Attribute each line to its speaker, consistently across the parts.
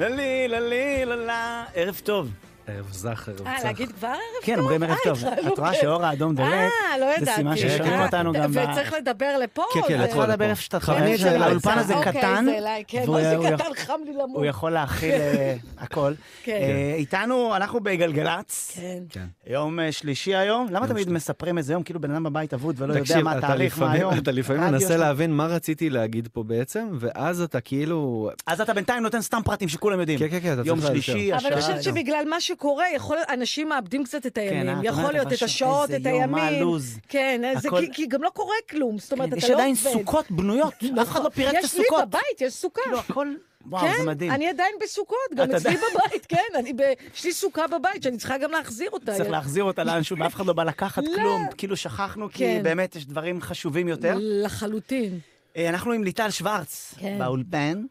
Speaker 1: ללי, ללי, ללה. ערב טוב.
Speaker 2: ערב זך, ערב
Speaker 3: אה,
Speaker 2: צח.
Speaker 3: להגיד כבר ערב
Speaker 1: כן, אומרים ערב טוב. את רואה שהאור האדום דולק,
Speaker 3: כן. אה, לא ידעתי.
Speaker 1: זה סימן ששומעים
Speaker 3: אה,
Speaker 1: אותנו גם ב...
Speaker 3: וצריך לדבר לפה?
Speaker 1: כן, כן,
Speaker 3: זה-
Speaker 1: את יכולה לדבר איפה שאתה
Speaker 2: חמש
Speaker 1: חמש,
Speaker 2: אליי.
Speaker 1: האולפן הזה קטן,
Speaker 3: אוקיי, זה אליי, כן,
Speaker 1: והוא-
Speaker 3: מה זה
Speaker 1: הוא
Speaker 3: קטן?
Speaker 1: יכול-
Speaker 3: חם לי למות.
Speaker 1: הוא יכול להכיל אה, הכל.
Speaker 3: כן.
Speaker 1: אה, איתנו, אנחנו בגלגלצ.
Speaker 3: כן.
Speaker 2: כן.
Speaker 1: יום אה, שלישי היום, למה תמיד מספרים איזה יום כאילו בן אדם בבית אבוד ולא יודע
Speaker 2: תקשיב,
Speaker 1: מה
Speaker 2: אתה
Speaker 1: התאריך, מה
Speaker 2: לפעמים-
Speaker 1: היום?
Speaker 2: אתה לפעמים
Speaker 1: הרדיו
Speaker 2: מנסה
Speaker 1: שלך.
Speaker 2: להבין מה רציתי להגיד פה בעצם, ואז אתה כאילו...
Speaker 1: אז אתה בינתיים נותן סתם פרטים שכולם יודעים.
Speaker 2: כן, כן, כן, אתה
Speaker 1: יום
Speaker 2: צריך
Speaker 1: שלישי,
Speaker 2: להישאר.
Speaker 3: אבל אני
Speaker 1: השעה.
Speaker 3: חושבת שבגלל מה שקורה, יכול- אנשים מאבדים קצת את הימים.
Speaker 1: אה, את
Speaker 3: יכול
Speaker 1: אומרת,
Speaker 3: להיות
Speaker 1: אבל
Speaker 3: את
Speaker 1: ש-
Speaker 3: השעות,
Speaker 1: איזה
Speaker 3: את
Speaker 1: יום, מה
Speaker 3: הימים.
Speaker 1: הלו"ז?
Speaker 3: כן, אה, זה
Speaker 1: הכל-
Speaker 3: כי- כי גם לא קורה כלום. זאת אומרת, אתה
Speaker 1: כן,
Speaker 3: לא
Speaker 1: יש
Speaker 3: עובד. נכון.
Speaker 1: עדיין סוכות בנויות, אף אחד לא פירק את
Speaker 3: יש לי
Speaker 1: הסוכות.
Speaker 3: בבית, יש סוכה.
Speaker 1: כאילו הכל, וואו,
Speaker 3: כן,
Speaker 1: זה מדהים.
Speaker 3: אני עדיין בסוכות, גם
Speaker 1: אתה
Speaker 3: אצלי
Speaker 1: יודע-
Speaker 3: בבית, כן, אני ב- יש לי סוכה בבית שאני צריכה גם להחזיר אותה.
Speaker 1: צריך להחזיר אותה לאנשהו, ואף אחד לא בא לקחת
Speaker 3: לא.
Speaker 1: כלום. כאילו שכחנו, כי
Speaker 3: כן.
Speaker 1: באמת יש דברים חשובים יותר.
Speaker 3: לחלוטין.
Speaker 1: אה, אנחנו עם ליטל שוורץ
Speaker 3: כן.
Speaker 1: באולפן.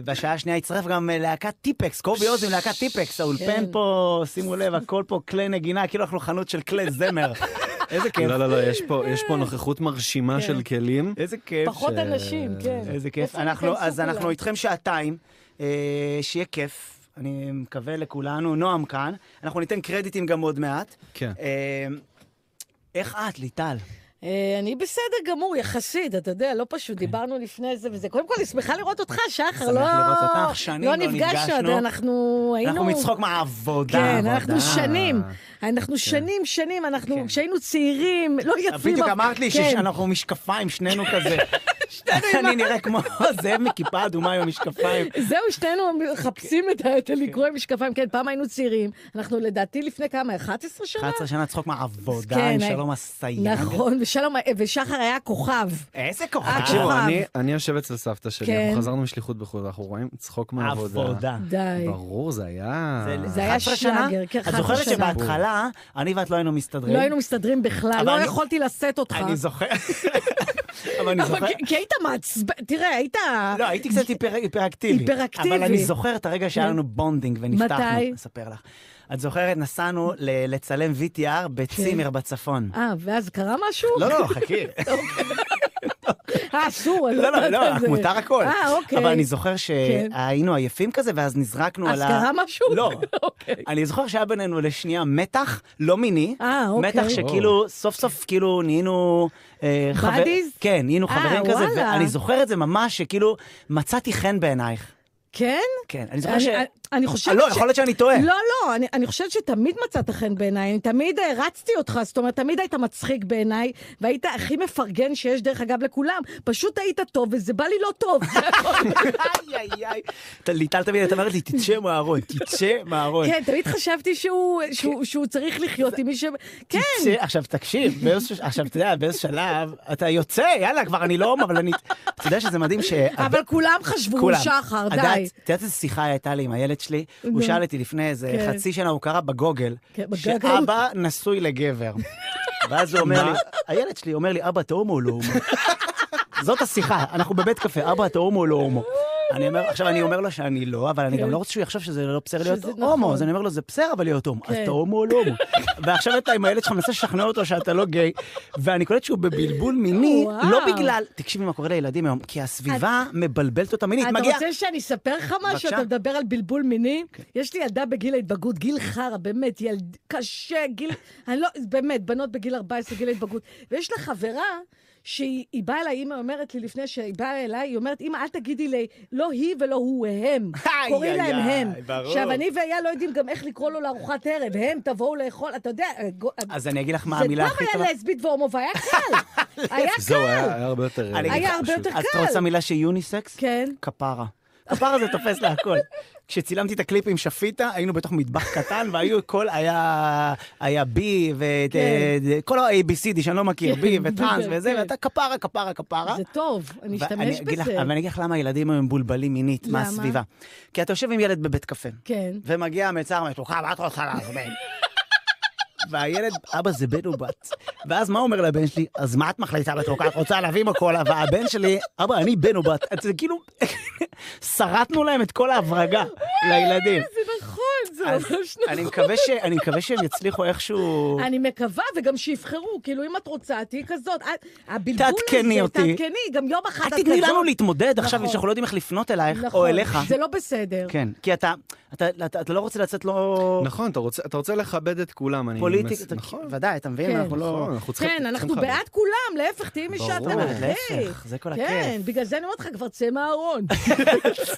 Speaker 1: ובשעה השנייה יצטרף גם אה, להקת טיפקס, קובי עוז עם להקת טיפקס, האולפן
Speaker 3: כן.
Speaker 1: פה, שימו לב, הכל פה כלי נגינה, כאילו אנחנו חנות של כלי זמר. איזה כיף,
Speaker 2: לא, לא, לא, יש פה- יש פה נוכחות מרשימה
Speaker 3: כן.
Speaker 2: של כלים.
Speaker 1: איזה כיף.
Speaker 3: פחות אנשים,
Speaker 2: לא.
Speaker 3: כן.
Speaker 1: איזה כיף.
Speaker 3: איפה
Speaker 1: אנחנו,
Speaker 3: ניכנס
Speaker 1: אז
Speaker 3: לכולם?
Speaker 1: אנחנו איתכם שעתיים, אה, שיהיה כיף. אני מקווה לכולנו, נועם כאן. אנחנו ניתן קרדיטים גם עוד מעט.
Speaker 2: כן.
Speaker 1: אה, איך את, ליטל?
Speaker 3: אה, אני בסדר גמור, יחסית, אתה יודע, לא פשוט, דיברנו לפני זה וזה. קודם כל, אני שמחה לראות אותך, שחר,
Speaker 1: כן. שמח
Speaker 3: לא...
Speaker 1: לראות אותך, שנים לא נפגשנו.
Speaker 3: עד- אנחנו היינו...
Speaker 1: אנחנו מצחוק מהעבודה.
Speaker 3: כן,
Speaker 1: עבודה. כן.
Speaker 3: אנחנו שנים. אנחנו שנים, שנים, אנחנו, כשהיינו צעירים, לא יפים.
Speaker 1: בדיוק
Speaker 3: אבל-
Speaker 1: אמרת לי
Speaker 3: כן.
Speaker 1: שאנחנו משקפיים, שנינו כזה. אני נראה כמו זאב מכיפה אדומה עם המשקפיים.
Speaker 3: זהו, שנינו מחפשים את ה- את הליקוי משקפיים. כן, פעם היינו צעירים. אנחנו לדעתי לפני כמה? 11 שנה?
Speaker 1: 11 שנה צחוק מהעבודה
Speaker 3: כן,
Speaker 1: עם
Speaker 3: הי-
Speaker 1: שלום הסייג.
Speaker 3: נכון, ושלום, ושחר היה כוכב.
Speaker 1: איזה אה, כוכב.
Speaker 2: תקשיבו,
Speaker 3: כוכב.
Speaker 2: אני- אני יושב אצל סבתא שלי,
Speaker 3: כן.
Speaker 2: אנחנו חזרנו משליחות בחו"ל, אנחנו רואים צחוק מהעבודה.
Speaker 1: עבודה.
Speaker 3: די.
Speaker 2: ברור, זה היה...
Speaker 3: זה היה
Speaker 1: 11 שנה?
Speaker 3: שלאגר, כן,
Speaker 1: את
Speaker 3: 11
Speaker 1: זוכרת
Speaker 3: שנה.
Speaker 1: שבהתחלה, אני ואת לא היינו מסתדרים.
Speaker 3: לא היינו מסתדרים בכלל,
Speaker 1: אבל
Speaker 3: לא
Speaker 1: אני-
Speaker 3: יכולתי לשאת אותך.
Speaker 1: אני זוכר. אבל אני
Speaker 3: אבל כן.
Speaker 1: זוכר.
Speaker 3: כי- כי היית מעצבן, תראה, היית...
Speaker 1: לא, הייתי קצת היפר- היפראקטיבי.
Speaker 3: היפראקטיבי.
Speaker 1: אבל אני זוכר את הרגע שהיה לנו בונדינג ונפתחנו.
Speaker 3: מתי?
Speaker 1: אספר לך. את זוכרת, נסענו ל- לצלם VTR בצימר בצפון.
Speaker 3: כן. אה, אוקיי. ואז קרה משהו?
Speaker 1: לא, לא, חכי.
Speaker 3: אה, אסור, אני
Speaker 1: לא, לא,
Speaker 3: יודעת
Speaker 1: לא,
Speaker 3: על זה.
Speaker 1: מותר הכל.
Speaker 3: אה, אוקיי.
Speaker 1: אבל אני זוכר שהיינו עייפים כזה, ואז נזרקנו
Speaker 3: אז
Speaker 1: על ה...
Speaker 3: קרה משהו?
Speaker 1: לא.
Speaker 3: אוקיי.
Speaker 1: אני זוכר שהיה בינינו לשנייה מתח, לא מיני.
Speaker 3: אה, אוקיי.
Speaker 1: מתח שכאילו, סוף סוף כאילו נהיינו... אה, חבר-
Speaker 3: Buddies?
Speaker 1: כן, נהיינו
Speaker 3: אה,
Speaker 1: חברים כזה,
Speaker 3: וואלה.
Speaker 1: ואני זוכר את זה ממש, שכאילו, מצאתי חן בעינייך.
Speaker 3: כן?
Speaker 1: כן, אני זוכר
Speaker 3: אני-
Speaker 1: ש...
Speaker 3: אני- אני חושבת
Speaker 1: לא,
Speaker 3: ש-
Speaker 1: יכול להיות שאני טועה.
Speaker 3: לא, לא, אני, אני חושבת שתמיד מצאת חן בעיניי, אני תמיד אה, הרצתי אותך, זאת אומרת, תמיד היית מצחיק בעיניי, והיית הכי מפרגן שיש, דרך אגב, לכולם. פשוט היית טוב, וזה בא לי לא טוב.
Speaker 1: נכון. איי, איי, איי. ת- ליטל תמיד הייתה אומרת לי, תצא מהארון, תצא מהארון.
Speaker 3: כן, תמיד חשבתי שהוא,
Speaker 1: כן.
Speaker 3: שהוא, שהוא צריך לחיות עם מי ש... כן,
Speaker 1: ש... עכשיו תקשיב, באיזשהו- עכשיו אתה יודע, באיזה שלב, אתה יוצא, יאללה, כבר אני לא הומו, אבל אני... אתה יודע שזה מדהים ש...
Speaker 3: אבל כולם חשבו,
Speaker 1: כולם.
Speaker 3: שחר,
Speaker 1: את יודעת-
Speaker 3: די.
Speaker 1: את יודעת איזה שיחה הייתה לי עם הילד שלי? הוא
Speaker 3: נו.
Speaker 1: שאל אותי לפני איזה
Speaker 3: כן.
Speaker 1: חצי שנה, הוא קרא בגוגל,
Speaker 3: כן, בגוגל.
Speaker 1: שאבא נשוי לגבר. ואז הוא אומר לי, הילד שלי אומר לי, אבא, אתה הומו או לא הומו? זאת השיחה, אנחנו בבית קפה, אבא, אתה הומו או לא הומו? אני אומר, עכשיו אני אומר לו שאני לא, אבל אני גם לא רוצה שהוא יחשוב שזה לא בסדר להיות
Speaker 3: כן. שזה
Speaker 1: הומו,
Speaker 3: נכון.
Speaker 1: אז אני אומר לו, זה בסדר אבל להיות הומו, אז
Speaker 3: כן.
Speaker 1: אתה הומו או לא הומו. ועכשיו אתה עם הילד שלך מנסה לשכנע אותו שאתה לא גיי, ואני קולט שהוא בבלבול מיני, לא
Speaker 3: וואו.
Speaker 1: בגלל, תקשיבי מה קורה לילדים היום, כי הסביבה מבלבלת אותם מינית,
Speaker 3: אתה
Speaker 1: מגיע...
Speaker 3: רוצה שאני אספר לך
Speaker 1: בבקשה. כן.
Speaker 3: משהו? אתה מדבר על בלבול מיני? יש לי ילדה בגיל ההתבגרות, גיל חרא, באמת, ילד קשה, גיל... אני לא... באמת, בנות בגיל 14, גיל ההתבגרות. ויש לה חברה שהיא היא באה אליי, אימא אומרת לי לפני שהיא באה אליי, היא אומרת, אימא, אל תגידי לי, לא היא ולא הוא, הם.
Speaker 1: איי,
Speaker 3: קוראים
Speaker 1: איי,
Speaker 3: להם
Speaker 1: איי,
Speaker 3: הם.
Speaker 1: ברור.
Speaker 3: עכשיו, אני ואייל לא יודעים גם איך לקרוא לו לארוחת ערב, הם תבואו לאכול, אתה יודע... אה,
Speaker 1: אז אני אגיד לך מה המילה הכי
Speaker 3: זה
Speaker 1: טובה.
Speaker 3: פעם היה לסבית והומו, והיה קל. היה
Speaker 2: זהו, היה
Speaker 3: קל.
Speaker 2: היה הרבה יותר...
Speaker 1: אני
Speaker 2: אה,
Speaker 1: אגיד לך-
Speaker 3: היה הרבה יותר
Speaker 1: אז את
Speaker 3: קל.
Speaker 1: רוצה מילה שהיא יוניסקס?
Speaker 3: כן.
Speaker 1: כפרה. כפרה זה תופס להכל. כשצילמתי את הקליפ עם שפיטה, היינו בתוך מטבח קטן, והיו כל, היה, היה בי, ואת,
Speaker 3: כן.
Speaker 1: אה, כל ה-ABCD שאני לא מכיר, בי
Speaker 3: כן,
Speaker 1: וטראנס
Speaker 3: בדיוק,
Speaker 1: וזה,
Speaker 3: כן.
Speaker 1: ואתה כפרה, כפרה, כפרה.
Speaker 3: זה טוב, אני
Speaker 1: ואני
Speaker 3: אשתמש
Speaker 1: אגיד לך-
Speaker 3: בזה.
Speaker 1: אבל אני אגיד לך למה הילדים היום מבולבלים מינית
Speaker 3: למה?
Speaker 1: מהסביבה. כי אתה יושב עם ילד בבית קפה,
Speaker 3: כן.
Speaker 1: ומגיע המצער מתוקה, מה את רוצה להזמין? והילד, אבא זה בן ובת. ואז מה אומר לבן שלי? אז מה את מחליטה בתוקה? את רוצה להביא מקולה? והבן שלי, אבא, אני בן ובת. אז זה כאילו, שרטנו להם את כל ההברגה לילדים.
Speaker 3: זה נכון, זה זה
Speaker 1: אז
Speaker 3: ממש
Speaker 1: אני מקווה ש- אני מקווה שהם יצליחו איכשהו...
Speaker 3: אני מקווה, וגם שיבחרו, כאילו, אם את רוצה, תהיי כזאת. את- הבלבול הזה,
Speaker 1: תעדכני אותי.
Speaker 3: תעדכני, גם יום אחד
Speaker 1: את
Speaker 3: את
Speaker 1: תתני לנו
Speaker 3: כזאת.
Speaker 1: להתמודד עכשיו,
Speaker 3: נכון.
Speaker 1: שאנחנו לא יודעים איך לפנות אלייך, או
Speaker 3: נכון,
Speaker 1: אליך.
Speaker 3: זה לא בסדר.
Speaker 1: כן, כי אתה, אתה, אתה, אתה לא רוצה לצאת לא...
Speaker 2: נכון, אתה רוצה, אתה רוצה לכבד את כולם. אני
Speaker 1: פוליטיקה, אתה-
Speaker 2: נכון,
Speaker 1: ודאי, אתה מבין?
Speaker 3: כן.
Speaker 1: אנחנו לא...
Speaker 2: נכון, אנחנו צריכים...
Speaker 3: כן, אנחנו
Speaker 2: צריכים לכבד.
Speaker 3: בעד כולם, להפך, תהיי מי שאתה.
Speaker 2: ברור,
Speaker 3: אחי.
Speaker 1: להפך, זה כל
Speaker 3: כן,
Speaker 1: הכיף.
Speaker 3: בגלל זה אני אומרת לך, כבר צא מהארון.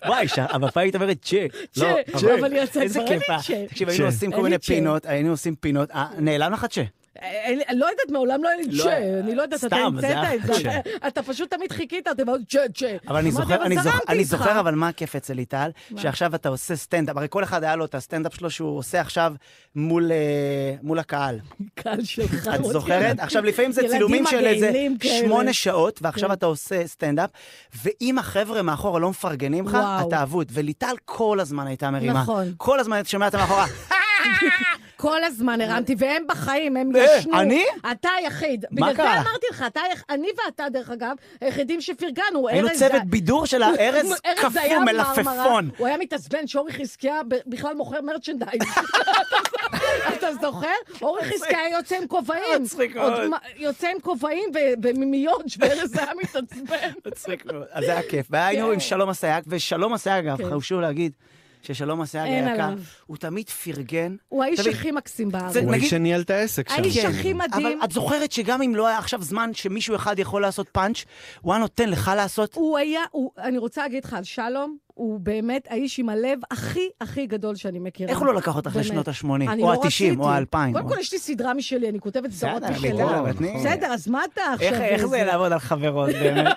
Speaker 1: וואי, שה- המפאית אומרת צ'ק.
Speaker 3: צ'ה, אבל היא יוצאת
Speaker 1: איזה
Speaker 3: כבר, אין
Speaker 1: כיף.
Speaker 3: לי
Speaker 1: אה.
Speaker 3: צ'ה.
Speaker 1: תקשיב,
Speaker 2: צ'ה.
Speaker 1: היינו עושים כל
Speaker 3: אין לי
Speaker 1: מיני
Speaker 3: צ'ה.
Speaker 1: פינות, היינו עושים פינות. אה, נעלם לך צ'ה.
Speaker 3: אין לי- לא יודעת, מעולם לא היה לי
Speaker 1: לא,
Speaker 3: צ'ה, אני לא יודעת, אתה
Speaker 1: סתם, זה היה
Speaker 3: המצאת את זה.
Speaker 1: צ'ה.
Speaker 3: אתה- אתה פשוט תמיד חיכית, אתם אמרתם צ'ה, צ'ה.
Speaker 1: אבל
Speaker 3: אמרתי,
Speaker 1: אני זוכר, אני זוכר,
Speaker 3: זרמתי
Speaker 1: אני
Speaker 3: איתך.
Speaker 1: זוכר, אבל מה הכיף אצל ליטל?
Speaker 3: מה?
Speaker 1: שעכשיו אתה עושה סטנדאפ, הרי כל אחד היה לו את הסטנדאפ שלו שהוא עושה עכשיו מול אה, מול הקהל.
Speaker 3: קהל שלך.
Speaker 1: את
Speaker 3: מוטי.
Speaker 1: זוכרת? עכשיו, לפעמים זה
Speaker 3: ילדים
Speaker 1: צילומים של איזה
Speaker 3: מגעילים כאלה.
Speaker 1: שמונה שעות, ועכשיו
Speaker 3: כן.
Speaker 1: אתה עושה סטנדאפ, ואם החבר'ה מאחורה לא מפרגנים לך,
Speaker 3: וואו.
Speaker 1: אתה אבוד. וליטל כל הזמן הייתה מרימה.
Speaker 3: נכון.
Speaker 1: כל הזמן היית שומעת מאחורה.
Speaker 3: כל הזמן הרמתי, והם בחיים, הם
Speaker 1: אה,
Speaker 3: ישנו.
Speaker 1: אני?
Speaker 3: אתה היחיד.
Speaker 1: מה
Speaker 3: בגלל
Speaker 1: קרה?
Speaker 3: זה אמרתי לך, אתה היח- אני ואתה, דרך אגב, היחידים שפרגנו.
Speaker 1: היינו
Speaker 3: ארז
Speaker 1: צוות
Speaker 3: זה-
Speaker 1: בידור של הארז
Speaker 3: ארז זה היה
Speaker 1: קפוא מלפפון.
Speaker 3: מרמרה. הוא היה מתעצבן שאורי חזקיה ב- בכלל מוכר מרצ'נדייז. אתה זוכר? אורי חזקיה יוצא עם כובעים.
Speaker 1: מצחיק
Speaker 3: עוד
Speaker 1: מאוד.
Speaker 3: מה- יוצא עם כובעים ו- במימיונג' וארז היה מתעצבן.
Speaker 1: מצחיק מאוד. אז זה היה כיף. והיינו
Speaker 3: כן.
Speaker 1: עם שלום אסייג, ושלום אסייג, אגב,
Speaker 3: כן.
Speaker 1: חשוב להגיד. ששלום אסייג
Speaker 3: אין
Speaker 1: היקר,
Speaker 3: עליו.
Speaker 1: הוא תמיד פרגן.
Speaker 3: הוא האיש
Speaker 1: תמיד-
Speaker 3: הכי מקסים בארץ.
Speaker 1: זה-
Speaker 2: הוא
Speaker 1: נגיד-
Speaker 2: האיש שניהל את העסק שם.
Speaker 3: האיש
Speaker 1: כן.
Speaker 3: הכי מדהים.
Speaker 1: אבל את זוכרת שגם אם לא היה עכשיו זמן שמישהו אחד יכול לעשות פאנץ', הוא היה נותן לך לעשות?
Speaker 3: הוא היה, הוא, אני רוצה להגיד לך על שלום, הוא באמת האיש עם הלב הכי הכי גדול שאני מכירה.
Speaker 1: איך הוא לא לקח אותך
Speaker 3: באמת.
Speaker 1: לשנות ה-80,
Speaker 3: אני
Speaker 1: או
Speaker 3: לא
Speaker 1: ה-90, או
Speaker 3: רציתי.
Speaker 1: ה-2000?
Speaker 3: קודם כל, יש לי סדרה משלי, אני כותבת סדרות משלי.
Speaker 2: בסדר, אבל תני.
Speaker 1: נכון.
Speaker 3: בסדר, אז מה אתה עכשיו...
Speaker 1: לעבוד על חברות, באמת?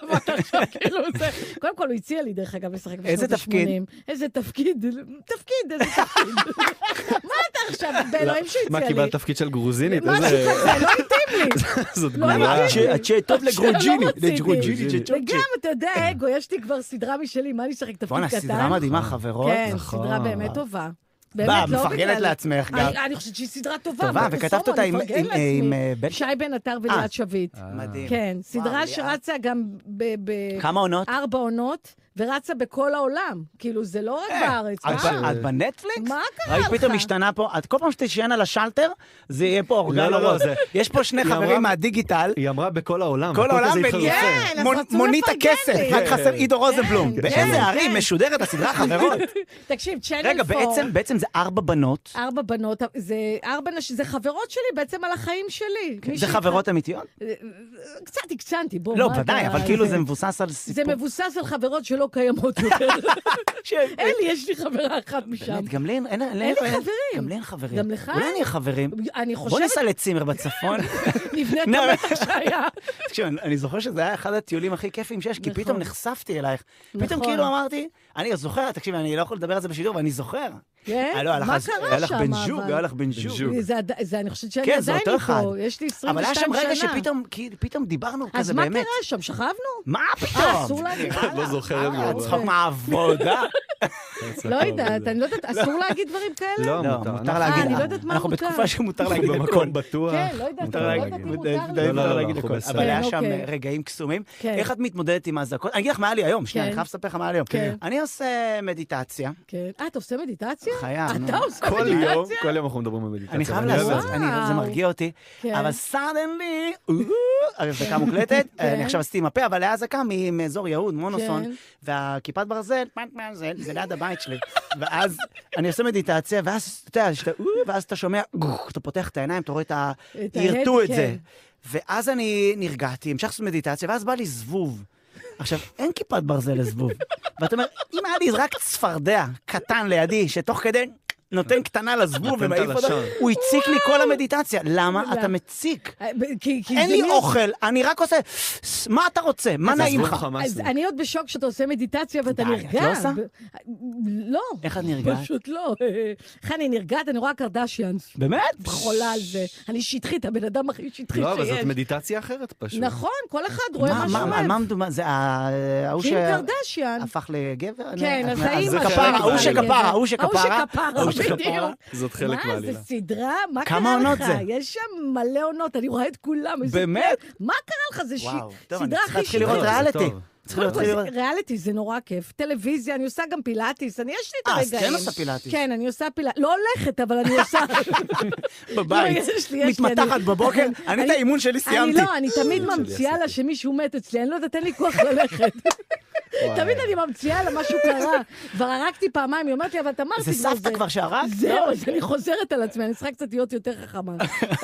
Speaker 3: כאילו זה- קודם כל, הוא הציע לי, דרך אגב, לשחק בשנות ה-80.
Speaker 1: איזה תפקיד?
Speaker 3: איזה תפקיד? תפקיד, איזה תפקיד. מה אתה עכשיו,
Speaker 1: לא,
Speaker 3: באלוהים שהציע לי?
Speaker 2: לא, מה, קיבלת תפקיד של גרוזינית?
Speaker 3: משהו
Speaker 2: איזה...
Speaker 3: כזה, לא התאים לי.
Speaker 2: זאת
Speaker 3: לא
Speaker 2: גדולה.
Speaker 3: הבנתי.
Speaker 1: הצ'ה- הצ'ה טוב
Speaker 3: שלא
Speaker 1: לגרוג'יני,
Speaker 3: רציתי.
Speaker 1: לגרוג'יני,
Speaker 2: לגרוג'יני.
Speaker 1: ג'צ'וקצ'י.
Speaker 3: וגם, לא אתה יודע, אגו, יש לי כבר סדרה משלי, מה אני אשחק תפקיד קטן?
Speaker 1: בואנה, סדרה מדהימה, חברות.
Speaker 3: כן,
Speaker 2: נכון.
Speaker 3: סדרה באמת טובה. באמת,
Speaker 1: בא,
Speaker 3: לא
Speaker 1: מפרגנת
Speaker 3: בגלל-
Speaker 1: לעצמך גם.
Speaker 3: אני- אני חושבת שהיא סדרה טובה.
Speaker 1: טובה,
Speaker 3: אבל
Speaker 1: וכתבת
Speaker 3: בסוף
Speaker 1: אותה
Speaker 3: אני
Speaker 1: עם-
Speaker 3: מפרגנת
Speaker 1: עם- עם,
Speaker 3: לעצמי.
Speaker 1: אה, בן-
Speaker 3: שי בן עטר וליאת שביט.
Speaker 1: מדהים.
Speaker 3: כן, סדרה
Speaker 1: ליאת.
Speaker 3: שרצה גם בארבע
Speaker 1: כמה עונות?
Speaker 3: עונות, ורצה בכל העולם. כאילו, זה לא רק בארץ.
Speaker 1: את
Speaker 3: מה?
Speaker 1: אה, ב- את בנטפליקס?
Speaker 3: מה קרה
Speaker 1: ראית,
Speaker 3: לך?
Speaker 1: פתאום השתנה פה, את כל פעם שתשען על השלטר, זה יהיה פה אורגן
Speaker 2: לא, לא, לא,
Speaker 1: אורוז.
Speaker 2: זה-
Speaker 1: יש פה שני
Speaker 2: היא
Speaker 1: חברים
Speaker 2: אמרה-
Speaker 1: מהדיגיטל,
Speaker 2: היא אמרה בכל העולם.
Speaker 1: כל
Speaker 2: הכל
Speaker 1: העולם
Speaker 2: כזה התחרפן.
Speaker 1: בגיל,
Speaker 3: כן, אז
Speaker 1: מונ-
Speaker 3: רצו
Speaker 1: מונית
Speaker 3: לפרגן
Speaker 1: הכסף,
Speaker 3: לי.
Speaker 1: רק חסר עידו רוזנבלום.
Speaker 3: כן,
Speaker 1: באיזה
Speaker 3: כן.
Speaker 1: ערים משודרת הסדרה, חברות?
Speaker 3: תקשיב, צ'אנל פור.
Speaker 1: רגע, בעצם- בעצם זה ארבע בנות,
Speaker 3: ארבע בנות, זה ארבע נשים, זה חברות שלי בעצם על החיים שלי. מי
Speaker 1: כן. זה
Speaker 3: שהתח-
Speaker 1: חברות אמיתיות?
Speaker 3: אה, קצת הקצנתי, בוא.
Speaker 1: לא,
Speaker 3: מה אתה-
Speaker 1: ודאי, אבל כאילו זה
Speaker 3: זה-
Speaker 1: מבוסס על סיפור.
Speaker 3: זה מבוסס על חברות שלא קיימות יותר.
Speaker 1: ש-
Speaker 3: אין לי, יש לי חברה אחת משם.
Speaker 1: באמת, גם לי אין, אין, אין,
Speaker 3: לי חברים.
Speaker 1: גם לי אין חברים.
Speaker 3: גם לך
Speaker 1: אולי
Speaker 3: אין?
Speaker 1: נהיה חברים.
Speaker 3: אני
Speaker 1: בוא
Speaker 3: חושבת,
Speaker 1: ניסע לצימר בצפון.
Speaker 3: נבנה את
Speaker 1: נו.
Speaker 3: המתח שהיה.
Speaker 1: תקשיב, אני- אני זוכר שזה היה אחד הטיולים הכי כיפים שיש, כי
Speaker 3: נכון.
Speaker 1: פתאום נחשפתי אלייך. פתאום
Speaker 3: נכון.
Speaker 1: כאילו אמרתי, אני זוכר, תקשיב, אני לא יכול לדבר על זה בשידור, אבל אני זוכר.
Speaker 3: כן?
Speaker 1: אה, לא, היה לך-
Speaker 3: מה קרה שם?
Speaker 1: היה לך בן
Speaker 3: אבל?
Speaker 1: זוג, היה לך בן זוג.
Speaker 3: זה עד- זה, אני חושבת שאני
Speaker 1: כן, זה
Speaker 3: עדיין
Speaker 1: אותו אחד.
Speaker 3: פה, יש לי 22 שנה.
Speaker 1: אבל היה שם רגע שפתאום, כאילו, פתאום דיברנו
Speaker 3: אז
Speaker 1: כזה
Speaker 3: מה
Speaker 1: באמת.
Speaker 3: קרה שם? שכבנו?
Speaker 1: מה
Speaker 3: אה, אוקיי.
Speaker 1: פתאום?
Speaker 3: אסור להגיד.
Speaker 2: לא זוכרת
Speaker 1: אה,
Speaker 2: כבר.
Speaker 1: צחוק מהעבודה.
Speaker 3: לא יודעת, אני לא יודעת, אסור להגיד דברים כאלה?
Speaker 2: לא,
Speaker 1: לא, מותר
Speaker 2: מותר. אנחנו-
Speaker 1: להגיד.
Speaker 3: אני אה, לא יודעת מה
Speaker 1: אנחנו
Speaker 3: מותר.
Speaker 1: בתקופה שמותר להגיד הכל.
Speaker 2: במקום בטוח.
Speaker 3: כן, לא יודעת,
Speaker 2: מותר
Speaker 3: לא
Speaker 2: להגיד.
Speaker 3: יודעת אם מותר
Speaker 1: די
Speaker 3: לי.
Speaker 2: לא, לא,
Speaker 1: אפשר
Speaker 2: לא,
Speaker 1: להגיד
Speaker 2: אנחנו
Speaker 1: הכל.
Speaker 2: בסדר.
Speaker 1: אבל היה
Speaker 3: כן,
Speaker 1: שם אה,
Speaker 3: אוקיי.
Speaker 1: רגעים קסומים.
Speaker 3: כן.
Speaker 1: איך את מתמודדת עם האזעקות? אני אגיד לך מה היה לי היום, שנייה,
Speaker 3: כן.
Speaker 1: אני חייב לספר לך מה היה לי היום.
Speaker 3: כן.
Speaker 1: אני עושה מדיטציה.
Speaker 3: כן. אה, אתה עושה מדיטציה?
Speaker 1: חייב, נו.
Speaker 3: אתה עושה
Speaker 2: כל יום,
Speaker 3: מדיטציה?
Speaker 2: כל יום אנחנו מדברים במדיטציה.
Speaker 1: אני חייב
Speaker 2: ואני אוהב את
Speaker 1: לעשות,
Speaker 2: זה.
Speaker 1: אני- זה
Speaker 3: וואו.
Speaker 1: מרגיע אותי.
Speaker 3: כן.
Speaker 1: אבל סאדנלי, הזדקה מוקלטת,
Speaker 3: כן.
Speaker 1: אני עכשיו עשיתי עם הפה, אבל היה אזעקה מאזור יהוד, מונוסון,
Speaker 3: כן.
Speaker 1: והכיפת ברזל, פאק, פאק, זה- זה ליד הבית שלי. ואז אני עושה מדיטציה, ואז אתה יודע, שאתה- ואז אתה שומע, אתה פותח את העיניים, אתה רואה את ה...
Speaker 3: את ההד,
Speaker 1: ירטו את
Speaker 3: כן.
Speaker 1: זה. ואז אני נרגעתי, המשכתי לעשות מדיטציה, ואז בא לי זבוב. עכשיו, אין כיפת ברזל לזבוב. ואתה אומר, אם היה לי רק צפרדע קטן לידי, שתוך כדי נותן קטנה לזבוב
Speaker 2: נותן את
Speaker 1: ומעיף אותו,
Speaker 2: הלשון.
Speaker 1: הוא הציק לי כל המדיטציה. למה?
Speaker 3: למה?
Speaker 1: אתה מציק.
Speaker 3: אה, ב- כי- כי
Speaker 1: אין
Speaker 3: זה
Speaker 1: לי
Speaker 3: מין-
Speaker 1: אוכל, אני רק עושה... מה אתה רוצה? מה
Speaker 2: זה
Speaker 1: נעים
Speaker 2: זבוב
Speaker 1: לך?
Speaker 2: חמאסי.
Speaker 3: אז אני עוד בשוק שאתה עושה מדיטציה ואתה
Speaker 1: די, את
Speaker 3: נרגע.
Speaker 1: לא עושה?
Speaker 3: ב- לא.
Speaker 1: איך את נרגעת?
Speaker 3: פשוט לא. איך אני נרגעת? אני רואה קרדשיאנס.
Speaker 1: באמת?
Speaker 3: חולה על זה. אני שטחית, הבן אדם הכי שטחי
Speaker 2: לא, אבל זאת
Speaker 3: שיש.
Speaker 2: מדיטציה אחרת פשוט.
Speaker 3: נכון, כל אחד רואה
Speaker 1: מה,
Speaker 3: מה
Speaker 1: מה- על
Speaker 3: שאומר.
Speaker 1: מה מדובר? זה ה- ההוא
Speaker 3: קים קרדשיאן.
Speaker 1: שהפך לגבר? אני-
Speaker 3: כן,
Speaker 1: את-
Speaker 3: אז
Speaker 1: מה,
Speaker 3: האימא
Speaker 1: זה
Speaker 2: שלו.
Speaker 1: כפרה,
Speaker 2: חלק
Speaker 1: ההוא
Speaker 2: מהעלילה.
Speaker 1: שכפרה, ההוא שכפרה.
Speaker 3: ההוא שכפרה,
Speaker 2: זאת
Speaker 3: בדיוק.
Speaker 2: חלק
Speaker 3: מה, זה
Speaker 2: מהעלילה.
Speaker 3: סדרה? מה קרה לך?
Speaker 1: כמה עונות זה?
Speaker 3: יש שם מלא עונות, אני רואה את כולם. איזה
Speaker 1: באמת?
Speaker 3: כיף. מה קרה לך? זה ש-
Speaker 1: וואו, טוב, אני
Speaker 3: סדרה
Speaker 1: צריך
Speaker 3: הכי
Speaker 1: להתחיל
Speaker 3: שטחית.
Speaker 1: לראות
Speaker 2: לא, זה
Speaker 1: ריאליטי.
Speaker 2: טוב.
Speaker 1: צריך
Speaker 3: קודם כל,
Speaker 1: להתחיל...
Speaker 3: זה- ריאליטי זה נורא כיף. טלוויזיה, אני עושה גם פילאטיס, אני יש לי את
Speaker 1: אה,
Speaker 3: הרגעים.
Speaker 1: אז כן עושה פילאטיס.
Speaker 3: כן, אני עושה פילאטיס. לא הולכת, אבל אני עושה...
Speaker 1: בבית,
Speaker 3: לא, יש לי, יש לי,
Speaker 1: מתמתחת
Speaker 3: אני-
Speaker 1: בבוקר, אני את האימון שלי
Speaker 3: אני
Speaker 1: סיימתי.
Speaker 3: לא, אני תמיד
Speaker 2: שלי
Speaker 3: ממציאה לה
Speaker 2: עשיתי.
Speaker 3: שמישהו מת אצלי, אני לא יודעת, אין לי כוח ללכת.
Speaker 2: וואי.
Speaker 3: תמיד אני ממציאה לה משהו קרה. כבר הרגתי פעמיים, היא אומרת לי, אבל את אמרת
Speaker 1: זה
Speaker 3: לי כבר
Speaker 1: סבתא כבר לא?" שהרגת?
Speaker 3: זהו, אז אני חוזרת על עצמי, אני צריכה קצת להיות יותר חכמה.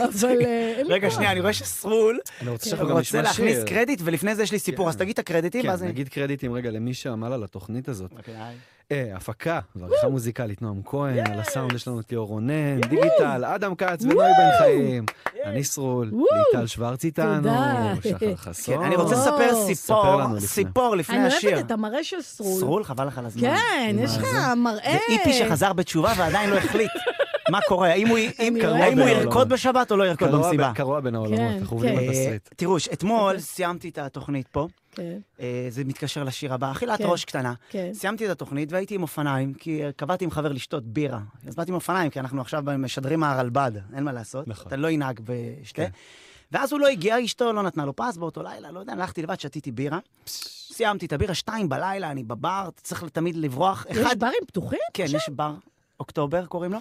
Speaker 3: אבל אה, אין לי
Speaker 1: רגע,
Speaker 3: כוח. כן.
Speaker 1: שנייה, אני רואה שסרול
Speaker 2: אני רוצה שאנחנו גם
Speaker 1: רוצה
Speaker 2: נשמע
Speaker 1: להכניס
Speaker 2: שיר.
Speaker 1: קרדיט, ולפני זה יש לי סיפור, אז תגיד את הקרדיטים, ואז
Speaker 2: כן,
Speaker 1: אני...
Speaker 2: נגיד קרדיטים רגע למי שעמל על התוכנית הזאת.
Speaker 1: אוקיי, היי.
Speaker 2: אה, הפקה, ועריכה מוזיקלית, נועם כהן, על הסאונד יש לנו את ליאור רונן, דיגיטל, אדם כץ ונוי בן חיים, אני סרול,
Speaker 3: וואו.
Speaker 2: ליטל שוורץ איתנו,
Speaker 3: תודה.
Speaker 2: שחר
Speaker 1: כן,
Speaker 2: חסון.
Speaker 1: אני רוצה
Speaker 3: או.
Speaker 1: לספר
Speaker 2: ספר
Speaker 1: סיפור,
Speaker 2: לנו לפני.
Speaker 1: סיפור לפני
Speaker 3: אני
Speaker 1: השיר.
Speaker 3: אוהבת את המראה של סרול.
Speaker 1: סרול, חבל לך על הזמן.
Speaker 3: כן, יש לך מראה.
Speaker 1: זה איפי שחזר בתשובה ועדיין לא החליט מה קורה, האם הוא- אם-
Speaker 3: קרוע
Speaker 1: האם הוא
Speaker 2: בעולמו.
Speaker 1: ירקוד בשבת או לא ירקוד
Speaker 2: לא קרוע ב-
Speaker 1: במסיבה.
Speaker 2: קרוע בין העולמות,
Speaker 3: לא כן, אוקיי.
Speaker 2: אנחנו עובדים על
Speaker 1: אה,
Speaker 2: תסריט.
Speaker 1: תראו, ש- אתמול סיימתי את התוכנית פה,
Speaker 3: כן,
Speaker 1: אה, זה מתקשר לשיר הבא, אכילת
Speaker 3: כן.
Speaker 1: ראש קטנה.
Speaker 3: כן.
Speaker 1: סיימתי את התוכנית והייתי עם אופניים, כי אה, קבעתי עם חבר לשתות בירה. אז באתי עם אופניים, כי אנחנו עכשיו משדרים מהרלב"ד, אין מה לעשות.
Speaker 2: נכון.
Speaker 1: אתה לא ינהג בשתי. ואז הוא לא הגיע, אשתו לא נתנה לו פס באותו לילה, לא יודע, הלכתי לבד, שתיתי בירה. סיימתי את הבירה, שתיים בלילה, אני בבר, צריך תמיד לברוח.
Speaker 3: יש
Speaker 1: אחד-
Speaker 3: ברים פתוחים?
Speaker 1: כן, יש בר, אוקטובר קוראים לו.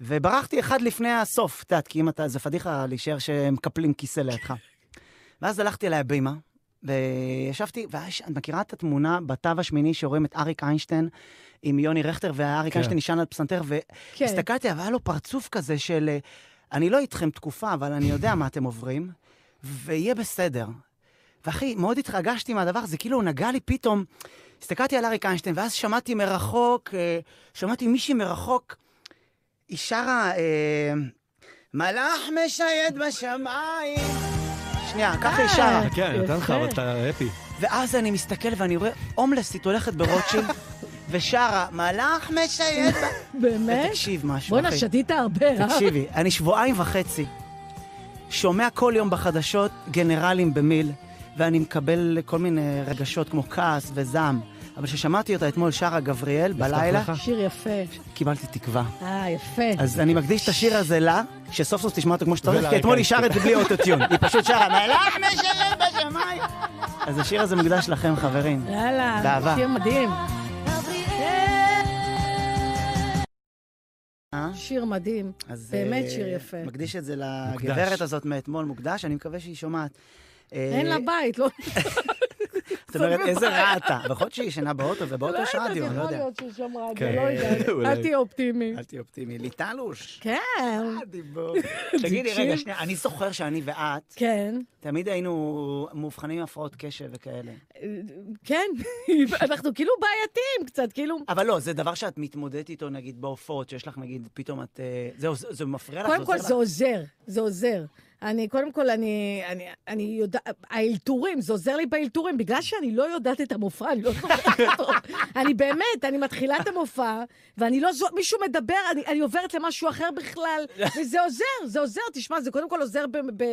Speaker 1: וברחתי אחד לפני הסוף, את יודעת, כי אם אתה, זה פדיחה להישאר שמקפלים כיסא לידך. ואז הלכתי אליי הבימה, וישבתי, ואת מכירה את התמונה בתו השמיני שרואים את אריק איינשטיין עם יוני רכטר, ואריק
Speaker 2: כן.
Speaker 1: איינשטיין נשען על פסנתר,
Speaker 3: כן.
Speaker 1: והסתכלתי, אבל היה לו פרצוף כזה של, אה, אני לא איתכם תקופה, אבל אני יודע מה אתם עוברים, ויהיה בסדר. ואחי, מאוד התרגשתי מהדבר הזה, כאילו הוא נגע לי פתאום. הסתכלתי על אריק איינשטיין, ואז שמעתי מרחוק, אה, שמעתי מישהי מרחוק, היא שרה, אה, מלאך משייט בשמיים. שנייה, ככה היא שרה.
Speaker 3: אה.
Speaker 2: כן, נתן לך,
Speaker 3: יפה.
Speaker 2: אבל אתה אפי.
Speaker 1: ואז אני מסתכל ואני רואה הומלסית הולכת ברוטשילד, ושרה, מלאך משייט... ב-"
Speaker 3: באמת?
Speaker 1: ותקשיב משהו,
Speaker 3: בואנה,
Speaker 1: אחי.
Speaker 3: שתית הרבה, אה?
Speaker 1: תקשיבי, אני שבועיים וחצי שומע כל יום בחדשות גנרלים במיל, ואני מקבל כל מיני רגשות כמו כעס וזעם. אבל כששמעתי אותה אתמול, שרה גבריאל, בלילה,
Speaker 2: לך?
Speaker 3: שיר יפה.
Speaker 1: קיבלתי תקווה.
Speaker 3: אה, יפה.
Speaker 1: אז אני מקדיש את השיר הזה לה, שסוף סוף תשמע אותו כמו שצריך, כי
Speaker 2: ולאריק
Speaker 1: אתמול היא שרה את זה בלי אוטוטיון. כן. היא פשוט שרה, מלאך משלם בשמיים. אז השיר הזה מוקדש לכם, חברים.
Speaker 3: יאללה,
Speaker 1: באהבה.
Speaker 3: שיר מדהים.
Speaker 1: אה?
Speaker 3: שיר מדהים.
Speaker 1: אז,
Speaker 3: באמת
Speaker 1: אה,
Speaker 3: שיר יפה.
Speaker 1: מקדיש את זה לגברת הזאת מאתמול מוקדש, אני מקווה שהיא שומעת. אה,
Speaker 3: אין לה בית, לא
Speaker 1: זאת אומרת,
Speaker 3: בבית.
Speaker 1: איזה רע אתה. בכל שהיא ישנה באוטו, ובאוטו יש רדיו, אני לא
Speaker 3: יכול
Speaker 1: יודע.
Speaker 3: להיות שיש שם רדיו,
Speaker 2: כן.
Speaker 3: לא יודעת.
Speaker 2: אולי.
Speaker 3: אל תהיה אופטימי.
Speaker 1: אל תהיה אופטימי. ליטלוש.
Speaker 3: כן.
Speaker 1: אה, דיבור. תגידי, רגע,
Speaker 3: תקשיב.
Speaker 1: שנייה, אני זוכר שאני ואת
Speaker 3: כן.
Speaker 1: תמיד היינו מאובחנים עם הפרעות קשב וכאלה.
Speaker 3: אה, כן. אנחנו כאילו בעייתיים קצת, כאילו...
Speaker 1: אבל לא, זה דבר שאת מתמודדת איתו, נגיד, בהופעות, שיש לך, נגיד, פתאום את... אה, זהו, זה זה מפריע לך?
Speaker 3: קודם כל,
Speaker 1: עושה
Speaker 3: זה
Speaker 1: לך?
Speaker 3: עוזר, זה עוזר. אני, קודם כל, אני, אני, אני יודעת, האלתורים, זה עוזר לי באלתורים, בגלל שאני לא יודעת את המופע, אני לא זוכרת אותו. אני באמת, אני מתחילה את המופע, ואני לא זו... מישהו מדבר, אני, אני עוברת למשהו אחר בכלל, וזה עוזר, זה עוזר. תשמע, זה קודם כל עוזר ב, ב,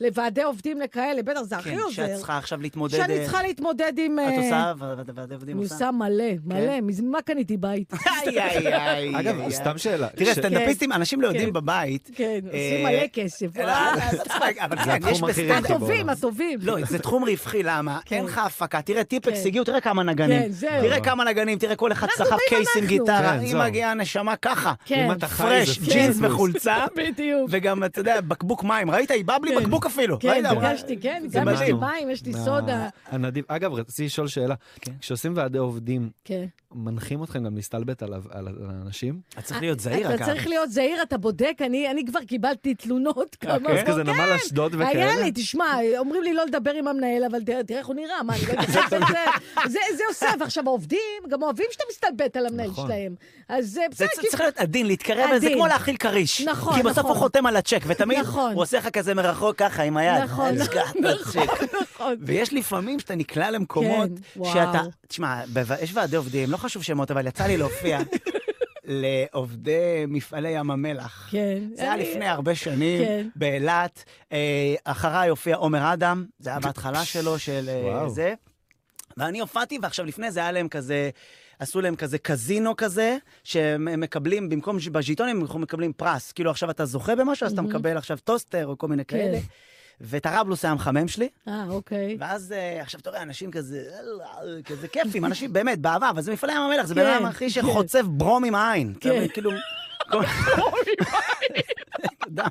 Speaker 3: לוועדי עובדים לכאלה, בטח, זה הכי
Speaker 1: כן,
Speaker 3: עוזר.
Speaker 1: שאת צריכה עכשיו להתמודד...
Speaker 3: שאני
Speaker 1: אה,
Speaker 3: צריכה להתמודד עם...
Speaker 1: את
Speaker 3: אה,
Speaker 1: עושה, ו- ועדי עובדים
Speaker 3: אני
Speaker 1: עושה.
Speaker 3: עושה מלא, מלא,
Speaker 1: כן?
Speaker 3: מזמן קניתי בית.
Speaker 1: איי, איי, איי.
Speaker 2: אגב,
Speaker 1: איי.
Speaker 2: סתם שאלה.
Speaker 1: תראה,
Speaker 2: ש-
Speaker 1: סטנדאפיסטים, אנשים לא יודעים
Speaker 3: כן.
Speaker 1: בבית.
Speaker 3: כן, עושים
Speaker 1: אה,
Speaker 3: מלא כסף. וואו.
Speaker 1: אלא- זה צחוק, אבל
Speaker 2: זה
Speaker 1: כן, יש
Speaker 2: התחום הכי
Speaker 1: בסטנדאפ...
Speaker 2: רווחי
Speaker 3: הטובים, הטובים.
Speaker 1: לא, זה תחום רווחי, למה?
Speaker 3: כן.
Speaker 1: אין לך הפקה. תראה, טיפקס
Speaker 3: כן.
Speaker 1: הגיעו, תראה כמה נגנים.
Speaker 3: כן, זהו.
Speaker 1: תראה כמה נגנים, תראה כל אחד
Speaker 3: אנחנו
Speaker 1: סחב
Speaker 3: באים
Speaker 1: קייס עם
Speaker 3: אנחנו.
Speaker 1: גיטרה.
Speaker 2: כן,
Speaker 1: היא
Speaker 2: זהו.
Speaker 1: מגיעה הנשמה ככה.
Speaker 3: כן.
Speaker 2: אם אתה חי, זה
Speaker 1: פרש,
Speaker 2: פלוס
Speaker 1: ג'ינס
Speaker 2: פלוס.
Speaker 1: וחולצה,
Speaker 3: בדיוק.
Speaker 1: וגם, אתה יודע, בקבוק מים. ראית? היא באה בלי
Speaker 3: כן.
Speaker 1: בקבוק אפילו.
Speaker 3: כן,
Speaker 1: ראית?
Speaker 3: ביקשתי, כן,
Speaker 1: זה
Speaker 3: גם יש לי
Speaker 1: מדהים.
Speaker 3: מים, יש לי
Speaker 2: מה-
Speaker 3: סודה.
Speaker 2: הנדיב. אגב, רציתי לשאול שאלה.
Speaker 1: כן.
Speaker 2: כשעושים ועדי עובדים,
Speaker 3: כן.
Speaker 2: מנחים אתכם גם להסתלבט על ה- על האנשים?
Speaker 1: אתה צריך להיות זהיר,
Speaker 3: אתה
Speaker 1: אגב.
Speaker 3: צריך להיות זהיר, אתה בודק, אני אני כבר קיבלתי תלונות כמה...
Speaker 2: אז אה, כן? כזה נמל אשדוד וכאלה?
Speaker 3: היה כן. לי, תשמע, אומרים לי לא לדבר עם המנהל, אבל תראה תראה איך הוא נראה, מה, אני לא יודעת זה- זה- זה- זה עושה, ועכשיו העובדים גם אוהבים שאתה מסתלבט על המנהל
Speaker 2: נכון.
Speaker 3: שלהם. אז זה
Speaker 1: זה
Speaker 3: בסדר,
Speaker 1: צ- צריך להיות עדין, להתקרב לזה,
Speaker 3: עדין.
Speaker 1: כמו להאכיל כריש.
Speaker 3: נכון,
Speaker 1: כי בסוף
Speaker 3: נכון.
Speaker 1: הוא חותם על הצ'ק, ותמיד
Speaker 3: נכון.
Speaker 1: הוא עושה לך כזה מרחוק ככה, עם היד.
Speaker 3: נכון,
Speaker 1: אז ככה,
Speaker 3: נכון,
Speaker 1: הצ'ק.
Speaker 3: נכון.
Speaker 1: ויש לפעמים שאתה נקלע למקומות
Speaker 3: כן,
Speaker 1: שאתה...
Speaker 3: וואו.
Speaker 1: תשמע, בו- יש ועדי עובדים, לא חשוב שמות, אבל יצא לי להופיע לעובדי מפעלי ים המלח.
Speaker 3: כן.
Speaker 1: זה היה
Speaker 3: אני-
Speaker 1: לפני הרבה שנים,
Speaker 3: כן.
Speaker 1: באילת. אה, אחריי הופיע עומר אדם, זה היה בהתחלה שלו, של אה,
Speaker 2: וואו.
Speaker 1: זה. ואני הופעתי, ועכשיו לפני זה היה להם כזה, עשו להם כזה קזינו כזה, שהם הם מקבלים, במקום
Speaker 3: כן.
Speaker 1: ש- בז'יטונים, הם מקבלים פרס. כאילו עכשיו אתה זוכה במשהו, אז אתה מקבל עכשיו טוסטר או כל מיני כאלה. ואת הרבלוס היה מחמם שלי,
Speaker 3: אה, אוקיי.
Speaker 1: ואז אה, עכשיו אתה רואה, אנשים כזה, אה, כזה כיפים, אנשים באמת, באהבה, אבל זה מפעלי ים המלח, זה בן
Speaker 3: כן,
Speaker 1: אדם הכי
Speaker 3: כן.
Speaker 1: שחוצב ברום עם העין. אתה
Speaker 3: כן.
Speaker 1: מבין, כאילו... כל- אתה יודע,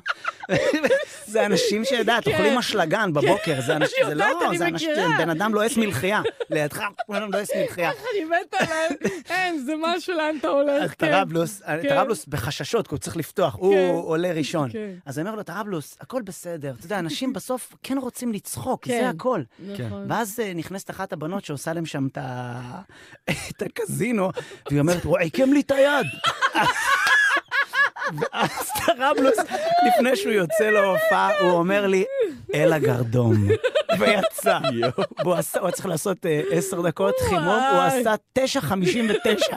Speaker 1: זה אנשים שיודעת,
Speaker 3: כן.
Speaker 1: אוכלים אשלגן בבוקר, זה אנשים,
Speaker 3: אני
Speaker 1: זה לא,
Speaker 3: יודעת, אני
Speaker 1: זה אנשים,
Speaker 3: מכירה.
Speaker 1: בן אדם לועס מלחייה, לידך בן אדם לועס מלחייה.
Speaker 3: אני מתה עליהם. אין, זה משהו לאן אתה הולך.
Speaker 1: אז
Speaker 3: כן.
Speaker 1: טראבלוס, אני-
Speaker 3: כן.
Speaker 1: טראבלוס בחששות, כי הוא צריך לפתוח, הוא עולה ראשון.
Speaker 3: כן.
Speaker 1: אז אני אומר לו, טראבלוס, הכל בסדר. אתה יודע, אנשים בסוף כן רוצים לצחוק,
Speaker 3: כן.
Speaker 1: זה הכל.
Speaker 3: נכון.
Speaker 1: ואז אה, נכנסת אחת הבנות שעושה להם שם את ה- את הקזינו, והיא אומרת, הוא עיקם לי את היד. ואז טראבלוס, לפני שהוא יוצא להופעה, הוא אומר לי, אל הגרדום. ויצא. והוא עשה- הוא היה צריך לעשות אה, עשר דקות חימום, הוא
Speaker 3: וואי.
Speaker 1: עשה 9.59.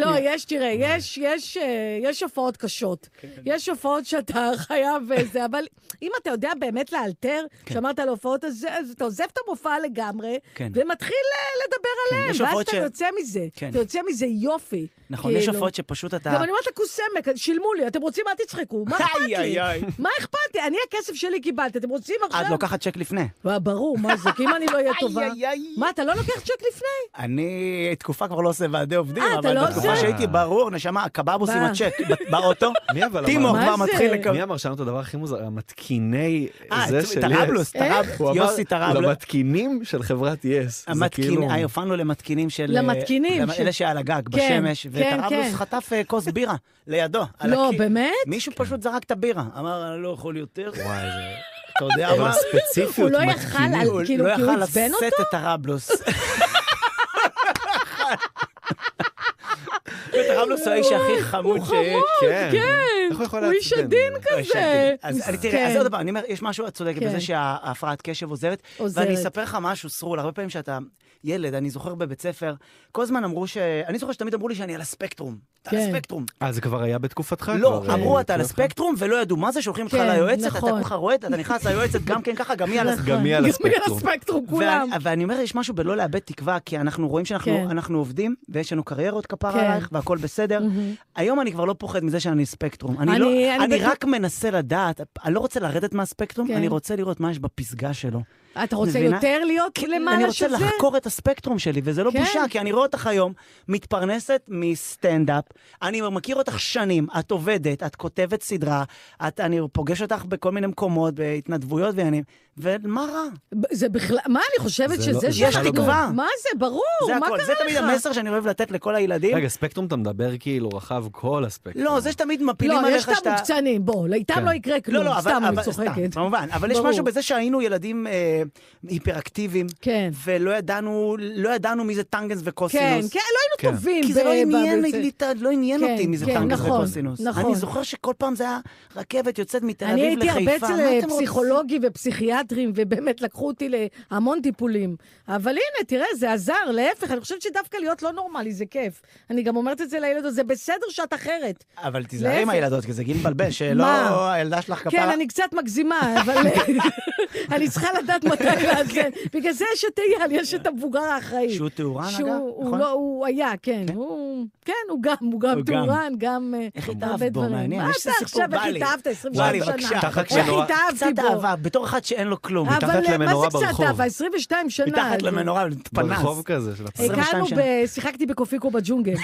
Speaker 3: לא, יש, תראה, יש, יש, אה, יש הופעות קשות.
Speaker 1: כן.
Speaker 3: יש הופעות שאתה חייב וזה, אבל אם אתה יודע באמת לאלתר, שאמרת על הופעות, אז אז אתה עוזב את המופע לגמרי,
Speaker 1: כן.
Speaker 3: ומתחיל אה, לדבר עליהם, ואז
Speaker 1: יש הופעות
Speaker 3: אתה
Speaker 1: ש-
Speaker 3: יוצא מזה.
Speaker 1: כן.
Speaker 3: אתה יוצא מזה יופי.
Speaker 1: נכון, יש
Speaker 3: כאילו.
Speaker 1: הופעות שפשוט אתה...
Speaker 3: גם אני אומרת לקוסמק, שילמו לי, אתם רוצים, אל תצחקו, מה אכפת
Speaker 1: איי,
Speaker 3: לי?
Speaker 1: איי, איי.
Speaker 3: מה אכפת לי? אני, הכסף שלי קיבלתי, אתם רוצים
Speaker 1: את
Speaker 3: עכשיו?
Speaker 1: לוקחת צ'ק לפני.
Speaker 3: וואה, ברור, מה זה, כי אם אני לא אהיה טובה...
Speaker 1: איי, איי.
Speaker 3: מה, אתה לא לוקח צ'ק לפני?
Speaker 1: אני תקופה כבר לא עושה ועדי עובדים,
Speaker 3: אה, אתה
Speaker 1: אבל
Speaker 3: לא
Speaker 1: בתקופה
Speaker 2: עושה?
Speaker 1: שהייתי ברור, נשמה, הקבבוס עם
Speaker 3: בא.
Speaker 1: הצ'ק באוטו,
Speaker 2: מי אבל
Speaker 1: טימו
Speaker 2: אמר?
Speaker 1: כבר
Speaker 3: מה זה?
Speaker 1: מתחיל
Speaker 2: מי
Speaker 1: לקבל.
Speaker 2: אמר שאמרנו את הדבר הכי מוזר? המתקיני
Speaker 1: אה,
Speaker 2: זה
Speaker 1: את-
Speaker 2: של
Speaker 1: טראבלוס,
Speaker 2: יס.
Speaker 1: טראב-
Speaker 2: הוא אמר,
Speaker 1: יוסי טראבלוס.
Speaker 2: למתקינים של חברת יס. זה כאילו-
Speaker 1: המתקינים, אה, הופענו למתקינים של... אה,
Speaker 3: למתקינים
Speaker 1: למ-
Speaker 3: של-
Speaker 1: אלה שעל הגג,
Speaker 3: כן,
Speaker 1: בשמש,
Speaker 3: כן,
Speaker 1: וטראבלוס
Speaker 3: כן.
Speaker 1: חטף אה, כוס בירה לידו. על
Speaker 3: לא,
Speaker 1: הקיר.
Speaker 3: באמת?
Speaker 1: מישהו פשוט זרק את הבירה, אמר, אני לא יכול יותר.
Speaker 2: וואי, זה...
Speaker 1: אתה יודע
Speaker 2: אבל
Speaker 1: מה?
Speaker 2: הספציפיות,
Speaker 3: הוא לא יכל,
Speaker 2: מתקינים.
Speaker 3: על-
Speaker 1: הוא
Speaker 3: כאילו,
Speaker 1: לא
Speaker 3: כי הוא
Speaker 1: יכל
Speaker 3: עצבן
Speaker 1: לשאת את טראבלוס. טראבלוס הוא האיש הכי חמוד
Speaker 3: הוא
Speaker 1: שיש.
Speaker 2: כן.
Speaker 3: כן,
Speaker 2: איך הוא יכול
Speaker 3: הוא איש
Speaker 2: לעצבן?
Speaker 3: עדין
Speaker 1: לא
Speaker 3: כזה. כן.
Speaker 1: ישנתי. אז אני- תראי,
Speaker 3: מסכן.
Speaker 1: אז עוד פעם, אני אומר, יש משהו, את צודקת
Speaker 3: כן.
Speaker 1: בזה שההפרעת קשב עוזרת.
Speaker 3: עוזרת.
Speaker 1: ואני אספר לך משהו, סרול, הרבה פעמים שאתה ילד, אני זוכר בבית ספר, כל הזמן אמרו ש... אני זוכר שתמיד אמרו לי שאני על הספקטרום. אתה על
Speaker 3: כן.
Speaker 1: הספקטרום.
Speaker 2: אה, זה כבר היה בתקופתך?
Speaker 1: לא,
Speaker 2: כבר, אה,
Speaker 1: אמרו, אתה על
Speaker 2: כאילו,
Speaker 1: הספקטרום, ולא ידעו מה זה, שולחים אותך
Speaker 3: כן,
Speaker 1: ליועצת, אתה
Speaker 3: נכון.
Speaker 1: כולך רועד, אתה נכנס ליועצת גם כן ככה, גם היא על הספקטרום.
Speaker 2: גם מי על
Speaker 3: גם מי
Speaker 2: הספקטרום.
Speaker 3: על הספקטרום, כולם.
Speaker 1: ואני- ואני אומר, יש משהו בלא לאבד תקווה, כי אנחנו רואים שאנחנו
Speaker 3: כן.
Speaker 1: אנחנו עובדים, ויש לנו קריירות
Speaker 3: כן.
Speaker 1: כפרה עלייך, והכול בסדר. היום אני כבר לא פוחד מזה שאני ספקטרום. אני
Speaker 3: אני-
Speaker 1: לא-
Speaker 3: אני
Speaker 1: אני
Speaker 3: בטוח-
Speaker 1: רק מנסה לדעת, אני לא רוצה לרדת מהספקטרום,
Speaker 3: כן.
Speaker 1: אני רוצה לראות מה יש בפסגה שלו.
Speaker 3: אתה רוצה
Speaker 1: מבינה?
Speaker 3: יותר להיות
Speaker 1: אני
Speaker 3: למעלה
Speaker 1: רוצה
Speaker 3: של זה?
Speaker 1: לחקור את הספקטרום שלי, וזה לא
Speaker 3: כן.
Speaker 1: בושה, כי אני רואה אותך היום מתפרנסת מסטנדאפ, אני מכיר אותך שנים, את עובדת, את כותבת סדרה, את, אני פוגש אותך בכל מיני מקומות, בהתנדבויות ועניינים, ומה רע?
Speaker 3: ב- זה בכלל, מה אני חושבת
Speaker 2: זה לא-
Speaker 3: שזה
Speaker 2: זה
Speaker 3: שיש
Speaker 1: בכלל לא
Speaker 3: תקווה?
Speaker 1: ברור.
Speaker 3: מה זה, ברור,
Speaker 1: זה
Speaker 3: מה
Speaker 1: הכל,
Speaker 3: קרה לך?
Speaker 1: זה תמיד המסר שאני אוהב לתת לכל הילדים.
Speaker 2: רגע, ספקטרום אתה מדבר כאילו רחב כל הספקטרום.
Speaker 1: לא, זה שתמיד מפילים
Speaker 3: לא,
Speaker 1: עליך
Speaker 3: יש
Speaker 1: שאתה...
Speaker 3: את המוקצנים, בוא, איתם
Speaker 2: כן.
Speaker 3: לא יקרה
Speaker 1: לא,
Speaker 3: כלום,
Speaker 1: לא, אבל-
Speaker 3: סתם אני
Speaker 1: אבל-
Speaker 3: צוחקת.
Speaker 1: סתם, כמובן, אבל יש
Speaker 3: ברור.
Speaker 1: משהו בזה שהיינו ילדים אה, היפראקטיביים,
Speaker 3: כן.
Speaker 1: ולא ידענו, לא ידענו מי זה טנגנס
Speaker 3: כן,
Speaker 1: וקוסינוס.
Speaker 3: כן, לא
Speaker 2: כן.
Speaker 3: היינו טובים.
Speaker 1: כי זה לא
Speaker 3: ב-
Speaker 1: עניין,
Speaker 3: בזה.
Speaker 1: לי- לי- לא עניין
Speaker 3: כן,
Speaker 1: אותי מי זה
Speaker 3: כן,
Speaker 1: טנגנס
Speaker 3: נכון,
Speaker 1: וקוסינוס.
Speaker 3: נכון.
Speaker 1: אני זוכר שכל פעם זה היה רכבת יוצאת מתל
Speaker 3: אני
Speaker 1: אביב
Speaker 3: הייתי
Speaker 1: לחיפה.
Speaker 3: הרבה
Speaker 1: מה
Speaker 3: אצל
Speaker 1: אתם
Speaker 3: פסיכולוגים ופסיכיאטרים, ובאמת לקחו אותי להמון טיפולים. אבל הנה, תראה, זה עזר, להפך, אני חושבת שדווקא להיות לא נורמלי זה כיף. אני גם אומרת את זה לילד, הזה, זה בסדר שאת אחרת.
Speaker 1: רוצים? אבל תיזהרי עם
Speaker 3: להפך.
Speaker 1: הילדות, כי זה גיל מבלבל, שלא
Speaker 3: מה?
Speaker 1: הילדה שלך כפרה.
Speaker 3: כן, אני קצת מגזימה, אבל אני צריכה לדעת מתי לאזן. בגלל זה יש את אייל, יש את המבוגר האחראי.
Speaker 1: כן. שהוא טהורן, אגב,
Speaker 3: שהוא- הוא
Speaker 1: נכון?
Speaker 3: לא, הוא היה, כן. הוא- כן, הוא גם, הוא גם
Speaker 1: הוא גם.
Speaker 3: טהורן, גם אה,
Speaker 1: איך
Speaker 3: הרבה
Speaker 1: התאהבת בו,
Speaker 3: דברים.
Speaker 1: מעניין.
Speaker 3: מה
Speaker 1: יש
Speaker 3: אתה
Speaker 1: איזה סיפור,
Speaker 3: עכשיו,
Speaker 1: בא
Speaker 3: איך
Speaker 1: לי.
Speaker 3: התאהבת
Speaker 1: בא
Speaker 3: 22
Speaker 1: לי, בבקשה.
Speaker 3: שנה?
Speaker 2: תחת
Speaker 3: איך
Speaker 2: שנורא-
Speaker 3: התאהבתי
Speaker 1: קצת
Speaker 3: בו?
Speaker 1: אהבה, בתור אחד שאין לו כלום.
Speaker 3: אבל
Speaker 2: מתחת
Speaker 3: אה,
Speaker 2: למנורה
Speaker 3: מה זה קצת
Speaker 2: ברחוב.
Speaker 3: אהבה? 22 שנה.
Speaker 1: מתחת
Speaker 3: זה-
Speaker 1: למנורה, פנס.
Speaker 2: ברחוב כזה של הפ-
Speaker 1: 22
Speaker 3: הכרנו,
Speaker 1: שנה.
Speaker 3: ב- שיחקתי בקופיקו בג'ונגל.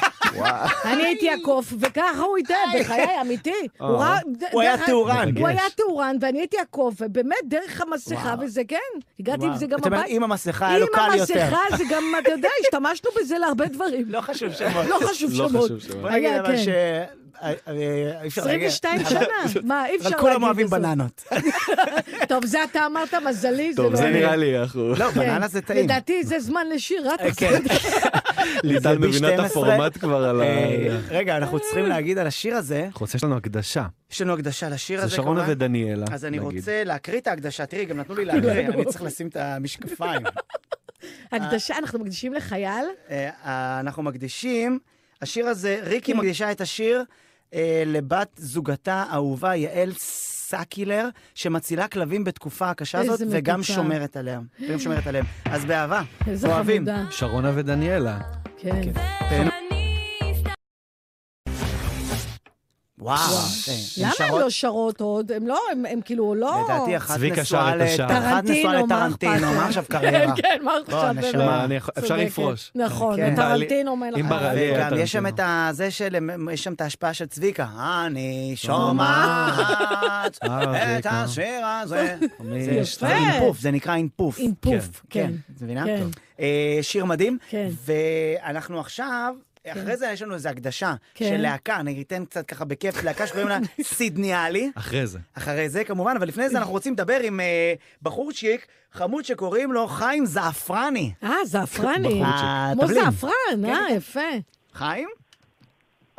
Speaker 3: אני הייתי הקוף, וככה הוא התאהב, בחיי, אמיתי. הוא ראה-
Speaker 1: אה. הוא היה
Speaker 3: דרך-
Speaker 1: טהורן.
Speaker 3: הוא
Speaker 2: מרגש.
Speaker 3: היה טהורן, ואני הייתי הקוף, ובאמת, דרך המסכה
Speaker 1: וואו.
Speaker 3: וזה, כן. הגעתי עם
Speaker 1: וואו.
Speaker 3: זה גם
Speaker 1: זאת אומרת,
Speaker 3: הביתה.
Speaker 1: עם המסכה היה לו
Speaker 3: עם
Speaker 1: קל יותר.
Speaker 3: המסכה זה גם, אתה יודע, השתמשנו בזה להרבה דברים.
Speaker 1: לא חשוב שמות.
Speaker 3: לא חשוב
Speaker 2: לא
Speaker 3: שמות.
Speaker 2: חשוב שמות.
Speaker 1: בוא נגיד
Speaker 3: היה,
Speaker 1: אבל
Speaker 3: כן.
Speaker 1: ש... אה, אה, אי אפשר להגיד.
Speaker 3: 22 שנה, מה, אי אפשר
Speaker 1: אבל
Speaker 3: להגיד
Speaker 1: כולם אוהבים
Speaker 3: וזהו.
Speaker 1: בננות.
Speaker 3: טוב, זה אתה אמרת, מזלי, זה לא...
Speaker 2: טוב, זה
Speaker 3: אני.
Speaker 2: נראה לי, אנחנו...
Speaker 1: לא,
Speaker 3: כן.
Speaker 1: בננה זה טעים.
Speaker 3: לדעתי זה זמן לשיר, את
Speaker 1: כן.
Speaker 2: ליטל
Speaker 1: זה
Speaker 2: מבינה את
Speaker 1: ב- 12.
Speaker 2: הפורמט כבר על ה...
Speaker 1: אה, רגע, אנחנו צריכים להגיד על השיר הזה,
Speaker 2: אנחנו רוצים, יש לנו הקדשה.
Speaker 1: יש לנו הקדשה לשיר
Speaker 2: זה
Speaker 1: הזה
Speaker 2: שרונה
Speaker 1: כמובן.
Speaker 2: ודניאלה,
Speaker 1: אז אני
Speaker 2: נגיד.
Speaker 1: רוצה להקריא את ההקדשה, תראי, גם נתנו לי להקריא, אני צריך לשים את המשקפיים.
Speaker 3: הקדשה, אנחנו מקדישים לחייל.
Speaker 1: אה, אה, אנחנו מקדישים, השיר הזה,
Speaker 3: כן.
Speaker 1: ריקי מקדישה את השיר אה, לבת זוגתה האהובה יעל סקילר, שמצילה כלבים בתקופה הקשה
Speaker 3: איזה
Speaker 1: הזאת, וגם
Speaker 3: מתוקה.
Speaker 1: שומרת עליהם. וגם שומרת עליהם. אז באהבה,
Speaker 3: איזה
Speaker 1: אוהבים.
Speaker 3: חמודה.
Speaker 2: שרונה
Speaker 1: אה, כן.
Speaker 2: ודניאלה.
Speaker 3: כן.
Speaker 1: תהנו. וואו. כן,
Speaker 3: למה הן
Speaker 1: שרות-
Speaker 3: לא שרות עוד? הן לא, הן- הן כאילו לא...
Speaker 1: לדעתי אחת
Speaker 4: צביקה
Speaker 1: נשואה
Speaker 4: שר את השער.
Speaker 1: לטרנטינו, אחת נשואה
Speaker 3: טרנטינו, מה אכפת
Speaker 1: לטרנטינו, מה
Speaker 3: לה?
Speaker 1: עכשיו
Speaker 3: כן,
Speaker 1: קריירה?
Speaker 3: כן, מה
Speaker 1: לא,
Speaker 3: עכשיו?
Speaker 1: נשמה,
Speaker 3: באמת?
Speaker 1: מה?
Speaker 4: אני יכול- אפשר
Speaker 3: צודקת.
Speaker 4: לפרוש.
Speaker 3: נכון,
Speaker 1: כן.
Speaker 3: טרנטינו אה, מלך
Speaker 4: אם
Speaker 3: העולם.
Speaker 4: ברעייה,
Speaker 1: וגם יש שם
Speaker 4: טרנטינו.
Speaker 1: את הזה של, יש שם את ההשפעה של צביקה. אה, אני שומעת
Speaker 4: אה,
Speaker 1: את
Speaker 4: צביקה.
Speaker 1: השיר הזה.
Speaker 4: מי-
Speaker 1: זה-
Speaker 3: יפה.
Speaker 1: זה אינפוף, זה נקרא אינפוף.
Speaker 3: אינפוף,
Speaker 1: כן,
Speaker 3: כן.
Speaker 1: את מבינה?
Speaker 3: כן.
Speaker 1: אה, שיר מדהים.
Speaker 3: כן.
Speaker 1: ואנחנו עכשיו, אחרי זה יש לנו איזו הקדשה
Speaker 3: כן.
Speaker 1: של להקה, אני אתן קצת ככה בכיף, להקה שקוראים לה סידניאלי.
Speaker 4: אחרי זה.
Speaker 1: אחרי זה כמובן, אבל לפני זה אנחנו רוצים לדבר עם אה, בחורצ'יק חמוד שקוראים לו חיים זעפרני. כן.
Speaker 3: אה, זעפרני.
Speaker 4: בחורצ'יק.
Speaker 3: כמו
Speaker 1: התבלין.
Speaker 3: זעפרן, אה, יפה.
Speaker 1: חיים?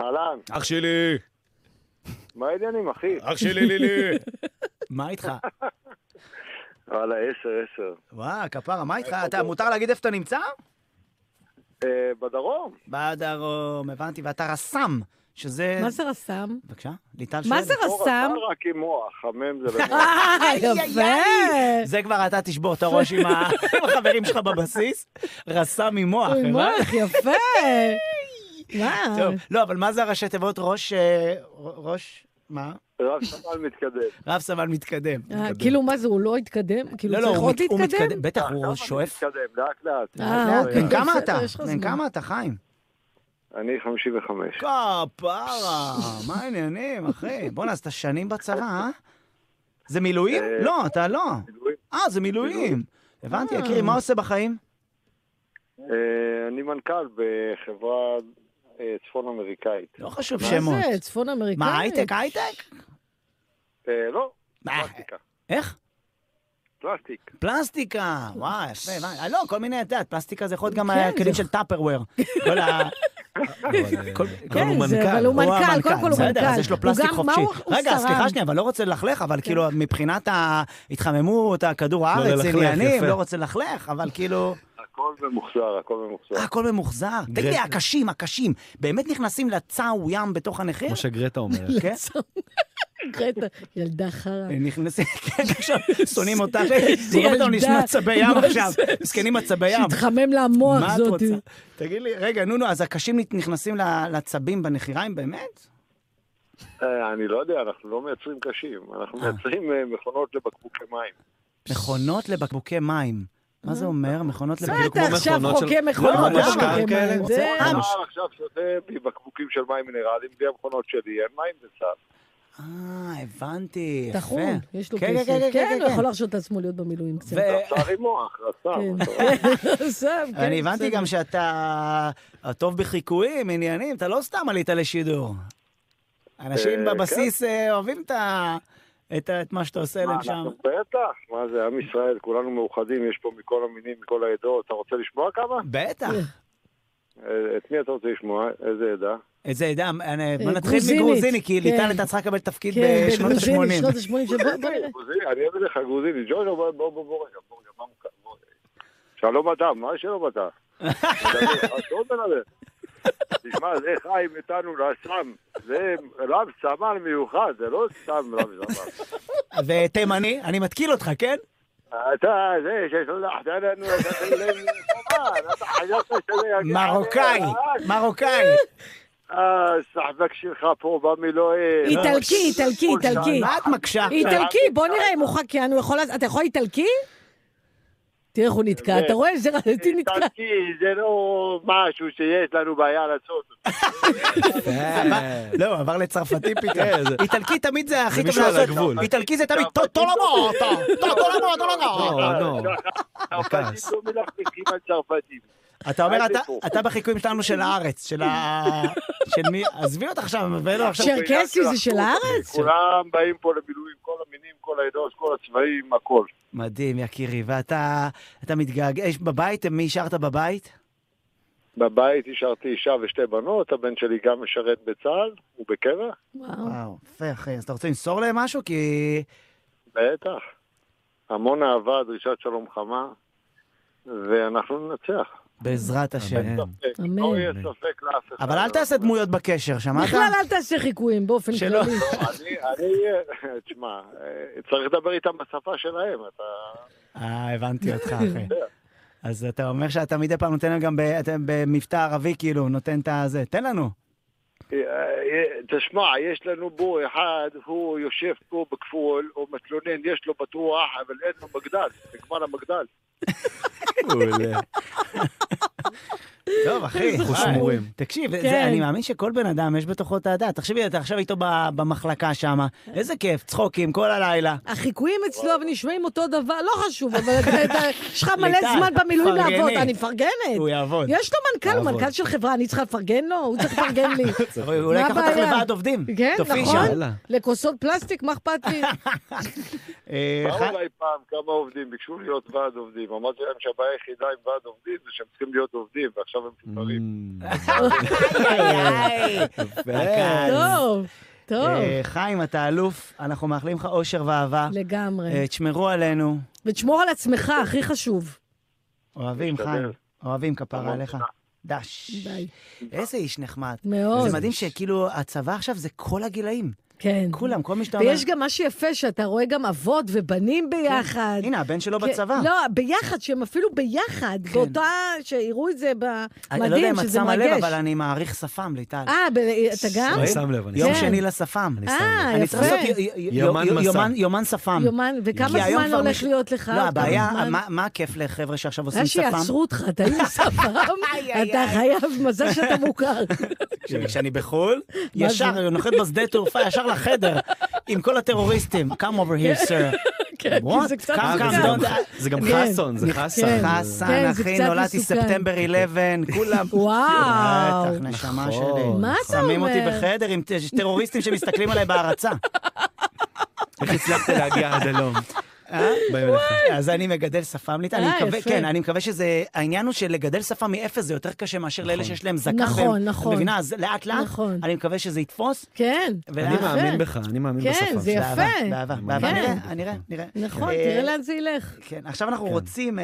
Speaker 5: אהלן,
Speaker 4: אח שלי!
Speaker 5: מה העניינים, אחי?
Speaker 1: אה,
Speaker 4: אח שלי לילי!
Speaker 1: מה איתך?
Speaker 5: וואלה, עשר, עשר.
Speaker 1: וואה, כפרה, מה איתך? אתה, מותר להגיד איפה אתה נמצא?
Speaker 5: אה, בדרום?
Speaker 1: בדרום, הבנתי, ואתה רס"ם, שזה...
Speaker 3: מה זה רסם?
Speaker 1: בבקשה, ליטל שואלת.
Speaker 3: מה זה
Speaker 5: אור
Speaker 3: רסם?
Speaker 5: עטר רק עם מוח, המם זה לא למוח.
Speaker 3: אה, יפה.
Speaker 1: זה כבר אתה תשבור את הראש עם ה- עם החברים שלך בבסיס. רס"ם עם מוח,
Speaker 3: אוי,
Speaker 1: הבנת?
Speaker 3: מוח, יפה. וואו.
Speaker 1: טוב, לא, אבל מה זה הראשי תיבות ראש... אה, ר- ראש... מה?
Speaker 5: רב סמל מתקדם.
Speaker 1: רב סמל מתקדם.
Speaker 3: אה, כאילו, מה זה, הוא לא התקדם? כאילו,
Speaker 1: כן, לא, לא,
Speaker 3: צריך
Speaker 1: הוא
Speaker 3: עוד
Speaker 1: מת- הוא
Speaker 3: להתקדם?
Speaker 1: מתקדם. בטח,
Speaker 5: כמה
Speaker 1: הוא
Speaker 5: אני
Speaker 1: שואף.
Speaker 5: אה, מתקדם, לאט לאט.
Speaker 3: אה,
Speaker 5: לא,
Speaker 3: אוקיי.
Speaker 1: בן כמה
Speaker 3: בסדר,
Speaker 1: אתה?
Speaker 3: יש לך
Speaker 1: בן
Speaker 3: זמן.
Speaker 1: כמה אתה, חיים?
Speaker 5: אני 55.
Speaker 1: כפרה, מה העניינים, אחי? בואנה, אז אתה שנים בצבא, אה? זה מילואים?
Speaker 5: אה,
Speaker 1: לא, אתה לא. אה, זה מילואים.
Speaker 5: מילואים.
Speaker 1: הבנתי,
Speaker 3: אה.
Speaker 1: יקירי, מה עושה בחיים?
Speaker 5: אה, אני מנכ"ל בחברה אה, צפון אמריקאית.
Speaker 1: לא חשוב
Speaker 5: מה
Speaker 1: שמות.
Speaker 3: מה זה, צפון אמריקאי?
Speaker 1: מה, הייטק, הייטק?
Speaker 5: אה, לא,
Speaker 1: אה,
Speaker 5: פלסטיקה.
Speaker 1: איך?
Speaker 5: פלסטיק.
Speaker 1: פלסטיקה, וואי, יפה, וואי. אה, לא, כל מיני, את יודעת, פלסטיקה זה יכול להיות גם
Speaker 3: כן,
Speaker 1: הכלים
Speaker 3: זה-
Speaker 1: של טאפרוור. כל ה...
Speaker 2: אה,
Speaker 1: כל-
Speaker 4: אבל הוא
Speaker 3: כן, זה-
Speaker 4: מנכ"ל.
Speaker 3: אבל הוא
Speaker 1: הוא
Speaker 3: מנכ"ל, קודם כל הוא מנכ"ל.
Speaker 1: בסדר, אז יש לו
Speaker 3: הוא
Speaker 1: פלסטיק
Speaker 3: גם- מה
Speaker 1: חופשי.
Speaker 3: הוא- הוא
Speaker 1: רגע,
Speaker 3: שרד. כן.
Speaker 1: סליחה שנייה, אבל לא רוצה ללכלך, אבל כאילו, מבחינת ההתחממות, הכדור הארץ,
Speaker 4: לא ללכלך,
Speaker 1: עניינים,
Speaker 4: יפה.
Speaker 1: לא רוצה ללכלך, אבל כאילו...
Speaker 5: הכל ממוחזר, הכל ממוחזר.
Speaker 1: אה, הכל ממוחזר. תגיד לי, הקשים, הקשים, באמת נכנסים לצאו ים בתוך הנחיר?
Speaker 4: כמו שגרטה אומרת.
Speaker 1: כן?
Speaker 3: קראת, ילדה חרא.
Speaker 1: הם נכנסים, כן, עכשיו שונאים אותך, קוראים
Speaker 3: ילדה.
Speaker 1: לנו נשמע צבי ים
Speaker 3: מה
Speaker 1: עכשיו,
Speaker 3: זה?
Speaker 1: מסכנים הצבי ים.
Speaker 3: שהתחמם לה המוח
Speaker 1: מה את
Speaker 3: זאת.
Speaker 1: רוצה? תגיד לי, רגע, נו, נו, אז הקשים נכנסים ל- לצבים בנחיריים, באמת?
Speaker 5: אה, אני לא יודע, אנחנו לא מייצרים קשים. אנחנו
Speaker 1: אה.
Speaker 5: מייצרים אה, מכונות לבקבוקי מים.
Speaker 1: מכונות לבקבוקי מים. מה זה אומר, מכונות
Speaker 3: מה אתה
Speaker 1: לבקבוקי מים?
Speaker 3: עכשיו
Speaker 4: מכונות של-
Speaker 3: חוקר
Speaker 1: לא,
Speaker 3: מכונות?
Speaker 1: למה?
Speaker 3: חוקר
Speaker 4: כאלה?
Speaker 3: מים? זה-
Speaker 1: אה,
Speaker 5: הנער עכשיו שותה מבקבוקים של מים מינרליים, בלי המכונות שלי, אין מים בצד.
Speaker 1: אה, הבנתי, יפה.
Speaker 3: טחום, יש לו
Speaker 1: כן, כן,
Speaker 3: כסף.
Speaker 1: כן, כן,
Speaker 3: כן,
Speaker 1: כן.
Speaker 3: הוא יכול להרשות את עצמו להיות במילואים קצת.
Speaker 1: ו-
Speaker 5: רס"ר עם מוח, רס"ר.
Speaker 3: כן.
Speaker 5: אתה רואה?
Speaker 3: עזוב, לא כן,
Speaker 1: אני הבנתי
Speaker 3: בסדר.
Speaker 1: גם שאתה טוב בחיקויים, עניינים, אתה לא סתם עלית לשידור. אנשים
Speaker 5: אה,
Speaker 1: בבסיס אה, אוהבים את ה- את ה- את מה שאתה עושה
Speaker 5: מה,
Speaker 1: להם שם.
Speaker 5: אנחנו בטח, מה זה, עם ישראל, כולנו מאוחדים, יש פה מכל המינים, מכל העדות. אתה רוצה לשמוע כמה?
Speaker 1: בטח.
Speaker 5: אה, את מי אתה רוצה לשמוע? איזה עדה?
Speaker 1: את זה, יודע, אני- בוא
Speaker 3: אה,
Speaker 1: נתחיל
Speaker 3: גרוזינית,
Speaker 1: מגרוזיני, כי
Speaker 3: כן.
Speaker 1: ליטל הייתה צריכה לקבל תפקיד
Speaker 3: כן,
Speaker 1: בשנות
Speaker 3: בגרוזיני,
Speaker 1: ה-80.
Speaker 3: שנות ה-80 שבו, בוא נראה.
Speaker 5: אה, גוזי, אני אביא לך גוזיני. ג'וז'ו, בוא, בוא, בוא, בוא, רגע, בוא, רגע, מה מוכר? בוא, רגע. שלום אתה, מה שלום אתה? לא מדבר, אז עוד בן אדם. תשמע, זה חיים איתנו לסם, זה רב סמל מיוחד, זה לא סתם רב סמל.
Speaker 1: ותימני, אני מתקיל אותך, כן?
Speaker 5: אתה זה ששולחת לנו את החילים לצבא, אתה חשבת שזה יגיע...
Speaker 1: מרוקאי, מרוקאי.
Speaker 5: הסחבק שלך פה במילואים.
Speaker 3: איטלקי, איטלקי, איטלקי.
Speaker 1: מה לא, את מקשה?
Speaker 3: איטלקי, בוא נראה אם הוא חקיין, הוא יכול... לעשות- אתה יכול איטלקי? תראה איך הוא נתקע,
Speaker 5: זה-
Speaker 3: אתה רואה? זה רעייתי נתקע.
Speaker 5: איטלקי זה לא משהו שיש לנו בעיה לעשות.
Speaker 3: כן.
Speaker 1: לא, עבר לצרפתי
Speaker 4: כן,
Speaker 1: פתאום.
Speaker 4: זה-
Speaker 1: איטלקי תמיד זה הכי טוב
Speaker 4: מישהו על
Speaker 1: לעשות.
Speaker 4: הגבול.
Speaker 1: איטלקי זה תמיד לא טו טו למו, טו טו למו, טו למו.
Speaker 4: לא, לא.
Speaker 1: אה,
Speaker 5: צרפתים לא מלכלכים על צרפתים.
Speaker 1: אתה אומר,
Speaker 5: אל
Speaker 1: אתה-
Speaker 5: תפו.
Speaker 1: אתה בחיקויים שלנו של הארץ, של ה... של מי... עזבי אותך עכשיו, ולא לא, עכשיו...
Speaker 5: שיר.
Speaker 3: צ'רקסי זה של הארץ?
Speaker 5: כולם באים פה למילואים, כל המינים, כל העדות, כל הצבעים, הכל.
Speaker 1: מדהים, יקירי, ואתה אתה מתגעגע, יש בבית, מי השארת בבית?
Speaker 5: בבית השארתי אישה ושתי בנות, הבן שלי גם משרת בצה"ל, הוא בקבע,
Speaker 3: וואו.
Speaker 1: וואו, יפה, אחי. אז אתה רוצה למסור להם משהו? כי...
Speaker 5: בטח. המון אהבה, דרישת שלום חמה, ואנחנו ננצח.
Speaker 1: בעזרת השם.
Speaker 4: אמן.
Speaker 5: ספק,
Speaker 3: אמן.
Speaker 5: לא יהיה ספק לאף אחד. לא
Speaker 1: אבל אל תעשה דמויות בקשר, שמעת?
Speaker 3: בכלל אל תעשה חיקויים באופן
Speaker 1: שלא.
Speaker 3: כללי.
Speaker 5: אני, אני, תשמע, אה, צריך לדבר איתם בשפה שלהם, אתה...
Speaker 1: אה, הבנתי אותך, אחי. אז אתה אומר שאתה מדי פעם נותן להם גם ב- אתה- במבטא ערבי, כאילו, נותן את הזה. תן לנו.
Speaker 6: תשמע, יש לנו בו אחד, הוא יושב פה בכפול, הוא מתלונן, יש לו בטוח, אבל אין לו מגדל, נגמר המגדל.
Speaker 2: מעולה.
Speaker 1: טוב, אחי,
Speaker 3: איזה
Speaker 2: חושמורים.
Speaker 1: תקשיב,
Speaker 3: כן.
Speaker 1: זה- אני מאמין שכל בן אדם יש בתוכו את הדת. תחשבי, אתה עכשיו איתו ב- במחלקה שם, איזה כיף, צחוקים כל הלילה.
Speaker 3: החיקויים אצלו אבל נשמעים אותו דבר, לא חשוב, אבל אתה- אתה- יש לך מלא
Speaker 1: ליטל,
Speaker 3: זמן במילואים
Speaker 1: פרגני.
Speaker 3: לעבוד, אני מפרגנת.
Speaker 1: הוא יעבוד.
Speaker 3: יש לו מנכ"ל, הוא
Speaker 2: יעבוד.
Speaker 3: מנכ"ל של חברה, אני צריכה לפרגן לו? הוא צריך לפרגן לי.
Speaker 1: אבל אולי
Speaker 3: מה
Speaker 1: ייקח אותך
Speaker 3: הבעיה?
Speaker 1: לוועד עובדים.
Speaker 3: כן,
Speaker 1: תופיעי
Speaker 3: נכון.
Speaker 1: שם.
Speaker 2: יאללה.
Speaker 3: לכוסות פלסטיק, מה אכפת לי?
Speaker 1: אה,
Speaker 6: באו
Speaker 1: ח-
Speaker 6: אליי פעם כמה עובדים, ביקשו להיות ועד עובדים. אמרתי להם שהבעיה היחידה עם ועד עובדים זה שהם צריכים להיות עובדים, ועכשיו הם מפוטרים.
Speaker 3: טוב, טוב,
Speaker 1: אה, חיים, אתה אלוף, אנחנו מאחלים לך אושר ואהבה.
Speaker 3: לגמרי.
Speaker 1: אה, תשמרו עלינו.
Speaker 3: ותשמור על עצמך, הכי חשוב.
Speaker 1: אוהבים,
Speaker 6: משתדל.
Speaker 1: חיים. אוהבים, כפרה
Speaker 6: תודה.
Speaker 1: עליך. דש.
Speaker 3: ביי.
Speaker 1: איזה איש נחמד.
Speaker 3: מאוד.
Speaker 1: זה מדהים שכאילו הצבא עכשיו זה כל הגילאים.
Speaker 3: כן.
Speaker 1: כולם, כל מי שאתה אומר.
Speaker 3: ויש גם מה שיפה, שאתה רואה גם אבות ובנים ביחד.
Speaker 1: כן. הנה, הבן שלו
Speaker 3: כן,
Speaker 1: בצבא. כן.
Speaker 3: לא, ביחד, שהם אפילו ביחד, באותה, שיראו את זה
Speaker 1: אני לא יודע
Speaker 3: במדים,
Speaker 1: אם את
Speaker 3: שזה
Speaker 1: שמה לב,
Speaker 3: מרגש.
Speaker 1: אבל אני מעריך שפם, ליטל.
Speaker 3: אה, ב- אתה גם?
Speaker 2: אני שם לב, אני
Speaker 1: יום
Speaker 2: שם
Speaker 1: שני לשפם.
Speaker 2: אני
Speaker 3: אה,
Speaker 1: אני צריך לעשות
Speaker 3: יפה.
Speaker 1: י- י- י-
Speaker 2: יומן
Speaker 1: י-
Speaker 2: מסע.
Speaker 1: יומן- יומן שפם.
Speaker 3: יומן, וכמה
Speaker 1: כי היום
Speaker 3: זמן
Speaker 1: כבר
Speaker 3: הולך
Speaker 1: מש-
Speaker 3: להיות לך?
Speaker 1: לא,
Speaker 3: עוד כמה
Speaker 1: הבעיה,
Speaker 3: זמן?
Speaker 1: מה- מה הכיף לחבר'ה שעכשיו
Speaker 3: היה
Speaker 1: עושים שפם?
Speaker 3: שיעצרו אותך, תהיי שפם, אתה חייב, מזל שאתה מוכר. כן.
Speaker 1: כשאני בחו"ל, ישר נוחת בשדה תעופה, ישר לחדר, עם כל הטרוריסטים. Come over here, sir.
Speaker 3: כן, כי זה
Speaker 1: What?
Speaker 3: קצת
Speaker 1: כמה-
Speaker 2: אה,
Speaker 1: כמה-
Speaker 2: וזה גם-
Speaker 1: כמה-
Speaker 2: זה גם
Speaker 3: כן.
Speaker 2: חסון, זה חסון.
Speaker 3: כן.
Speaker 1: חסן,
Speaker 3: כן, זה
Speaker 1: אחי,
Speaker 3: קצת
Speaker 1: נולדתי
Speaker 3: מסוכן.
Speaker 1: ספטמבר 11, כולם.
Speaker 3: אה, וואו.
Speaker 1: בטח, נשמה
Speaker 2: נכון.
Speaker 1: שלי.
Speaker 3: מה אתה
Speaker 1: שמים אותי
Speaker 3: אומר?
Speaker 1: בחדר עם ט- טרוריסטים שמסתכלים עליי בהערצה.
Speaker 2: איך הצלחת להגיע עד הלום? באים אליך.
Speaker 1: אה? אז אני מגדל שפם ליטל, אני
Speaker 3: אה,
Speaker 1: מקווה,
Speaker 3: יפה.
Speaker 1: כן, אני מקווה שזה, העניין הוא שלגדל שפם מאפס זה יותר קשה מאשר לאלה שיש להם זקן.
Speaker 3: נכון,
Speaker 1: והם-
Speaker 3: נכון.
Speaker 1: את מבינה? אז לאט לאט,
Speaker 3: נכון.
Speaker 1: אני מקווה שזה יתפוס.
Speaker 3: כן,
Speaker 2: אני
Speaker 1: ולאט-
Speaker 3: יפה.
Speaker 2: מאמין בך, אני מאמין
Speaker 3: כן,
Speaker 2: בשפה שלך. כן.
Speaker 3: זה יפה. כן.
Speaker 1: באהבה, באהבה,
Speaker 2: אני
Speaker 1: באהבה, אוקיי,
Speaker 3: מאמין.
Speaker 1: נראה, נראה, נראה.
Speaker 3: נכון,
Speaker 1: אה,
Speaker 3: תראה לאן זה ילך.
Speaker 1: כן, עכשיו אנחנו רוצים אה,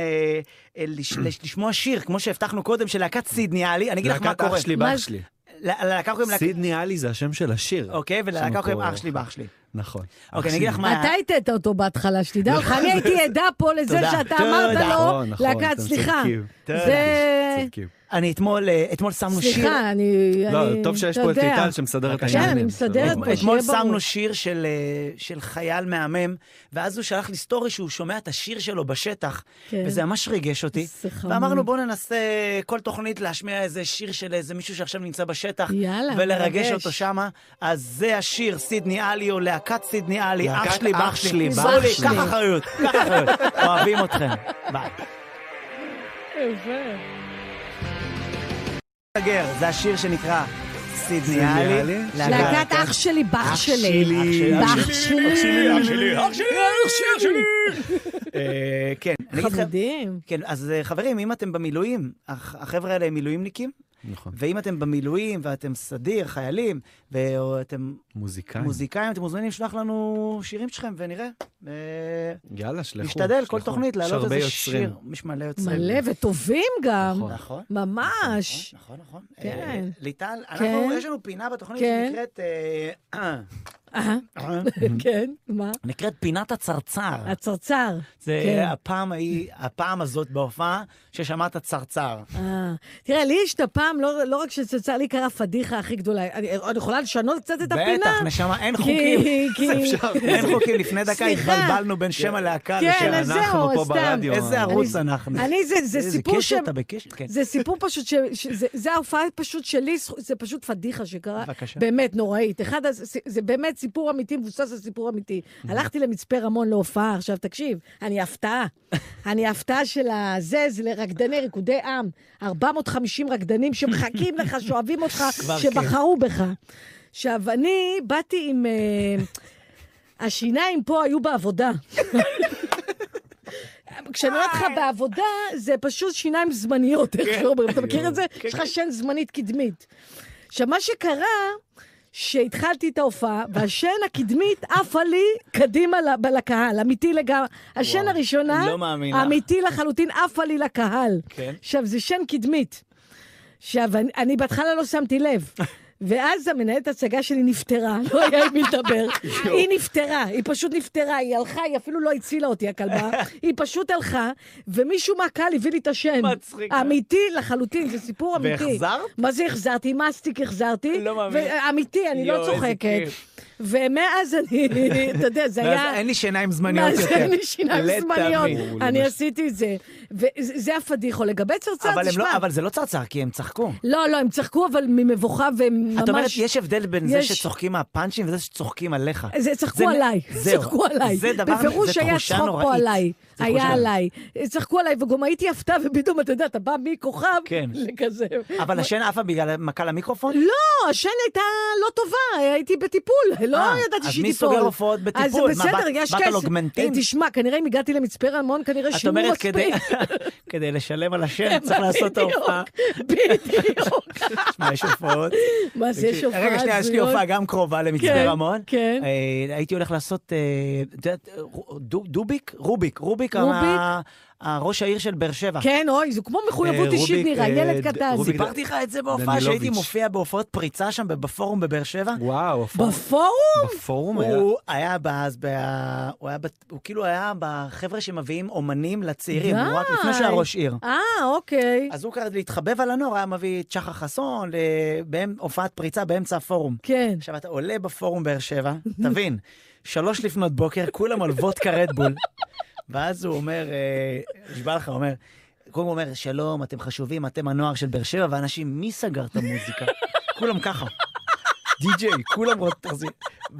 Speaker 1: אה, לש- לש- לשמוע שיר, כמו שהבטחנו קודם, של להקת סידני עלי, אני אגיד לך מה
Speaker 2: להקת
Speaker 1: קורה.
Speaker 2: אח שלי
Speaker 3: מה
Speaker 2: באח
Speaker 3: זה-
Speaker 2: שלי.
Speaker 1: ל- ללהקה קוראים להקת...
Speaker 2: סידני עלי זה השם של השיר.
Speaker 1: אוקיי, וללהקה
Speaker 2: שם
Speaker 1: קוראים
Speaker 2: קורא.
Speaker 1: אח שלי באח שלי.
Speaker 2: נכון.
Speaker 1: אוקיי, אני אגיד לך מה... נכון,
Speaker 3: אתה הטעת אותו בהתחלה, שתדע לך, אני הייתי עדה פה לזה
Speaker 1: תודה.
Speaker 3: שאתה אמרת
Speaker 1: תודה.
Speaker 3: לו,
Speaker 2: נכון, נכון,
Speaker 3: להקת
Speaker 2: אתם
Speaker 3: סליחה.
Speaker 2: צודקים.
Speaker 3: זה...
Speaker 2: צודקים.
Speaker 1: אני אתמול, אה, אתמול שמנו שיר...
Speaker 3: סליחה, אני...
Speaker 2: לא,
Speaker 3: אני-
Speaker 2: טוב שיש
Speaker 3: אתה
Speaker 2: פה את
Speaker 3: יודע.
Speaker 2: ליטל שמסדרת את
Speaker 3: כן,
Speaker 2: העניינים.
Speaker 3: אני מסדרת
Speaker 2: זה לא
Speaker 3: פה.
Speaker 2: בעיה.
Speaker 1: אתמול
Speaker 3: שיהיה ברור.
Speaker 1: שמנו שיר של, אה, של חייל מהמם, ואז הוא שלח לי סטורי שהוא שומע את השיר שלו בשטח,
Speaker 3: כן.
Speaker 1: וזה ממש ריגש אותי.
Speaker 3: זה חמוד.
Speaker 1: ואמרנו, בואו ננסה כל תוכנית להשמיע איזה שיר של איזה מישהו שעכשיו נמצא בשטח,
Speaker 3: יאללה,
Speaker 1: ולרגש
Speaker 3: מרגש.
Speaker 1: אותו שמה. אז זה השיר, סידני עלי, או להקת סידני עלי, אח
Speaker 2: להקת
Speaker 1: שלי,
Speaker 2: אח
Speaker 1: באח שלי,
Speaker 2: שלי,
Speaker 1: באח
Speaker 3: באח
Speaker 1: שלי.
Speaker 3: שלי.
Speaker 1: קח אחריות, קח אחריות. אוהבים אתכם. ביי.
Speaker 3: יפה.
Speaker 1: סגר, זה השיר שנקרא סידני
Speaker 2: סידני
Speaker 1: עלי.
Speaker 2: עלי?
Speaker 3: להקת אח שלי, באח שלי.
Speaker 1: אח שלי, אח
Speaker 3: באח שלי.
Speaker 1: אח שלי, אח שלי. אה, כן. אני אגיד לך-
Speaker 3: חמודים.
Speaker 1: כן, אז אה, חברים, אם אתם במילואים, הח- החבר'ה האלה הם מילואימניקים,
Speaker 2: נכון.
Speaker 1: ואם אתם במילואים ואתם סדיר, חיילים, ואתם
Speaker 2: מוזיקאים.
Speaker 1: מוזיקאים, אתם מוזמנים לשלוח לנו שירים שלכם, ונראה. אה,
Speaker 2: יאללה, שלחו.
Speaker 1: נשתדל כל
Speaker 2: שלחו.
Speaker 1: תוכנית
Speaker 2: יש
Speaker 1: להעלות
Speaker 2: הרבה
Speaker 1: איזה
Speaker 2: יוצרים.
Speaker 1: שיר. יש מלא יוצרים.
Speaker 3: מלא וטובים גם.
Speaker 2: נכון.
Speaker 1: נכון.
Speaker 3: ממש.
Speaker 1: נכון, נכון.
Speaker 3: כן.
Speaker 1: אה, ליטל,
Speaker 3: כן.
Speaker 1: אנחנו, יש לנו פינה בתוכנית
Speaker 3: כן.
Speaker 1: שנקראת... אה, אה,
Speaker 3: אה,
Speaker 1: אה,
Speaker 3: כן, מה?
Speaker 1: נקראת פינת הצרצר.
Speaker 3: הצרצר.
Speaker 1: זה
Speaker 3: כן.
Speaker 1: הפעם ההיא, הפעם הזאת בהופעה, ששמעת צרצר.
Speaker 3: אה, תראה, לי יש את הפעם, לא לא רק שצצה לי קרה פדיחה הכי גדולה. אני אני יכולה לשנות קצת את הפינה?
Speaker 1: בטח, נשמה, אין
Speaker 3: כי-
Speaker 1: חוקים.
Speaker 3: כי-
Speaker 1: אין חוקים, לפני דקה
Speaker 3: סליחה.
Speaker 1: התבלבלנו בין שם הלהקה
Speaker 3: כן,
Speaker 1: לשם
Speaker 3: אז
Speaker 1: אנחנו.
Speaker 3: זהו,
Speaker 2: פה
Speaker 3: אז סתם.
Speaker 2: ברדיו.
Speaker 1: איזה ערוץ אנחנו.
Speaker 3: אני, זה- זה
Speaker 1: איזה
Speaker 3: סיפור
Speaker 1: קשר
Speaker 3: ש-
Speaker 1: אתה בקשר, כן.
Speaker 3: זה סיפור פשוט, ש... ש... זה... זה ההופעה פשוט שלי, זכו- זה פשוט פדיחה שקרה,
Speaker 1: בבקשה.
Speaker 3: באמת נוראית. אחד, הס- זה, זה באמת סיפור אמיתי, מבוסס על סיפור אמיתי. הלכתי למצפה רמון להופעה, עכשיו תקשיב, אני הפתעה. אני הפתעה של הזה, זה לרקדני ריקודי עם. 450 רקדנים שמחכים לך, שאוהבים אותך,
Speaker 1: כבר כן.
Speaker 3: שבחרו בך. עכשיו, אני באתי עם... אה, השיניים פה היו בעבודה. כשאני אומרת לך בעבודה, זה פשוט שיניים זמניות,
Speaker 1: כן.
Speaker 3: איך שאומרים. אתה מכיר את זה? יש לך שן זמנית קדמית. עכשיו, מה שקרה, שהתחלתי את ההופעה, והשן הקדמית עפה לי קדימה ל- ב- לקהל, אמיתי לגמרי. השן הראשונה,
Speaker 1: לא מאמין לך.
Speaker 3: אמיתי לחלוטין, עפה לי לקהל.
Speaker 1: כן.
Speaker 3: עכשיו, זה שן קדמית. עכשיו, אני, אני בהתחלה לא שמתי לב. ואז המנהלת הצגה שלי נפטרה, לא היה עם מי לדבר. היא נפטרה, היא פשוט נפטרה, היא הלכה, היא אפילו לא הצילה אותי, הכלבה. היא פשוט הלכה, ומישהו מהקהל הביא לי את השן.
Speaker 1: מצחיק.
Speaker 3: אמיתי לחלוטין, זה סיפור אמיתי.
Speaker 1: והחזרת?
Speaker 3: מה זה החזרתי? עם מסטיק החזרתי.
Speaker 1: לא מאמין.
Speaker 3: ו- אמיתי, אני לא
Speaker 1: יואו, איזה
Speaker 3: צוחקת.
Speaker 1: כיף.
Speaker 3: ומאז אני, אתה יודע, זה
Speaker 1: ואז
Speaker 3: היה...
Speaker 1: אין לי שיניים זמניות
Speaker 3: מה
Speaker 1: יותר.
Speaker 3: זה אין לי שיניים
Speaker 1: לתמיד.
Speaker 3: זמניות? אני
Speaker 2: ממש.
Speaker 3: עשיתי את זה. וזה הפדיחו. לגבי צרצר,
Speaker 1: אבל, הם
Speaker 3: תשמע.
Speaker 1: לא, אבל זה לא צרצר, כי הם צחקו.
Speaker 3: לא, לא, הם צחקו, אבל ממבוכה והם ממש...
Speaker 1: את אומרת, יש הבדל בין זה
Speaker 3: יש.
Speaker 1: שצוחקים מהפאנצ'ים וזה שצוחקים עליך.
Speaker 3: זה צחקו
Speaker 1: זה-
Speaker 3: עליי,
Speaker 1: זהו.
Speaker 3: צחקו עליי.
Speaker 1: זה דבר,
Speaker 3: בפירוש
Speaker 1: זה
Speaker 3: היה
Speaker 1: תחושה
Speaker 3: צחוק פה
Speaker 1: נוראית.
Speaker 3: עליי.
Speaker 1: זה
Speaker 3: היה
Speaker 1: תחושה-
Speaker 3: עליי. צחקו עליי, וגם הייתי הפתעה, ופתאום, אתה יודע, אתה בא מכוכב
Speaker 1: כן.
Speaker 3: לכזה.
Speaker 1: אבל השן עפה בגלל מכה למיקרופון?
Speaker 3: לא, השן הייתה לא טובה, הייתי בטיפול, לא
Speaker 1: אה,
Speaker 3: ידעתי
Speaker 1: אז
Speaker 3: שהיא
Speaker 1: מי
Speaker 3: תיפול.
Speaker 1: סוגר הופעות בטיפול?
Speaker 3: אז
Speaker 1: מה,
Speaker 3: בסדר,
Speaker 1: באת-
Speaker 3: יש
Speaker 1: באת
Speaker 3: כסף.
Speaker 1: על אוגמנטין?
Speaker 3: תשמע, כנראה אם הגעתי למצפה רמון, כנראה
Speaker 1: את
Speaker 3: שימור
Speaker 1: אומרת,
Speaker 3: מספיק.
Speaker 1: כדי, כדי לשלם על השן צריך לעשות את ההופעה.
Speaker 3: בדיוק, בדיוק.
Speaker 1: שמע, יש הופעות.
Speaker 3: מה זה, יש הופעה?
Speaker 1: רגע, שנייה, יש לי
Speaker 3: הזויות.
Speaker 1: הופעה גם קרובה למצפה
Speaker 3: כן,
Speaker 1: רמון.
Speaker 3: כן.
Speaker 1: אה, הייתי הולך לעשות, אה, את יודעת, רו- דו- דוביק? רוביק. רוביק,
Speaker 3: רוביק?
Speaker 1: ה- ה- ראש העיר של באר שבע.
Speaker 3: כן, אוי, זה כמו מחויבות
Speaker 2: אה,
Speaker 3: אישית
Speaker 2: רוביק,
Speaker 3: נראה,
Speaker 2: אה,
Speaker 3: ילד
Speaker 2: ד-
Speaker 3: קטן.
Speaker 2: רוביק,
Speaker 1: סיפרתי לך את זה בהופעה
Speaker 2: דנילוביץ'.
Speaker 1: שהייתי מופיע בהופעות פריצה שם בפורום בבאר שבע.
Speaker 2: וואו, הפורום-
Speaker 3: בפורום?
Speaker 2: בפורום היה...
Speaker 1: הוא היה באז, ב- הוא היה בת- הוא כאילו היה בחבר'ה שמביאים אומנים לצעירים, הוא רק לפני שהיה
Speaker 3: די.
Speaker 1: ראש עיר.
Speaker 3: אה, אוקיי.
Speaker 1: אז הוא כזה להתחבב על הנור, היה מביא את שחר חסון ל- באמ- הופעת פריצה באמצע הפורום.
Speaker 3: כן.
Speaker 1: עכשיו, אתה עולה בפורום באר שבע, תבין, שלוש לפנות בוקר, כולם על וודקה רדבול. ואז הוא אומר, אה, נשבע לך, הוא אומר, קודם הוא אומר, שלום, אתם חשובים, אתם הנוער של באר שבע, ואנשים, מי סגר את המוזיקה? כולם ככה. די-ג'יי, כולם רוצים תחזיר.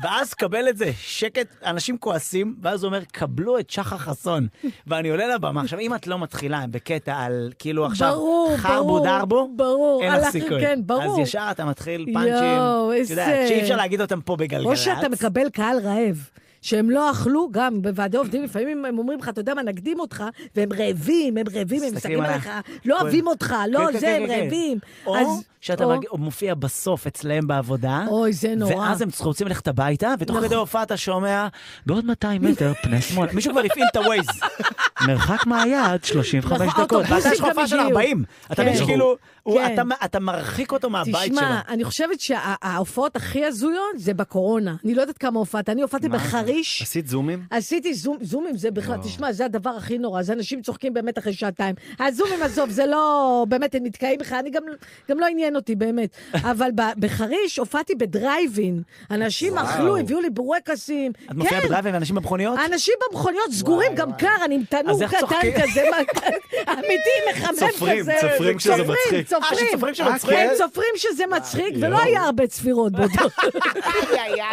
Speaker 1: ואז קבל את זה, שקט, אנשים כועסים, ואז הוא אומר, קבלו את שחר חסון. ואני עולה לבמה. עכשיו, אם את לא מתחילה בקטע על, כאילו עכשיו,
Speaker 3: ברור,
Speaker 1: חרבו
Speaker 3: ברור,
Speaker 1: דרבו,
Speaker 3: ברור.
Speaker 1: אין
Speaker 3: על ה-
Speaker 1: לך סיכוי.
Speaker 3: כן, ברור.
Speaker 1: אז ישר אתה מתחיל פאנצ'ים,
Speaker 3: יואו,
Speaker 1: את יודעת,
Speaker 3: איזה-
Speaker 1: שאי אפשר להגיד אותם פה בגלגלצ.
Speaker 3: או שאתה מקבל קהל רעב. שהם לא אכלו גם בוועדי עובדים, לפעמים הם אומרים לך, אתה יודע מה, נקדים אותך, והם רעבים, הם רעבים, הם
Speaker 1: מסתכלים
Speaker 3: מסתכלים
Speaker 1: עליי.
Speaker 3: עליך, לא
Speaker 1: כן.
Speaker 3: אוהבים אותך,
Speaker 1: כן,
Speaker 3: לא
Speaker 1: כן,
Speaker 3: זה, הם
Speaker 1: כן, כן.
Speaker 3: רעבים.
Speaker 1: או
Speaker 3: אז-
Speaker 1: שאתה
Speaker 3: או-
Speaker 1: מגיע- מופיע בסוף אצלהם בעבודה,
Speaker 3: אוי, זה נורא.
Speaker 1: ואז הם רוצים ללכת הביתה, ותוך
Speaker 3: נכון.
Speaker 1: כדי הופעה אתה שומע, בעוד 200 מטר, פני שמאל. מישהו כבר הפעיל את הווייז. מרחק מהיד, 35
Speaker 3: נכון,
Speaker 1: דקות. ואתה
Speaker 3: האוטובוסים
Speaker 1: יש לך הופעה של
Speaker 3: גם הגיעו.
Speaker 1: 40. אתה
Speaker 3: כן.
Speaker 1: מבין שכאילו, הוא-
Speaker 3: כן.
Speaker 1: אתה- אתה מרחיק אותו מהבית שלו.
Speaker 3: תשמע, אני חושבת שההופעות הכי הזויות זה בקורונה. אני לא יודעת כמה הופעת, אני הופעתי בחריש.
Speaker 2: עשית זומים?
Speaker 3: עשיתי זום, זומים, זה בכלל, תשמע, זה הדבר הכי נורא, זה אנשים צוחקים באמת אחרי שעתיים. הזומים, עזוב, זה לא, באמת, הם נתקעים לך, אני גם, גם לא עניין אותי, באמת. אבל ב- בחריש הופעתי בדרייבין. אנשים אכלו, הביאו לי בורקסים.
Speaker 1: את מופיעה
Speaker 3: כן.
Speaker 1: בדרייבים ואנשים במכוניות?
Speaker 3: האנשים במכוניות סגורים, גם קר, אני עם
Speaker 1: אז
Speaker 3: תנור
Speaker 1: איך
Speaker 3: קטן
Speaker 1: צוחקים?
Speaker 3: כזה, מה- אמיתי, מחמם כזה.
Speaker 2: צופרים, צופרים שזה מצחיק.
Speaker 1: אה, שצופרים שמצחיק.
Speaker 3: הם צופרים שזה מצחיק, ולא
Speaker 2: יואו.
Speaker 3: היה הרבה צפירות באותו. היה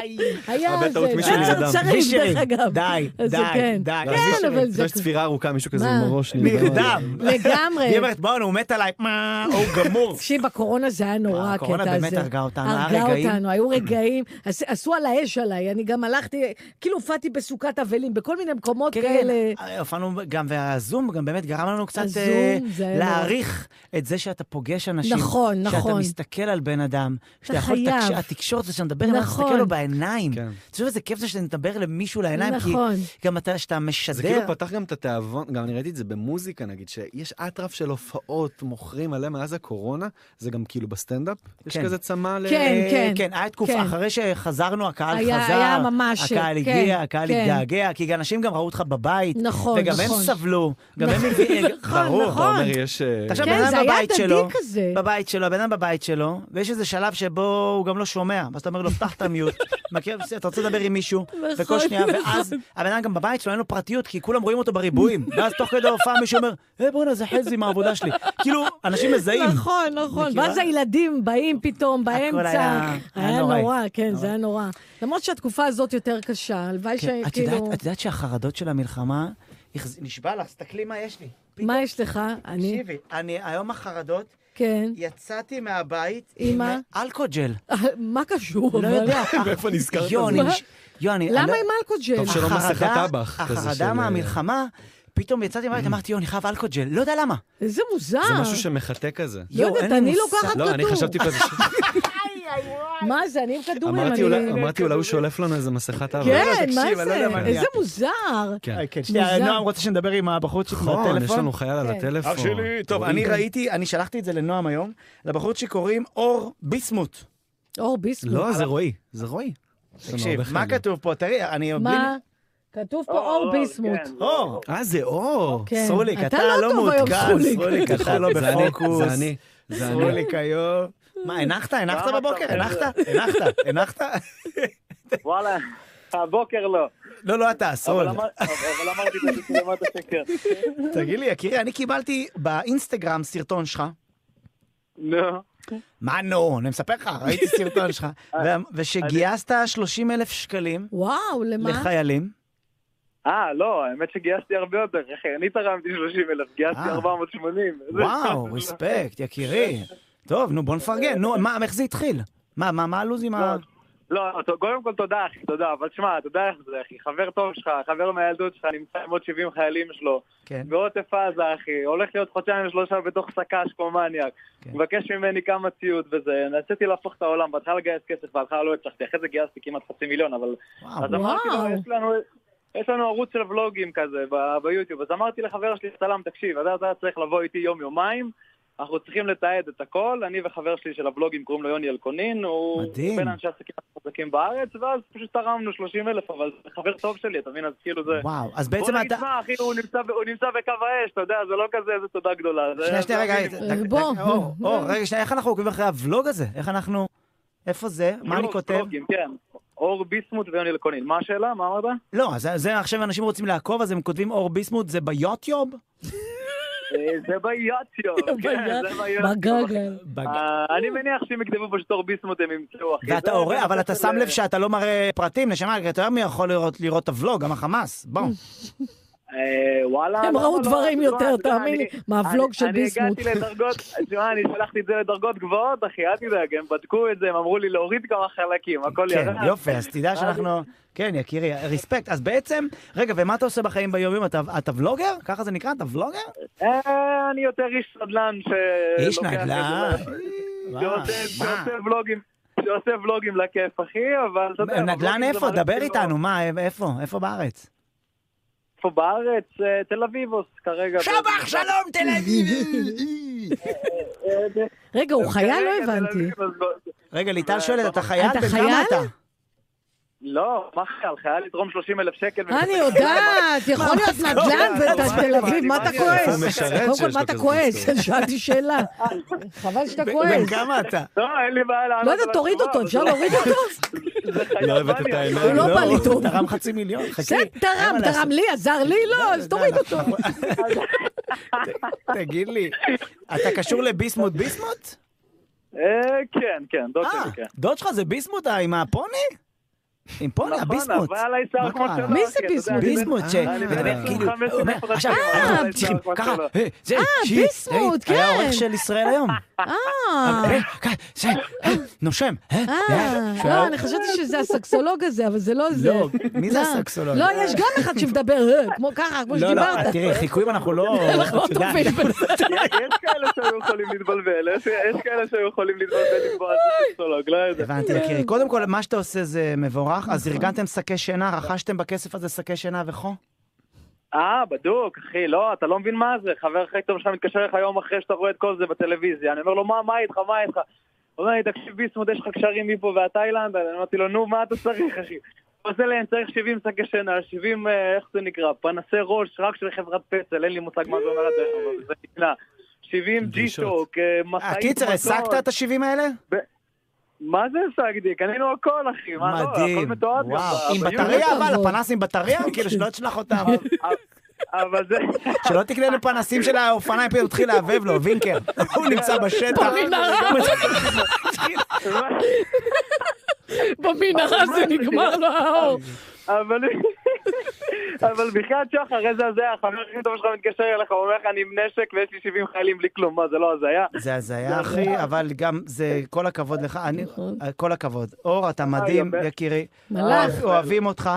Speaker 2: הרבה
Speaker 3: זה,
Speaker 2: טעות משלי
Speaker 3: היה
Speaker 2: אדם.
Speaker 3: צרצרים,
Speaker 1: מישרי.
Speaker 3: אה, דרך אגב.
Speaker 1: די,
Speaker 3: אז זה
Speaker 1: די,
Speaker 3: כן.
Speaker 1: די.
Speaker 2: לא,
Speaker 3: כן,
Speaker 2: יש-
Speaker 3: אבל זה...
Speaker 2: יש צפירה ארוכה, מישהו כזה
Speaker 3: מה?
Speaker 2: עם הראש
Speaker 1: נרדם.
Speaker 3: לגמרי.
Speaker 1: היא אומרת, בואנה, הוא מת עליי, מה, הוא גמור.
Speaker 3: תקשיב, בקורונה זה היה נורא,
Speaker 1: אה,
Speaker 3: הקטע הזה.
Speaker 1: הקורונה באמת הרגה אותנו, היה
Speaker 3: הרגה
Speaker 1: רגעים.
Speaker 3: אותנו, היו רגעים. עש- עשו על האש עליי, אני גם הלכתי, כאילו הופעתי בסוכת אבלים, בכל מיני מקומות
Speaker 1: כן,
Speaker 3: כאלה.
Speaker 1: אה, הופענו גם, והזום גם באמת גרם לנו קצת
Speaker 3: הזום,
Speaker 1: אה,
Speaker 3: זה היה
Speaker 1: להעריך את זה שאתה פוגש אנשים.
Speaker 3: נכון,
Speaker 1: שאתה
Speaker 3: נכון.
Speaker 1: מסתכל על בן אדם. שאתה יכול,
Speaker 3: חייב.
Speaker 1: תקש- התקשורת זה שאתה מדבר, נכון. אתה
Speaker 3: נכון.
Speaker 1: מסתכל לו בעיניים.
Speaker 2: כן.
Speaker 1: תחשוב איזה כיף זה שאתה מדבר למישהו לעיניים,
Speaker 3: נכון.
Speaker 1: כי גם אתה, שאתה משדר.
Speaker 2: זה כאילו פתח גם את התיאבון, גם אני ראיתי את זה במוזיקה נגיד, שיש אטרף של הופעות, מוכרים עליהם מאז הקורונה, זה גם כאילו בסטנדאפ, יש
Speaker 1: כן.
Speaker 2: כזה צמא ל...
Speaker 3: כן.
Speaker 1: אה, כן, היה תקופה,
Speaker 3: כן.
Speaker 1: אחרי שחזרנו, הקהל
Speaker 3: היה-
Speaker 1: חזר,
Speaker 3: היה ממש,
Speaker 1: הקהל
Speaker 3: כן,
Speaker 1: הגיע, הקהל
Speaker 3: כן.
Speaker 1: התגעגע, כי אנשים גם ראו אותך בבית,
Speaker 3: נכון,
Speaker 1: וגם הם
Speaker 3: נכון.
Speaker 1: סבלו, גם הם הביאו,
Speaker 3: נכון,
Speaker 2: ברור, אתה
Speaker 3: נכון.
Speaker 2: אומר, יש... אה,
Speaker 1: תחשוב,
Speaker 3: כן,
Speaker 1: בן
Speaker 3: זה
Speaker 1: אדם
Speaker 3: היה
Speaker 1: בבית
Speaker 3: הדדי
Speaker 1: שלו,
Speaker 3: כזה.
Speaker 1: בבית שלו, הבן אדם בבית שלו, ויש איזה שלב שבו הוא גם לא שומע, ואז אתה אומר לו, פתח את המיוט, מכיר, בסדר, אתה רוצה לדבר עם מישהו, וכל
Speaker 3: נכון,
Speaker 1: שנייה,
Speaker 3: נכון.
Speaker 1: ואז הבן אדם גם בבית שלו, אין לו פרטיות, כי כולם רואים אותו בריבועים, ואז תוך כדי ההופעה מישהו אומר, היי בואנה, זה חזי מהעבודה שלי. כאילו, אנשים מזהים.
Speaker 3: נכון, נכון.
Speaker 1: מכירה?
Speaker 3: ואז הילדים באים פתאום באמצע.
Speaker 1: היה- היה
Speaker 3: היה
Speaker 1: נוראי.
Speaker 3: נורא, כן, זה היה נורא. למרות שהתקופה הזאת יותר קשה, הלוואי
Speaker 1: כן, את
Speaker 3: שכאילו...
Speaker 1: יודעת- את יודעת שהחרדות של המלחמה, החז- נשבע לך, תסתכלי מה יש לי. פתאום,
Speaker 3: מה יש לך? אני...
Speaker 1: תקשיבי, אני היום החרדות,
Speaker 3: כן.
Speaker 1: יצאתי מהבית עם
Speaker 3: עם
Speaker 1: אלכוג'ל.
Speaker 3: מה קשור?
Speaker 1: לא
Speaker 3: אבל?
Speaker 1: אה,
Speaker 2: מאיפה נזכרת
Speaker 1: יו, אני...
Speaker 2: בזה?
Speaker 1: נש- יו, אני... אני
Speaker 3: למה
Speaker 1: לא-
Speaker 3: עם אלכוג'ל?
Speaker 2: טוב, שלא
Speaker 1: החרדה-
Speaker 2: מסכת טבח כזה של- אה,
Speaker 1: החרדה מהמלחמה, פתאום יצאתי מהבית, אמרתי, יו, אני חייב אלכוג'ל, לא יודע למה.
Speaker 3: איזה מוזר.
Speaker 2: זה משהו שמחטא כזה.
Speaker 3: לא
Speaker 1: יואו, אין
Speaker 3: יודעת,
Speaker 1: לי
Speaker 3: אני
Speaker 1: מושג.
Speaker 3: לוקחת
Speaker 2: לא,
Speaker 3: כדור.
Speaker 2: אני חשבתי כזה... ש-
Speaker 3: מה זה, אני עם כדורים.
Speaker 2: אמרתי,
Speaker 3: אני- לא
Speaker 2: אולי- אמרתי, אולי הוא שולף לנו איזה מסכת טבח.
Speaker 3: כן,
Speaker 1: תקשיב, אני לא
Speaker 3: מה
Speaker 1: יודע מה
Speaker 3: זה?
Speaker 1: אני-
Speaker 3: איזה מוזר.
Speaker 2: כן.
Speaker 1: אה, כן,
Speaker 3: מוזר.
Speaker 1: שנייה, נועם רוצה שנדבר עם הבחורצ'יק
Speaker 2: נכון, יש
Speaker 1: מהטלפון.
Speaker 2: לנו חייל על
Speaker 3: כן.
Speaker 2: הטלפון.
Speaker 1: אח שלי, טוב, אני ראיתי, אני שלחתי את זה לנועם היום, לבחורצ'יק קוראים אור ביסמוט.
Speaker 3: אור ביסמוט.
Speaker 2: לא, זה רועי, זה רועי. יש לנו
Speaker 1: תקשיב,
Speaker 2: הרבה
Speaker 1: מה
Speaker 2: חיילים.
Speaker 1: כתוב פה? תראי, אני...
Speaker 3: מה? כתוב פה אור ביסמוט.
Speaker 6: כן,
Speaker 1: או,
Speaker 2: אה, זה אור.
Speaker 3: כן.
Speaker 1: סרוליק,
Speaker 3: אתה
Speaker 1: אתה
Speaker 3: לא
Speaker 1: לא
Speaker 3: טוב היום,
Speaker 1: מעודכן,
Speaker 3: סרוליק.
Speaker 1: סרוליק, אתה לא
Speaker 2: זה אני,
Speaker 1: בפוקוס.
Speaker 2: נכון, זה אני, זה אני.
Speaker 1: סרוליק היום. מה, הנחת? הנחת
Speaker 6: למה אתה
Speaker 1: בבוקר?
Speaker 6: אומר את
Speaker 1: הנחת? הנחת? הנחת?
Speaker 6: וואלה, הבוקר לא.
Speaker 1: לא, לא אתה,
Speaker 6: אבל
Speaker 1: סול.
Speaker 6: אמר- אבל אמרתי את זה, אמרת שקר.
Speaker 1: תגיד לי, יקירי, אני קיבלתי באינסטגרם סרטון שלך.
Speaker 6: נו.
Speaker 1: מה נו? אני מספר לך, ראיתי סרטון שלך. ו- ושגייסת 30 אלף שקלים
Speaker 3: וואו, למה?
Speaker 1: לחיילים.
Speaker 6: אה, לא, האמת שגייסתי הרבה יותר. אחי, אני תרמתי 30 אלף, גייסתי
Speaker 1: אה.
Speaker 6: 480.
Speaker 1: וואו, רספקט, יקירי. טוב, נו, בוא נפרגן. נו, מה, איך זה התחיל? מה, מה, מה הלו"ז עם ה...
Speaker 6: לא, ת- קודם כל תודה, אחי, תודה. אבל שמע, אתה יודע איך זה, אחי. חבר טוב שלך, חבר מהילדות שלך, נמצא עם עוד 70 חיילים שלו.
Speaker 1: כן.
Speaker 6: בעוטף עזה, אחי. הולך להיות חודשיים שלושה בתוך שק"ש כמו מניאק.
Speaker 1: כן.
Speaker 6: מבקש ממני כמה ציוד וזה. ניסיתי להפוך את העולם, בהתחלה לגייס כסף, בהתחלה לא הצלחתי. אחרי זה גייסתי כמעט חצי מיליון, אבל
Speaker 1: וואו.
Speaker 6: אז אמרתי
Speaker 3: וואו.
Speaker 6: לו, יש לנו... יש לנו ערוץ של ולוגים כזה ב- ביוטיוב, אז אמרתי לחבר שלי, סלאם, תקשיב, אתה אתה צריך לבוא איתי יום-יומיים, אנחנו צריכים לתעד את הכל, אני וחבר שלי של הוולוגים קוראים לו יוני אלקונין, הוא
Speaker 1: מדהים.
Speaker 6: בין אנשי העסקים החזקים בארץ, ואז פשוט תרמנו 30 אלף, אבל זה חבר טוב שלי, אתה מבין? אז כאילו זה...
Speaker 1: וואו, אז
Speaker 6: בוא
Speaker 1: בעצם
Speaker 6: נגיד,
Speaker 1: אתה...
Speaker 6: מה, אחי, הוא נמצא ב- הוא נמצא בקו האש, אתה יודע, זה לא כזה איזה תודה גדולה. זה-
Speaker 1: שנייה, שנייה,
Speaker 6: זה
Speaker 1: רגע,
Speaker 6: המינימום.
Speaker 1: רגע,
Speaker 3: בוא.
Speaker 1: רגע, אור, אור, רגע, שנייה, איך אנחנו עוקבים אחרי הוולוג הזה? איך אנחנו... איפה זה? מה אני
Speaker 6: ולוג,
Speaker 1: כותב?
Speaker 6: ולוגים, כן. אור ביסמוט ויוני אלקונין. מה השאלה? מה אמרת?
Speaker 1: לא, זה- זה עכשיו אנשים רוצים לעקוב, אז הם כותבים אור ביסמוט, זה ביוטיוב?
Speaker 6: אה, זה ביוטיוב. כן, זה ביוטיוב.
Speaker 3: בגגל.
Speaker 1: בג-
Speaker 6: אה, אני מניח שאם יכתבו פשוט אור ביסמוט הם ימצאו, אחי. לא,
Speaker 1: ואתה
Speaker 6: זה-
Speaker 1: עורר,
Speaker 6: זה
Speaker 1: אבל אתה
Speaker 6: נושא
Speaker 1: שם
Speaker 6: ל-
Speaker 1: לב שאתה לא מראה פרטים, נשמה, אתה יודע מי יכול לראות- לראות את הוולוג, גם החמאס, בוא.
Speaker 6: אה, וואלה.
Speaker 3: הם
Speaker 6: למה
Speaker 3: ראו
Speaker 6: לא?
Speaker 3: דברים
Speaker 6: תשמע,
Speaker 3: יותר,
Speaker 6: אתה יודע,
Speaker 3: תאמין לי,
Speaker 6: אני-
Speaker 3: מהוולוג
Speaker 6: אני-
Speaker 3: של ביסמוט.
Speaker 6: אני הגעתי לדרגות, תשמע, אני שלחתי את זה לדרגות גבוהות, אחי, אל תדאג, הם בדקו את זה, הם אמרו לי להוריד כמה חלקים, הכל ירד.
Speaker 1: כן, יופי, אז תדע שאנחנו... כן, יקירי, ריספקט. אז בעצם, רגע, ומה אתה עושה בחיים ביום-יום? אתה- אתה ולוגר? ככה זה נקרא? אתה ולוגר?
Speaker 6: אה, אני יותר איש נדל"ן ש...
Speaker 1: איש
Speaker 6: לוקח את
Speaker 1: נדל"ן. אה,
Speaker 6: זה,
Speaker 1: וואו,
Speaker 6: שעושה-
Speaker 1: מה?
Speaker 6: שעושה ולוגים. שעושה ולוגים לכיף, אחי, אבל אתה יודע...
Speaker 1: נדל"ן
Speaker 6: הוולוגים זה
Speaker 1: איפה?
Speaker 6: מערכת
Speaker 1: דבר
Speaker 6: שלו.
Speaker 1: איתנו, מה, איפה? איפה בארץ?
Speaker 6: איפה בארץ? אה, תל אביבוס כרגע.
Speaker 1: שבח שלום, תל אביב!
Speaker 6: אה, זה-
Speaker 3: רגע, הוא חייל? לא
Speaker 6: כרגע תל
Speaker 3: הבנתי.
Speaker 6: אביב, אז לא-
Speaker 1: רגע, ליטל שואלת, אתה חייל?
Speaker 3: אתה
Speaker 1: בן כמה
Speaker 3: חייל?
Speaker 1: אתה?
Speaker 6: לא, מה חייל? חייל יתרום 30 אלף שקל.
Speaker 3: אני יודעת, יכול להיות נדל"ן בתל אביב, מה אתה
Speaker 2: הוא
Speaker 3: כועס?
Speaker 2: משרת
Speaker 3: קודם כל,
Speaker 2: שיש
Speaker 3: מה
Speaker 2: לו
Speaker 3: אתה
Speaker 2: כזה
Speaker 3: כועס?
Speaker 2: משכורת.
Speaker 3: שאלתי שאלה. חבל שאתה
Speaker 1: בן
Speaker 3: כועס.
Speaker 1: כמה אתה?
Speaker 6: לא, אין לי בעיה לענות.
Speaker 3: לא יודע,
Speaker 6: על
Speaker 3: תוריד
Speaker 6: התשובה,
Speaker 3: אותו,
Speaker 6: אבל
Speaker 3: אפשר
Speaker 6: זה-
Speaker 3: להוריד אותו?
Speaker 6: זה חייל
Speaker 2: לא הבאת את
Speaker 6: בני,
Speaker 2: העיניים.
Speaker 6: אחי.
Speaker 3: הוא לא בא לי טוב.
Speaker 1: תרם חצי מיליון, חכי.
Speaker 3: כן, תרם,
Speaker 1: אין מה
Speaker 3: תרם לי, עזר לי, לא, אז תוריד אותו.
Speaker 1: לעשות. תגיד לי, אתה קשור לביסמוט ביסמוט?
Speaker 6: אה, כן, כן, דוד
Speaker 1: אה,
Speaker 6: שלי, כן.
Speaker 1: דוד שלך זה ביסמוט ה- עם הפוני? עם פוני,
Speaker 6: נכון,
Speaker 1: הביסמוט.
Speaker 6: אבל עלי שיער
Speaker 1: מה
Speaker 6: כמו
Speaker 1: קרה?
Speaker 6: שלו,
Speaker 3: מי
Speaker 6: אחי,
Speaker 3: זה
Speaker 6: אתה יודע,
Speaker 3: ביסמוט?
Speaker 6: אני בן-
Speaker 1: ביסמוט, ש...
Speaker 6: אני בן
Speaker 1: אומר, כאילו,
Speaker 6: 25
Speaker 1: הוא אומר,
Speaker 6: לפרקים,
Speaker 1: עכשיו,
Speaker 6: עלי
Speaker 1: אנחנו
Speaker 6: שיער
Speaker 1: צריכים,
Speaker 6: לא כמו
Speaker 1: ככה,
Speaker 6: שלו.
Speaker 1: אה, זה,
Speaker 3: אה,
Speaker 1: שיט,
Speaker 3: ביסמוט,
Speaker 1: היי, היה
Speaker 3: כן.
Speaker 1: עורך של ישראל היום.
Speaker 3: אה,
Speaker 1: אה, כ- זה, אה, נושם. אה,
Speaker 3: אה,
Speaker 1: זה, שהוא
Speaker 3: לא,
Speaker 1: היה-
Speaker 3: אני חשבתי שזה הסקסולוג הזה, אבל זה לא זה.
Speaker 1: לא, מי זה
Speaker 3: לא.
Speaker 1: הסקסולוג?
Speaker 3: לא, יש גם אחד שמדבר אה, כמו ככה, כמו
Speaker 1: לא, לא,
Speaker 3: שדיברת.
Speaker 1: תראי, חיקויים אנחנו לא...
Speaker 3: אנחנו לא
Speaker 1: את יודעת,
Speaker 3: טובים בזה.
Speaker 6: יש כאלה שהיו יכולים להתבלבל, יש- יש כאלה שהיו יכולים להתבלבל עם בועז פסיכולוג, לא יודע.
Speaker 1: הבנתי,
Speaker 3: אה.
Speaker 1: יקירי. קודם כל, מה שאתה עושה זה מבורך,
Speaker 3: נכון.
Speaker 1: אז ארגנתם שקי שינה, רכשתם בכסף הזה שקי שינה וכו'?
Speaker 6: אה, בדוק, אחי, לא, אתה לא מבין מה זה. חבר הכי טוב שלך מתקשר לך יום אחרי שאתה רואה את כל זה בטלוויזיה. אני אומר לו, מה, מה איתך, מה איתך? הוא אומר לי, תקשיב, ביסמוט, יש לך קשרים מפה ועד תאילנד? אני אמרתי לו, נו, מה אתה צריך, אחי? הוא עושה לי, אני צריך 70 שקי שינה, 70, אה, איך זה נקרא? פנסי ראש, רק של חברת פצל, אין לי מושג מה זה אומר, עד היום, אבל זה נקרא. 70
Speaker 2: דרישות.
Speaker 6: ג'יטוק, אה, משאית
Speaker 1: הקיצר, אה, השגת את ה-70 האלה?
Speaker 6: לא- מה זה השגתי? קנינו הכל, אחי. מה, לא, הכל
Speaker 1: מדהים.
Speaker 6: מתועד גם.
Speaker 1: וואו.
Speaker 6: ב-
Speaker 1: עם
Speaker 6: ביוטיוב.
Speaker 1: בטריה,
Speaker 3: יוטיוב.
Speaker 1: אבל הפנס עם בטריה, כאילו שלא תשלח אותם.
Speaker 6: אבל זה...
Speaker 1: שלא תקנה לו פנסים של האופניים, פתאום התחיל לעבב לו, וינקר. הוא נמצא בשטח.
Speaker 3: במנהרה. במנהרה זה נגמר לו האור.
Speaker 6: אבל אבל בחייאת שחר, איזה הזיה, החבר הכי טוב שלך מתקשר אליך, הוא אומר לך, אני עם נשק ויש לי 70 חיילים בלי כלום, מה, זה לא הזיה?
Speaker 1: זה הזיה, אחי, אבל גם זה, כל הכבוד לך, אני,
Speaker 3: נכון.
Speaker 1: כל הכבוד. אור, אתה מדהים,
Speaker 6: אה, יפה.
Speaker 1: יקירי.
Speaker 3: מלאך.
Speaker 1: אוהבים אותך,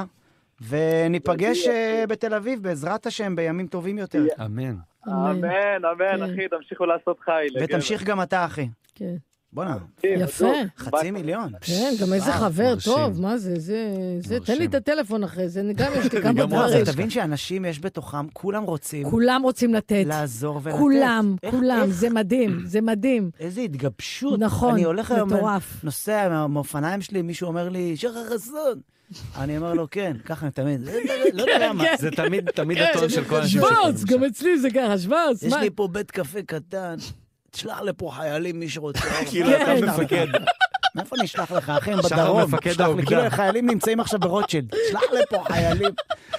Speaker 1: וניפגש אה, בתל אביב, בעזרת השם, בימים טובים יותר.
Speaker 2: אמן.
Speaker 6: אמן, אמן,
Speaker 3: כן.
Speaker 6: אחי, תמשיכו לעשות חייל.
Speaker 1: ותמשיך גם אתה, אחי.
Speaker 3: כן.
Speaker 1: בואנה,
Speaker 3: יפה.
Speaker 1: חצי מיליון. אה,
Speaker 3: כן, גם איזה
Speaker 1: וואו,
Speaker 3: חבר
Speaker 2: מרשים.
Speaker 3: טוב, מה זה, זה, זה, תן לי
Speaker 2: מרשים.
Speaker 3: את הטלפון אחרי זה, אני גם יש לי
Speaker 2: גם
Speaker 3: כמה
Speaker 2: רוצה,
Speaker 3: דברים.
Speaker 2: יש לך.
Speaker 1: תבין שאנשים יש בתוכם, כולם רוצים
Speaker 3: כולם רוצים לתת.
Speaker 1: לעזור ולתת.
Speaker 3: כולם,
Speaker 1: איך-
Speaker 3: כולם,
Speaker 1: איך-
Speaker 3: זה מדהים, זה מדהים.
Speaker 1: איזה התגבשות.
Speaker 3: נכון,
Speaker 1: אני הולך היום,
Speaker 3: מטורף.
Speaker 1: נוסע עם האופניים שלי, מישהו אומר לי, שחר חסון. אני אומר לו, כן, ככה אני תמיד. לא יודע- לא יודע למה.
Speaker 2: זה תמיד, תמיד
Speaker 1: כן.
Speaker 2: הטון של כל האנשים
Speaker 3: שוורץ,
Speaker 2: שם.
Speaker 3: גם אצלי זה ככה, שוורץ.
Speaker 1: יש
Speaker 3: מה-
Speaker 1: לי פה בית קפה קטן, תשלח לפה חיילים, מי שרוצה.
Speaker 2: כאילו,
Speaker 3: אתה
Speaker 1: כן.
Speaker 2: מפקד.
Speaker 1: מאיפה אני אשלח לך, אחי, הם
Speaker 2: שחר
Speaker 1: כן, בדרום.
Speaker 2: מפקד
Speaker 1: שלח לי,
Speaker 2: האוגדה.
Speaker 1: כאילו, החיילים נמצאים עכשיו ברוטשילד. שלח לפה חיילים.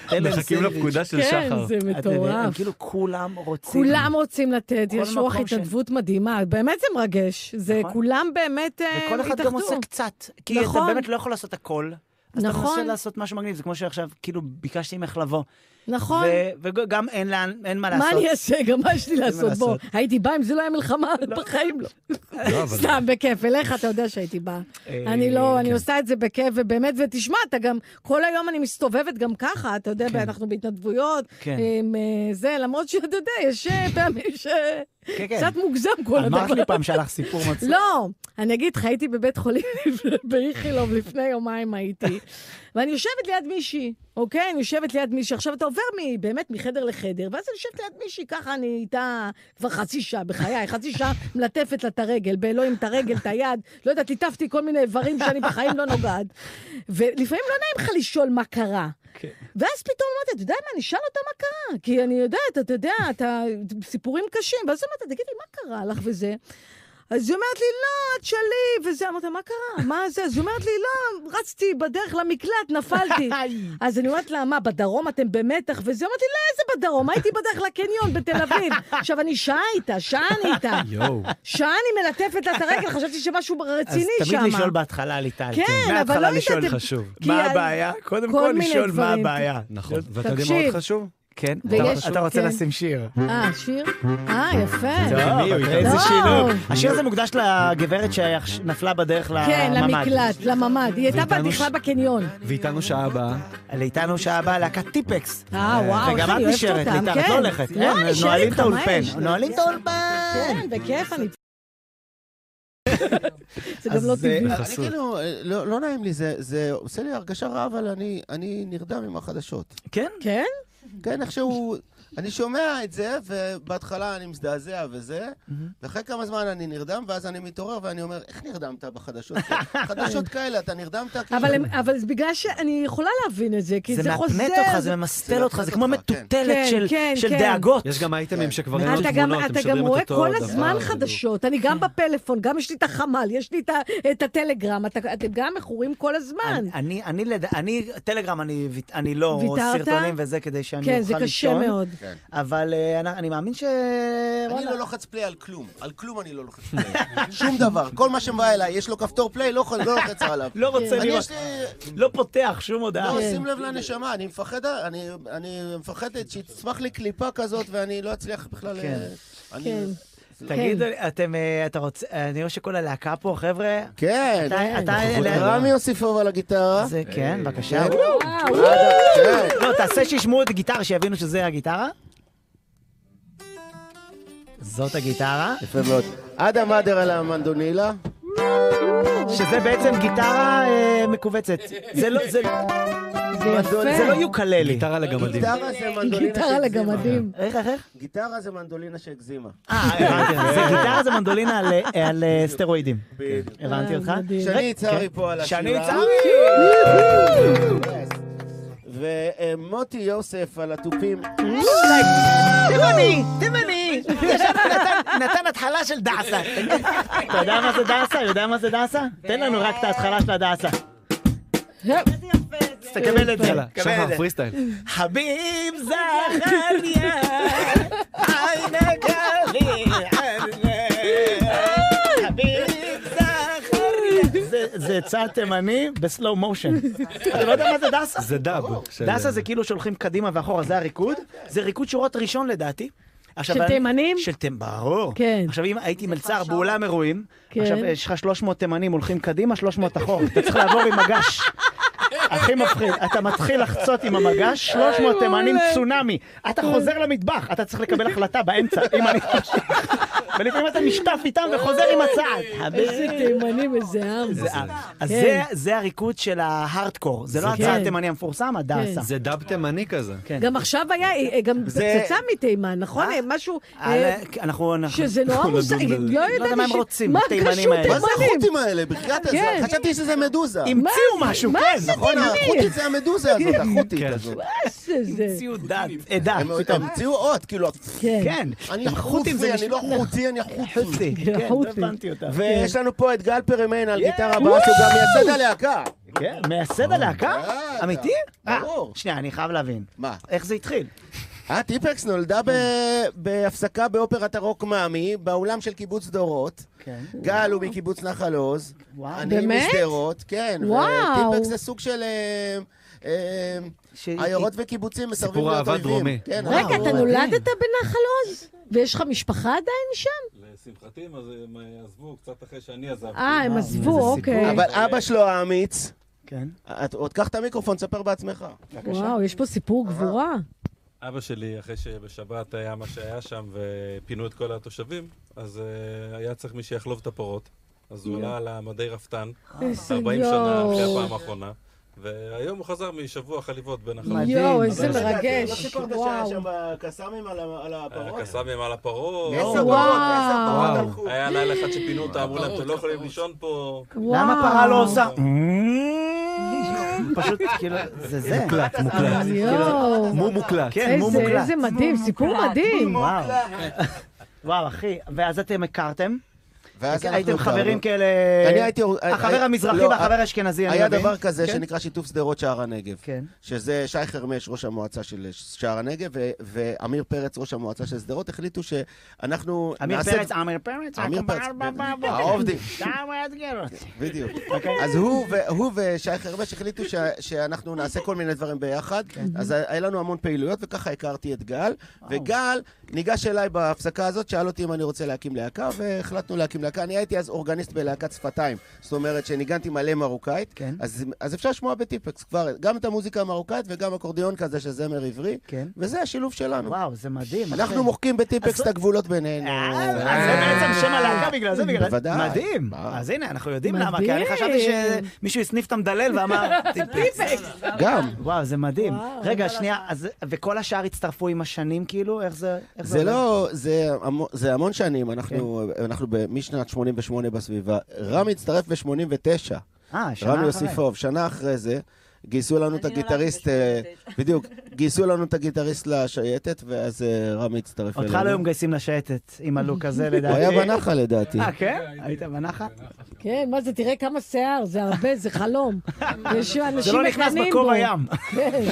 Speaker 1: תן להם
Speaker 2: מחכים
Speaker 1: סנדוויץ'.
Speaker 2: לפקודה של
Speaker 3: כן,
Speaker 2: שחר.
Speaker 3: זה
Speaker 1: אתה מבין? הם
Speaker 3: מטורף.
Speaker 1: כאילו כולם רוצים.
Speaker 3: כולם רוצים לתת,
Speaker 1: כל
Speaker 3: יש רוח
Speaker 1: מקום ש-
Speaker 3: התנדבות מדהימה, באמת זה מרגש. זה
Speaker 1: נכון.
Speaker 3: כולם באמת אה,
Speaker 1: וכל אחד גם עושה קצת. כי אתה
Speaker 3: נכון.
Speaker 1: באמת לא יכול לעשות הכל. אז אתה
Speaker 3: נכון.
Speaker 1: מנסה לעשות משהו מגניב, זה כמו שעכשיו, כאילו, ביקשתי ממך לבוא.
Speaker 3: נכון.
Speaker 1: ו- וגם אין לאן- אין מה
Speaker 3: מה
Speaker 1: לעשות.
Speaker 3: אני אעשה? גם מה יש לי לעשות? בוא,
Speaker 1: לעשות?
Speaker 3: הייתי באה אם זה לא היה מלחמה, בחיים לא.
Speaker 2: לא, אבל-
Speaker 3: סתם, בכיף, אליך אתה יודע שהייתי באה.
Speaker 1: אה,
Speaker 3: אני לא,
Speaker 1: כן.
Speaker 3: אני עושה את זה בכיף, ובאמת, ותשמע, אתה גם, כל היום אני מסתובבת גם ככה, אתה יודע, אנחנו בהתנדבויות,
Speaker 1: כן.
Speaker 3: עם אה, זה, למרות שאתה יודע, יש אה, פעמים ש...
Speaker 1: כן, כן.
Speaker 3: קצת מוגזם כל הדבר.
Speaker 1: אמרת לי פעם שהיה לך סיפור מצחיק.
Speaker 3: לא, אני אגיד לך, הייתי בבית חולים באיכילוב לפני יומיים הייתי, ואני יושבת ליד מישהי, אוקיי? אני יושבת ליד מישהי. עכשיו, אתה עובר מ- באמת מחדר לחדר, ואז אני יושבת ליד מישהי, ככה אני איתה כבר חצי שעה, בחיי, חצי שעה מלטפת לה את הרגל, באלוהים, את הרגל, את היד, לא יודעת, ליטפתי כל מיני איברים שאני בחיים לא נוגעת. ולפעמים לא נעים לך לשאול מה קרה. ואז פתאום אמרתי, אתה יודע מה, אני אשאל אותה מה קרה, כי אני יודעת, אתה יודע, אתה, סיפורים קשים. ואז אמרתי, תגידי, מה קרה לך וזה? אז היא אומרת לי, לא, את שלי, וזה, אמרת, מה קרה? מה זה? אז היא אומרת לי, לא, רצתי בדרך למקלט, נפלתי. אז אני אומרת לה, מה, בדרום אתם במתח? וזה, אמרתי, לא, איזה בדרום? הייתי בדרך לקניון בתל אביב. עכשיו, אני שעה איתה, שעה אני איתה.
Speaker 2: יואו.
Speaker 3: שעה אני מלטפת לה את הרגל, חשבתי שמשהו רציני שם.
Speaker 1: אז תמיד לשאול בהתחלה, ליטל.
Speaker 3: כן, אבל לא
Speaker 1: מההתחלה
Speaker 3: יודעת-
Speaker 1: לשאול,
Speaker 2: חשוב.
Speaker 3: כי
Speaker 1: מה
Speaker 3: ה-
Speaker 1: הבעיה? קודם
Speaker 3: כל
Speaker 1: כל
Speaker 3: מיני
Speaker 1: לשאול מה
Speaker 3: דברים.
Speaker 1: הבעיה.
Speaker 2: נכון. ואתה יודע מה
Speaker 3: תקשיב.
Speaker 2: עוד חשוב?
Speaker 1: כן?
Speaker 3: ויש-
Speaker 1: אתה רוצה
Speaker 3: כן.
Speaker 1: לשים שיר.
Speaker 3: אה, שיר? אה, יפה.
Speaker 7: לא,
Speaker 2: מי הוא?
Speaker 1: טוב, איזה
Speaker 3: טוב.
Speaker 1: שילוב. השיר הזה מוקדש לגברת שנפלה בדרך לממ"ד.
Speaker 3: כן, למקלט, לממ"ד. היא הייתה
Speaker 2: ואיתנו
Speaker 3: בדיחה
Speaker 2: ש-
Speaker 3: בקניון.
Speaker 2: ואיתנו שעה הבאה.
Speaker 1: לאיתנו שעה הבאה להקת טיפקס.
Speaker 3: אה, וואו,
Speaker 1: וגם
Speaker 3: אחי,
Speaker 1: את
Speaker 3: אוהבת
Speaker 1: נשארת,
Speaker 3: אותם,
Speaker 1: ליטל, את
Speaker 3: כן.
Speaker 1: לא הולכת.
Speaker 3: לא,
Speaker 1: אין,
Speaker 3: אני נשארת
Speaker 1: נוהלים את
Speaker 3: איתך, מה
Speaker 1: האולפן.
Speaker 3: יש?
Speaker 1: נועלים את האולפן.
Speaker 3: כן, בכיף, אני... זה גם לא
Speaker 1: אז,
Speaker 3: טבעי.
Speaker 2: אה,
Speaker 7: אני
Speaker 2: חסות.
Speaker 7: כאילו, אה, לא לא נעים לי, זה- זה עושה לי הרגשה רעה, אבל אני- אני נרדם עם החדשות.
Speaker 1: כן?
Speaker 3: כן?
Speaker 7: כן, איכשהו, אני שומע את זה, ובהתחלה אני מזדעזע וזה, ואחרי כמה זמן אני נרדם, ואז אני מתעורר ואני אומר, איך נרדמת בחדשות? חדשות כאלה, אתה נרדמת כאילו...
Speaker 3: אבל, הם, אבל זה בגלל שאני יכולה להבין את זה, כי זה,
Speaker 1: זה
Speaker 3: חוזר.
Speaker 1: מהפנט אותך, זה ממסטל
Speaker 7: זה
Speaker 1: אותך, זה כמו
Speaker 8: לא
Speaker 7: מהפנט אותך, כן.
Speaker 1: מטוטלת
Speaker 3: כן,
Speaker 1: של-
Speaker 3: כן,
Speaker 1: של
Speaker 3: כן.
Speaker 1: דאגות.
Speaker 2: יש גם אייטמים שכבר אין לו
Speaker 3: אתה גם,
Speaker 2: תמונות, הם
Speaker 3: אתה גם
Speaker 2: משדרים את
Speaker 3: רואה
Speaker 2: אותו
Speaker 3: כל
Speaker 2: דבר,
Speaker 3: הזמן
Speaker 2: בדיוק.
Speaker 3: חדשות, אני גם בפלאפון, גם יש לי את החמ"ל, יש לי את, ה- את הטלגרם, אתה, אתם גם מכורים כל הזמן.
Speaker 1: אני- אני, אני, לד- אני, טלגרם, אני ויט- אני לא
Speaker 3: ויתרת?
Speaker 1: סרטונים וזה כדי שאני אוכל
Speaker 3: כן, זה
Speaker 1: לישון.
Speaker 3: קשה מאוד.
Speaker 1: אבל אה, אני- אני מאמין ש...
Speaker 7: כן. אני
Speaker 1: וואלה.
Speaker 7: לא לוחץ פליי על כלום, על כלום אני לא לוחץ פליי. שום דבר, כל מה שבא אליי, יש לו כפתור פליי, לא יכול- לא לוחץ עליו.
Speaker 1: לא רוצה
Speaker 7: אני
Speaker 1: לראות,
Speaker 7: יש לי...
Speaker 1: לא פותח שום הודעה.
Speaker 7: לא,
Speaker 3: כן.
Speaker 7: שים לב לנשמה, אני מפחד, אני, אני מפחדת שתצמח לי קליפה כזאת ואני לא אצליח בכלל...
Speaker 1: כן.
Speaker 7: אה, אני-
Speaker 3: כן.
Speaker 1: תגיד, אתם, אה, אתה רוצה, אני רואה שכל הלהקה פה, חבר'ה.
Speaker 7: כן,
Speaker 1: אתה, אתה,
Speaker 2: חובות
Speaker 7: רמי יוסיפוב על הגיטרה.
Speaker 1: זה כן, בבקשה.
Speaker 3: וואו,
Speaker 7: כן.
Speaker 1: לא, תעשה שישמעו את הגיטרה, שיבינו שזה הגיטרה. זאת הגיטרה,
Speaker 7: יפה מאוד. אדם אדר על המנדונילה.
Speaker 1: שזה בעצם גיטרה אה, מכווצת. זה לא, זה,
Speaker 3: זה יפה.
Speaker 1: זה לא יוקללי.
Speaker 2: גיטרה לגמדים.
Speaker 7: גיטרה זה מנדולינה
Speaker 3: גיטרה
Speaker 7: שהגזימה.
Speaker 3: לגמדים.
Speaker 1: אה, איך, איך, איך?
Speaker 7: גיטרה זה מנדולינה שהגזימה.
Speaker 1: אה, הבנתי. זה גיטרה זה מנדולינה על, אה, על אה, סטרואידים.
Speaker 7: בדיוק.
Speaker 1: הבנתי אותך? כן.
Speaker 3: אה, מדהים.
Speaker 7: שני צערי פה על השירה.
Speaker 1: שאני צערי!
Speaker 7: Yes. ומוטי יוסף על התופים.
Speaker 1: לא תימני! תימני! ישר נתן- נתן התחלה של דעסה. אתה יודע מה זה דעסה? יודע מה זה דעסה? תן לנו רק את ההתחלה של הדעסה. אז תקבל את זה.
Speaker 2: יאללה, שחר, פרי סטייל.
Speaker 1: חביב זכריה, עינה קרי חביב זכריה. זה- זה צעד תימני בסלואו מושן. אני לא יודע מה זה דסה.
Speaker 2: זה דאב. של-
Speaker 1: דסה זה כאילו שהולכים קדימה ואחורה, זה הריקוד. זה ריקוד שורות ראשון לדעתי. עכשיו,
Speaker 3: של
Speaker 1: אני-
Speaker 3: תימנים?
Speaker 1: של תימנים, ברור.
Speaker 3: כן.
Speaker 1: עכשיו, אם הייתי מלצר באולם אירועים,
Speaker 3: כן.
Speaker 1: עכשיו יש לך 300 תימנים הולכים קדימה, 300 אחורה. אתה צריך לעבור עם מגש. הכי מפחיד, אתה מתחיל לחצות עם המגש, 300
Speaker 3: כן.
Speaker 1: תימנים צונאמי. אתה חוזר למטבח, אתה צריך לקבל החלטה באמצע, אם אני... ולפעמים אתה נשטף איתם וחוזר עם הצעד.
Speaker 3: איזה תימנים, איזה עם.
Speaker 1: זה עם. אז
Speaker 3: כן.
Speaker 1: זה- זה הריקוד של ההארדקור, זה לא
Speaker 3: כן.
Speaker 1: הצעד תימני המפורסם, הדאסה.
Speaker 2: זה דאב תימני כזה.
Speaker 1: כן.
Speaker 3: גם עכשיו היה, אה, אה, גם
Speaker 1: זה-
Speaker 3: פצצה מתימן, נכון?
Speaker 1: אה?
Speaker 3: אה, משהו... אה,
Speaker 1: אה, אנחנו... אנחנו-
Speaker 3: שזה נורא
Speaker 1: אנחנו
Speaker 3: מוזר,
Speaker 1: נדון בזה.
Speaker 3: לא
Speaker 1: לא יודע מה הם
Speaker 3: ידעתי ש-
Speaker 1: רוצים,
Speaker 3: מה
Speaker 1: התימנים
Speaker 3: קשור
Speaker 1: האלה.
Speaker 7: מה זה
Speaker 3: תימנים?
Speaker 7: החוטים האלה? בחייאת
Speaker 3: כן.
Speaker 7: הזמן, חשבתי שזה מדוזה.
Speaker 1: המציאו משהו,
Speaker 3: מה
Speaker 1: כן,
Speaker 3: זה
Speaker 1: נכון?
Speaker 7: נכון,
Speaker 3: תימני?
Speaker 7: החוטית זה המדוזה הזאת, החוטית
Speaker 2: כן.
Speaker 7: הזאת.
Speaker 3: מה זה זה?
Speaker 1: המציאו דת, עדה,
Speaker 7: הם
Speaker 1: פתאום.
Speaker 7: המציאו אות, כאילו,
Speaker 3: כן.
Speaker 1: כן,
Speaker 7: אני
Speaker 1: גם חות'ים
Speaker 7: חוטי,
Speaker 1: זה
Speaker 7: אני
Speaker 1: נשמע-
Speaker 7: לא חוטי, אני חוטי.
Speaker 1: חוטי, כן, לא
Speaker 3: חות'י.
Speaker 1: הבנתי אותה. כן.
Speaker 7: ויש לנו פה את גל פרמן על גיטרה באס, הוא גם מייסד הלהקה.
Speaker 1: כן, מייסד הלהקה?
Speaker 7: אה,
Speaker 1: אמיתי? אה,
Speaker 7: ברור.
Speaker 1: שנייה, אני חייב להבין.
Speaker 7: מה?
Speaker 1: איך זה התחיל?
Speaker 7: אה, טיפקס נולדה ב- בהפסקה באופרת הרוק מאמי, באולם של קיבוץ דורות.
Speaker 1: כן.
Speaker 7: גל הוא מקיבוץ נחל עוז.
Speaker 1: וואו.
Speaker 7: אני
Speaker 3: באמת?
Speaker 7: משדרות, כן.
Speaker 3: וואו.
Speaker 7: וטיפקס זה סוג של... אה, אה,
Speaker 1: ש-
Speaker 7: עיירות וקיבוצים מסרבים
Speaker 2: סיפור
Speaker 7: להיות
Speaker 2: אהבה
Speaker 7: אויבים.
Speaker 2: דרומי.
Speaker 7: כן,
Speaker 3: רגע,
Speaker 7: אנחנו-
Speaker 3: אתה נולדת בנחל עוז? ויש לך משפחה עדיין שם?
Speaker 9: לשמחתי, הם- אז הם עזבו קצת אחרי שאני עזבתי.
Speaker 3: אה, הם עזבו, אוקיי.
Speaker 7: אבל
Speaker 9: אה,
Speaker 7: אבא שלו האמיץ,
Speaker 1: כן.
Speaker 7: את- עוד קח את המיקרופון, ספר בעצמך.
Speaker 3: וואו, יש פה סיפור גבורה.
Speaker 9: אבא שלי, אחרי שבשבת היה מה שהיה שם ופינו את כל התושבים, אז אה, היה צריך מי שיחלוב את הפרות. אז הוא עלה על המדי רפתן,
Speaker 3: איזה
Speaker 9: 40 שנה אחרי
Speaker 3: יואו.
Speaker 9: הפעם האחרונה, והיום הוא חזר משבוע חליבות בין החלומות.
Speaker 1: מדהים.
Speaker 3: יואו, איזה
Speaker 9: אבל-
Speaker 7: לא
Speaker 3: מרגש.
Speaker 7: סיפרת שהיה
Speaker 3: וואו.
Speaker 7: שם בקסאמים על ה- על הפרות?
Speaker 9: הקסאמים אה, על הפרות.
Speaker 7: עשר
Speaker 9: אבל-
Speaker 7: פרות, עשר
Speaker 2: וואו.
Speaker 7: פרות הלכו.
Speaker 9: היה לילה אחד שפינו אותם, אמרו להם, אתם לא יכולים לישון פה.
Speaker 1: למה פרה לא עושה?
Speaker 9: וואו.
Speaker 1: פשוט, כאילו, זה זה.
Speaker 2: מוקלט, מוקלט.
Speaker 3: יואו.
Speaker 2: מו מוקלט.
Speaker 1: כן, מו
Speaker 3: איזה,
Speaker 1: מוקלט.
Speaker 3: איזה מדהים, סיפור מדהים.
Speaker 1: וואו. וואו, אחי, ואז אתם הכרתם?
Speaker 7: ואז אנחנו
Speaker 1: כן, הייתם
Speaker 7: הכרנו.
Speaker 1: חברים כאלה...
Speaker 7: אני הייתי-
Speaker 1: החבר
Speaker 7: הי-
Speaker 1: המזרחי
Speaker 7: לא,
Speaker 1: והחבר האשכנזי, אני מבין.
Speaker 7: היה דבר כזה
Speaker 1: כן?
Speaker 7: שנקרא שיתוף שדרות שער הנגב.
Speaker 1: כן.
Speaker 7: שזה שי חרמש, ראש המועצה של שער הנגב, ו- ועמיר פרץ, ראש המועצה של שדרות, החליטו שאנחנו
Speaker 1: עמיר פרץ, עמיר פרץ,
Speaker 7: עמיר
Speaker 1: אנחנו
Speaker 7: פרץ, כן. אה,
Speaker 1: בארבע
Speaker 7: בדיוק.
Speaker 1: בבוקר.
Speaker 7: העובדים.
Speaker 1: אתה מאתגר אותי.
Speaker 7: בדיוק.
Speaker 1: אוקיי?
Speaker 7: אז הוא ו- הוא ושי חרמש החליטו ש- שאנחנו נעשה כל מיני דברים ביחד.
Speaker 1: כן.
Speaker 7: אז היה לנו המון פעילויות, וככה הכרתי את גל. וגל ניגש אליי בהפסקה הזאת, שאל אותי אם אני רוצה להקים להקה, והחלטנו להקים להקה. אני הייתי אז אורגניסט בלהקת שפתיים. זאת אומרת, שניגנתי מלא מרוקאית.
Speaker 1: כן.
Speaker 7: אז אז אפשר לשמוע בטיפקס כבר גם את המוזיקה המרוקאית וגם אקורדיון כזה של זמר עברי.
Speaker 1: כן.
Speaker 7: וזה השילוב שלנו.
Speaker 1: וואו, זה מדהים. אחי.
Speaker 7: אנחנו מוחקים בטיפקס
Speaker 1: אז-
Speaker 7: את הגבולות בינינו.
Speaker 1: אה, אז זה בעצם שם הלהקה בגלל זה, בגלל זה.
Speaker 7: בוודאי. אה.
Speaker 1: מדהים.
Speaker 7: מה?
Speaker 1: אז הנה, אנחנו יודעים
Speaker 3: מדהים.
Speaker 1: למה, כי אני חשבתי שמישהו הסניף את המדלל ואמר, טיפקס.
Speaker 7: גם.
Speaker 1: וואו, זה מדהים.
Speaker 3: וואו,
Speaker 1: רגע,
Speaker 3: אין מה
Speaker 1: שנייה, אז- וכל השאר הצטרפו עם השנים, כאילו? איך זה... איך
Speaker 7: זה
Speaker 1: עובד?
Speaker 7: לא, זה המון, זה המון שנים, אנחנו,
Speaker 1: כן.
Speaker 7: אנחנו ב- משנת 88 בסביבה. רמי הצטרף ב-89,
Speaker 1: אה, שנה
Speaker 7: רמי
Speaker 1: אחרי.
Speaker 7: יוסיפוב, שנה אחרי זה. גייסו לנו את הגיטריסט, אה, בדיוק, גייסו לנו את הגיטריסט לשייטת, ואז אה, רמי הצטרף אלינו.
Speaker 1: אותך לא היו מגייסים לשייטת עם הלוק הזה, לדעתי.
Speaker 7: הוא היה בנחל לדעתי.
Speaker 1: אה, כן? היית בנחל?
Speaker 3: כן, מה זה, תראה כמה שיער, זה הרבה, זה חלום. יש
Speaker 1: זה
Speaker 3: אנשים
Speaker 1: לא נכנס
Speaker 3: מקנאים
Speaker 1: בקור
Speaker 3: בו.
Speaker 1: הים.
Speaker 3: כן.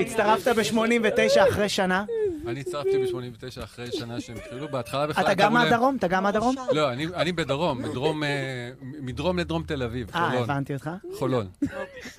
Speaker 1: הצטרפת ב-89 אחרי שנה.
Speaker 10: אני הצטרפתי ב-89 אחרי שנה שהם התחילו, בהתחלה בכלל...
Speaker 1: אתה גם
Speaker 10: קראו להם-
Speaker 1: מהדרום? אתה גם מהדרום?
Speaker 10: לא, אני- אני בדרום, בדרום, אה, מ- מדרום לדרום תל אביב,
Speaker 1: אה,
Speaker 10: חולון.
Speaker 1: הבנתי אותך.
Speaker 10: חולון.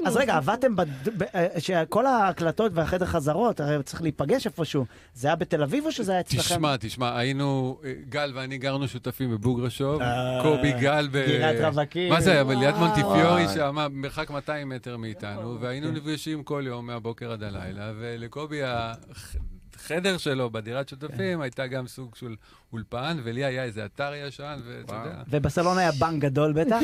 Speaker 1: אז רגע, עבדתם, בד- ב- אה, שכל ההקלטות והחדר חזרות, הרי צריך להיפגש איפשהו. זה היה בתל אביב או שזה היה אצלכם?
Speaker 10: תשמע, תשמע, היינו, אה, גל ואני גרנו שותפים בבוגרשוב,
Speaker 1: אה,
Speaker 10: קובי גל ב...
Speaker 1: דירת רווקים. אה,
Speaker 10: מה זה היה? ליד
Speaker 3: וואו.
Speaker 10: מונטיפיורי, שהיה מרחק 200 מטר מאיתנו,
Speaker 1: אוקיי.
Speaker 10: והיינו נפגשים כל יום מהבוקר עד הלילה, ולקובי החדר שלו בדירת
Speaker 1: כן.
Speaker 10: שותפים הייתה גם סוג של אולפן, ולי היה איזה אתר ישן, ואתה יודע,
Speaker 1: ובסלון היה בנק גדול בטח?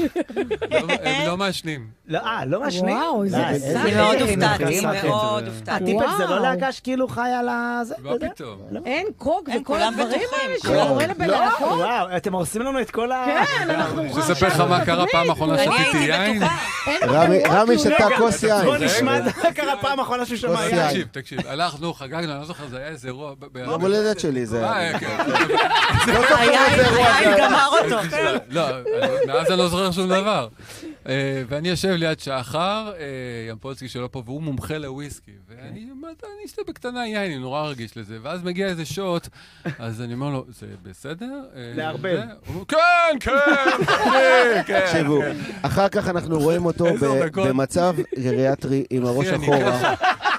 Speaker 10: לא- הם לא מעשנים.
Speaker 1: לא, אה, לא משני?
Speaker 3: וואו, איזה
Speaker 1: די,
Speaker 3: בסדר.
Speaker 11: אני
Speaker 1: איזה
Speaker 11: מאוד
Speaker 1: חינוך,
Speaker 11: הופתעתי,
Speaker 1: חסכת.
Speaker 11: מאוד הופתעתי.
Speaker 1: הטיפקס זה לא
Speaker 3: וואו.
Speaker 1: להקה שכאילו חיה על ה... זה?
Speaker 10: מה
Speaker 1: אתה יודע? לא.
Speaker 10: פתאום?
Speaker 3: אין קוק
Speaker 11: אין,
Speaker 3: וכל
Speaker 11: כולם
Speaker 3: הדברים
Speaker 11: בטוחים,
Speaker 3: האלה
Speaker 11: כולם.
Speaker 3: שאתה קורא לבלהקות?
Speaker 1: וואו, אתם הורסים לנו את כל ה... אה,
Speaker 3: כן, אנחנו
Speaker 10: אני רוצה לספר לך מה קרה פעם האחרונה
Speaker 11: אני
Speaker 10: שתיתי
Speaker 11: הייתי
Speaker 10: יין.
Speaker 11: בטוחה.
Speaker 3: אין
Speaker 7: רמי-
Speaker 3: לכם
Speaker 7: רמי
Speaker 3: ווקינג.
Speaker 7: שתה כוס יין.
Speaker 1: בוא נשמע מה קרה פעם אחרונה שהוא שמע
Speaker 7: כוס
Speaker 1: יין.
Speaker 7: יין.
Speaker 10: תקשיב, תקשיב, הלכנו, חגגנו, אני לא זוכר, זה היה איזה אירוע... ב- ב-
Speaker 7: יום הולדת שלי זה. לא
Speaker 10: אה, אה, כן.
Speaker 11: היין היין גמר אותו.
Speaker 10: לא, אני- מאז אני לא זוכר שום דבר. אה, ואני יושב ליד שחר, אה, ימפולסקי שלא פה, והוא מומחה לוויסקי.
Speaker 1: כן.
Speaker 10: ואני אומר, "טוב, אני אשתה בקטנה יין, אני נורא רגיש לזה. ואז מגיע איזה שוט, אז אני אומר לו, זה בסדר? אה,
Speaker 1: לערבב.
Speaker 10: זה?" הוא אומר, כן, כן, אחי, כן.
Speaker 7: תקשיבו, אחר כך אנחנו רואים אותו
Speaker 10: עשר
Speaker 7: ב-
Speaker 10: דקות.
Speaker 7: במצב גריאטרי עם הראש
Speaker 10: אחי, אני
Speaker 7: אחורה.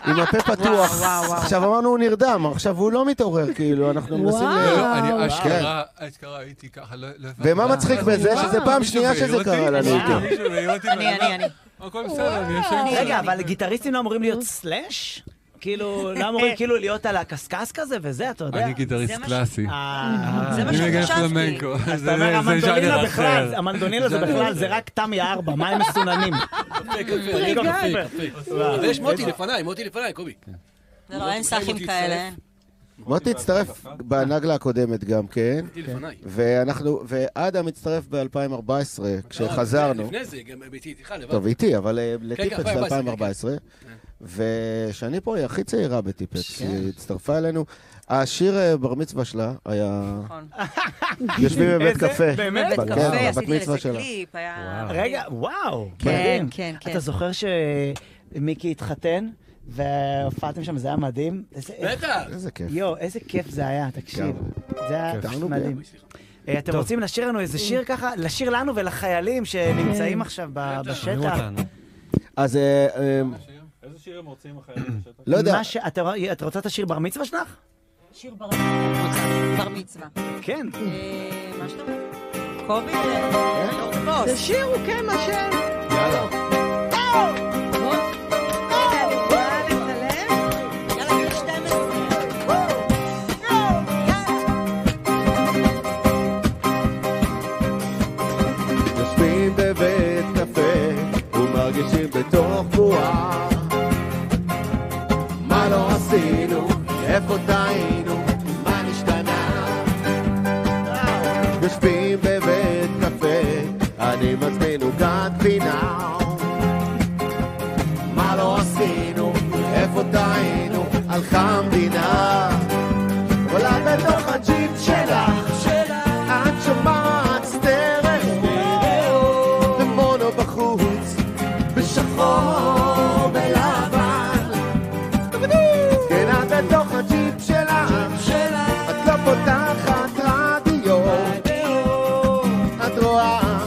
Speaker 7: עם הפה פתוח.
Speaker 11: וואו, וואו.
Speaker 7: עכשיו אמרנו הוא נרדם, עכשיו הוא לא מתעורר, כאילו, אנחנו
Speaker 3: וואו.
Speaker 7: מנסים... ל-
Speaker 10: לא, אני
Speaker 7: כן.
Speaker 10: אשכרה, אשכרה הייתי ככה, לא לא הבנתי. אה,
Speaker 7: ומה מצחיק בזה? שזה פעם שנייה שזה קרה לנו איתו.
Speaker 10: כאילו,
Speaker 11: אני, אני, אני.
Speaker 10: הכל בסדר, אני ישן.
Speaker 11: וואו.
Speaker 10: קצת.
Speaker 1: רגע, אבל גיטריסטים לא אמורים להיות סלאש? כאילו, לא אמורים כאילו להיות על הקשקש כזה וזה, אתה יודע.
Speaker 10: אני גיטריסט
Speaker 11: זה מה ש-
Speaker 10: קלאסי.
Speaker 1: אה,
Speaker 11: זה מה
Speaker 10: אני מנגן
Speaker 11: שחשבתי.
Speaker 10: פלמנקו.
Speaker 1: אז
Speaker 10: זה-
Speaker 1: אתה אומר,
Speaker 10: זה
Speaker 1: המנדולינה
Speaker 10: ז'אנר
Speaker 1: בכלל,
Speaker 10: אחר.
Speaker 1: המנדולינה זה
Speaker 10: ז'אנר
Speaker 1: בכלל,
Speaker 10: אחר.
Speaker 1: זה רק תמי ארבע, מה הם מסוננים?
Speaker 8: אבל יש אה, מוטי לפניי, מוטי לפניי, קובי.
Speaker 11: לא, לא, אין סאחים כאלה, אין.
Speaker 7: מוטי הצטרף כן. בנגלה הקודמת גם, כן?
Speaker 8: מוטי לפניי.
Speaker 7: ואנחנו, ואדם הצטרף ב-2014, כשחזרנו.
Speaker 8: לפני זה, גם ביתי איתך לבד.
Speaker 7: טוב, איתי, אבל אה, לטיפקס
Speaker 8: כן, כן,
Speaker 7: ב-2014, ושני פה היא הכי צעירה בטיפקס,
Speaker 8: כן.
Speaker 7: היא הצטרפה אלינו. השיר אה, בר מצווה שלה היה...
Speaker 11: נכון.
Speaker 7: יושבים בבית
Speaker 1: איזה-
Speaker 7: קפה.
Speaker 1: באמת?
Speaker 11: בבית
Speaker 7: בקר,
Speaker 11: קפה,
Speaker 7: בבת
Speaker 11: עשיתי לזה
Speaker 7: מצווה שלה.
Speaker 11: קליפ, היה...
Speaker 1: רגע, וואו.
Speaker 11: כן,
Speaker 1: מדהים.
Speaker 11: כן, כן.
Speaker 1: אתה זוכר שמיקי התחתן והופעתם שם, זה היה מדהים? איזה-
Speaker 8: בטח.
Speaker 7: איזה כיף. כן.
Speaker 1: יואו, איזה כיף זה היה, תקשיב. זה היה
Speaker 7: תענוג,
Speaker 1: מדהים. אה, אתם רוצים לשיר לנו איזה שיר ככה? לשיר לנו ולחיילים שנמצאים
Speaker 7: כן.
Speaker 1: עכשיו ב-
Speaker 2: שומעים
Speaker 1: בשטח.
Speaker 2: אותנו.
Speaker 7: אז אה, אה,
Speaker 9: איזה שיר הם רוצים החיילים בשטח?
Speaker 7: לא יודע,
Speaker 1: מה ש- אתה- את רוצה את השיר בר מצווה שלך?
Speaker 11: שיר בר מצווה. בר מצווה.
Speaker 1: כן.
Speaker 11: אה, מה שאתה אומר? קובי? אה, לא,
Speaker 3: זה שיר הוא כן מה ש...
Speaker 7: יאללה.
Speaker 11: כן. יאללה, גיל 12.
Speaker 7: יושבים בבית קפה ומרגישים בתוך בועה מה לא עשינו? איפה טעינו? מה נשתנה? יושבים בבית קפה אני מזמין עוגת פינה מה לא עשינו? איפה טעינו? הלכה המדינה עולה בתוך הג'יפ שלך את שומעת סטריאו ומונו בחוץ בשחור בלבן כן את בתוך הג'יפ שלך את לא פותחת רדיו את רואה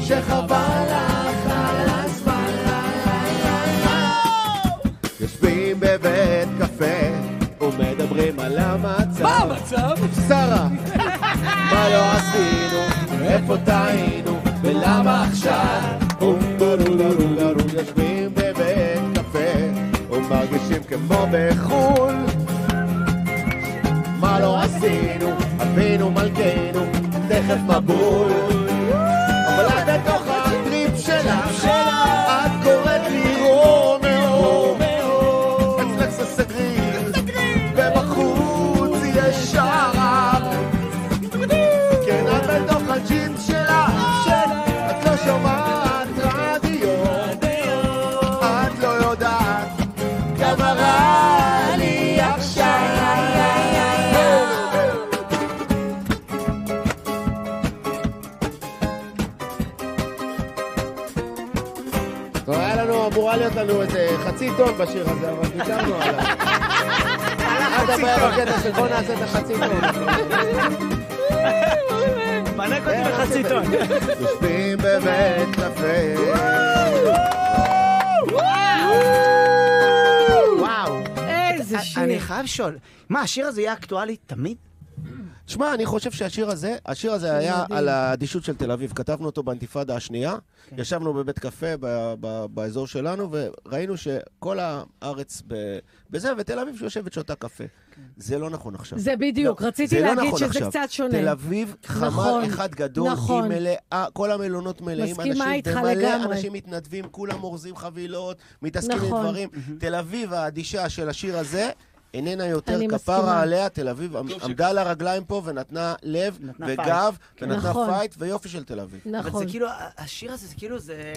Speaker 7: שחבל לך על הזמן יושבים בבית קפה ומדברים על המצב
Speaker 8: המצב?
Speaker 7: שרה, מה לא עשינו, איפה טעינו, ולמה עכשיו? אומברולולולולול, יושבים בבית קפה, ומרגישים כמו בחו"ל. מה לא עשינו, אבינו מלכנו, תכף מבול. אבל את בתוך הטריפ שלך, את קוראת לי רומאו. אצלך זה סגריר, ובחוץ יש שרב. כן, את בתוך הג'ינס שלך, את לא שומעת רדיו, את לא יודעת כמה רע לי עכשיו. טוב, היה לנו, אמורה להיות לנו איזה חצי טון בשיר הזה, אבל ויתרנו עליו. עד הבעיה בקטע של בוא נעשה את החצי טון.
Speaker 1: פנק אותי
Speaker 7: אה, אוקיי.
Speaker 1: בחצי טון.
Speaker 7: יושבים בבית קפה.
Speaker 1: וואו.
Speaker 3: איזה שיר.
Speaker 1: אני חייב לשאול, מה, השיר הזה יהיה אקטואלי תמיד?
Speaker 7: שמע, אני חושב שהשיר הזה, השיר הזה היה על האדישות של תל אביב. כתבנו אותו באינתיפאדה השנייה,
Speaker 3: כן.
Speaker 7: ישבנו בבית קפה ב- ב- באזור שלנו, וראינו שכל הארץ ב- בזה, ותל אביב שיושבת שותה קפה. זה לא נכון עכשיו.
Speaker 3: כן. זה בדיוק,
Speaker 7: לא,
Speaker 3: רציתי
Speaker 7: זה לא
Speaker 3: להגיד
Speaker 7: נכון
Speaker 3: שזה
Speaker 7: עכשיו.
Speaker 3: קצת
Speaker 7: תל
Speaker 3: שונה.
Speaker 7: אביב חמ"ל
Speaker 3: נכון,
Speaker 7: אחד גדול, היא
Speaker 3: נכון.
Speaker 7: מלאה, כל המלונות מלאים
Speaker 3: מסכימה
Speaker 7: אנשים,
Speaker 3: איתך
Speaker 7: ומלא
Speaker 3: לגמרי.
Speaker 7: אנשים מתנדבים, כולם אורזים חבילות, מתעסקים עם
Speaker 3: נכון.
Speaker 7: דברים. תל אביב האדישה של השיר הזה. איננה יותר
Speaker 3: אני מסכימה.
Speaker 7: כפרה עליה, תל אביב עמדה על הרגליים פה ונתנה לב
Speaker 1: נתנה
Speaker 7: וגב ונתנה
Speaker 3: נכון.
Speaker 7: פייט ויופי של תל אביב.
Speaker 1: אבל
Speaker 3: נכון.
Speaker 1: זה כאילו, ה- השיר הזה, זה כאילו, זה...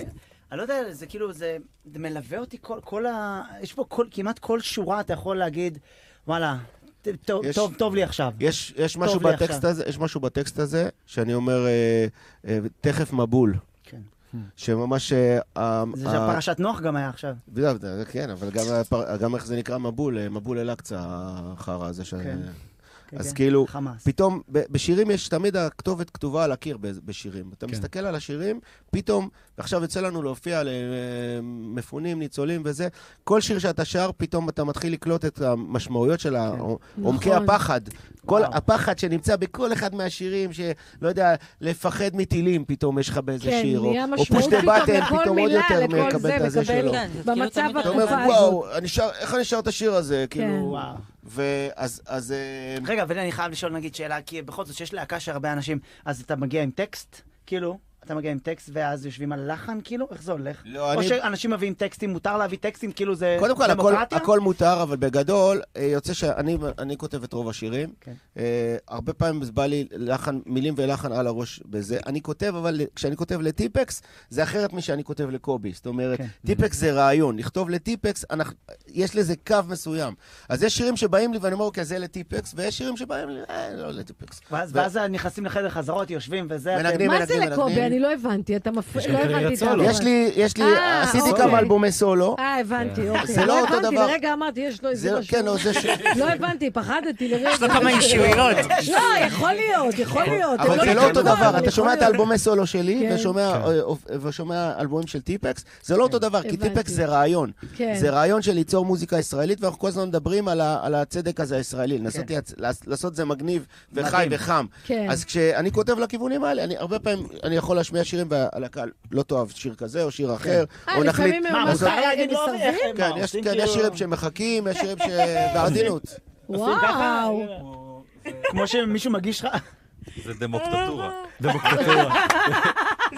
Speaker 1: אני לא יודע, זה כאילו, זה זה מלווה אותי כל- כל ה... יש פה כל- כמעט כל שורה אתה יכול להגיד, וואלה, ט- טוב-
Speaker 7: יש-
Speaker 1: טוב- טוב לי עכשיו.
Speaker 7: יש, יש, משהו
Speaker 1: לי
Speaker 7: בטקסט
Speaker 1: עכשיו.
Speaker 7: הזה, יש משהו בטקסט הזה שאני אומר, אה, אה, תכף מבול.
Speaker 1: כן.
Speaker 7: שממש... אה, ה-
Speaker 1: זה
Speaker 7: ה-
Speaker 1: שם פרשת נוח גם היה עכשיו.
Speaker 7: בדיוק, זה- כן, אבל גם הפר- גם איך זה נקרא מבול, אה, מבול אל-אקצא, אה, החרא הזה ש...
Speaker 1: כן.
Speaker 7: אז כאילו,
Speaker 1: חמאס.
Speaker 7: פתאום, ב- בשירים יש תמיד הכתובת כתובה על הקיר בז- בשירים. אתה
Speaker 2: כן.
Speaker 7: מסתכל על השירים, פתאום, ועכשיו יוצא לנו להופיע למפונים, ניצולים וזה, כל שיר שאתה שר, פתאום אתה מתחיל לקלוט את המשמעויות של ה- עומקי
Speaker 3: נכון.
Speaker 7: הפחד. כל
Speaker 1: וואו.
Speaker 7: הפחד שנמצא בכל אחד מהשירים, שלא יודע, לפחד מטילים, פתאום יש לך באיזה
Speaker 3: כן,
Speaker 7: שיר, או-
Speaker 3: נהיה
Speaker 7: או
Speaker 3: משמעות
Speaker 7: פוש דה
Speaker 3: פתאום
Speaker 7: בטן,
Speaker 3: לכל
Speaker 7: פתאום עוד
Speaker 3: מילה,
Speaker 7: יותר
Speaker 3: לכל
Speaker 7: מקבל
Speaker 3: זה,
Speaker 7: את הזה
Speaker 3: מקבל
Speaker 7: שלו.
Speaker 3: כן. במצב
Speaker 7: אתה
Speaker 3: בתקופה
Speaker 7: אומר,
Speaker 3: הזאת.
Speaker 7: וואו, אני שר- איך אני שר את השיר הזה? כאילו...
Speaker 1: כן. וואו.
Speaker 7: ואז, אז... אה,
Speaker 1: רגע, אבל אני חייב לשאול נגיד שאלה, כי בכל זאת, שיש להקה שהרבה אנשים, אז אתה מגיע עם טקסט, כאילו, אתה מגיע עם טקסט ואז יושבים על לחן, כאילו, איך זה הולך?
Speaker 7: לא,
Speaker 1: או
Speaker 7: אני-
Speaker 1: שאנשים מביאים טקסטים, מותר להביא טקסטים, כאילו זה
Speaker 7: קודם כל, הכל,
Speaker 1: דמוקרטיה?
Speaker 7: הכל מותר, אבל בגדול, אה, יוצא שאני אני כותב את רוב השירים.
Speaker 1: כן.
Speaker 7: אה, הרבה פעמים זה בא לי לחן, מילים ולחן על הראש בזה. אני כותב, אבל כשאני כותב לטיפקס, זה אחרת משאני כותב לקובי. זאת אומרת,
Speaker 1: כן.
Speaker 7: טיפקס זה רעיון. לכתוב לטיפקס, אנחנו, יש לזה קו מסוים. אז יש שירים שבאים לי ואני אומר, אוקיי, זה לטיפקס, ויש שירים שבאים לי, אה, לא לטיפקס.
Speaker 1: ואז,
Speaker 7: ו-
Speaker 1: ואז נכנסים לחדר חזרות, יושבים וזה, אתם-
Speaker 7: מנגנים.
Speaker 3: מה זה
Speaker 7: מנגנים,
Speaker 3: לקובי?
Speaker 7: מנגנים.
Speaker 3: אני לא הבנתי, אתה מפריע,
Speaker 2: גם
Speaker 3: לא
Speaker 2: קריירת
Speaker 3: הבנתי את
Speaker 2: סולו.
Speaker 3: ה-
Speaker 7: יש לי, יש לי,
Speaker 3: אה,
Speaker 7: עשיתי
Speaker 3: אוקיי.
Speaker 7: כמה אלבומי סולו.
Speaker 3: אה, הבנתי, אוקיי.
Speaker 7: זה לא אותו
Speaker 3: הבנתי,
Speaker 7: דבר.
Speaker 3: לרגע אמרתי, יש לו
Speaker 7: זה,
Speaker 3: איזה משהו.
Speaker 7: כן, לא, זה ש...
Speaker 3: לא הבנתי, פחדתי לרגע.
Speaker 11: יש לו כמה אישיויות.
Speaker 3: לא, יכול להיות, יכול להיות. הם
Speaker 7: אבל זה לא
Speaker 3: נתנו,
Speaker 7: אותו
Speaker 3: אבל
Speaker 7: דבר,
Speaker 3: יכול
Speaker 7: אתה שומע את
Speaker 3: להיות.
Speaker 7: האלבומי סולו שלי,
Speaker 3: כן.
Speaker 7: ושומע, אה, אופ- ושומע אלבומים של טיפקס, זה לא אותו דבר, כי
Speaker 3: הבנתי.
Speaker 7: טיפקס זה רעיון.
Speaker 3: כן.
Speaker 7: זה רעיון של ליצור מוזיקה ישראלית, ואנחנו כל הזמן מדברים על ה- על הצדק הזה הישראלי, לנסות לעצ- לעס- לעשות את זה מגניב וחי
Speaker 1: מדהים.
Speaker 7: וחם.
Speaker 3: כן.
Speaker 7: אז כשאני כותב לכיוונים האלה, אני הרבה פעמים, אני יכול להשמיע שירים, והלקהל לא תאהב שיר כזה או שיר אחר,
Speaker 3: אה,
Speaker 7: או נחליט...
Speaker 3: לפעמים
Speaker 1: מה,
Speaker 3: הם
Speaker 1: מותר
Speaker 3: ממש
Speaker 1: להגיד לא?
Speaker 3: מסרבים?
Speaker 1: איך הם-
Speaker 7: כן,
Speaker 1: מה,
Speaker 7: יש
Speaker 1: עושים
Speaker 7: כן, יש
Speaker 1: כאילו-
Speaker 7: שירים שמחכים, יש שירים ש... בעדינות.
Speaker 1: עושים ככה,
Speaker 3: וואו.
Speaker 1: כמו שמישהו מגיש לך...
Speaker 9: זה
Speaker 3: אה,
Speaker 9: דמוקטטורה.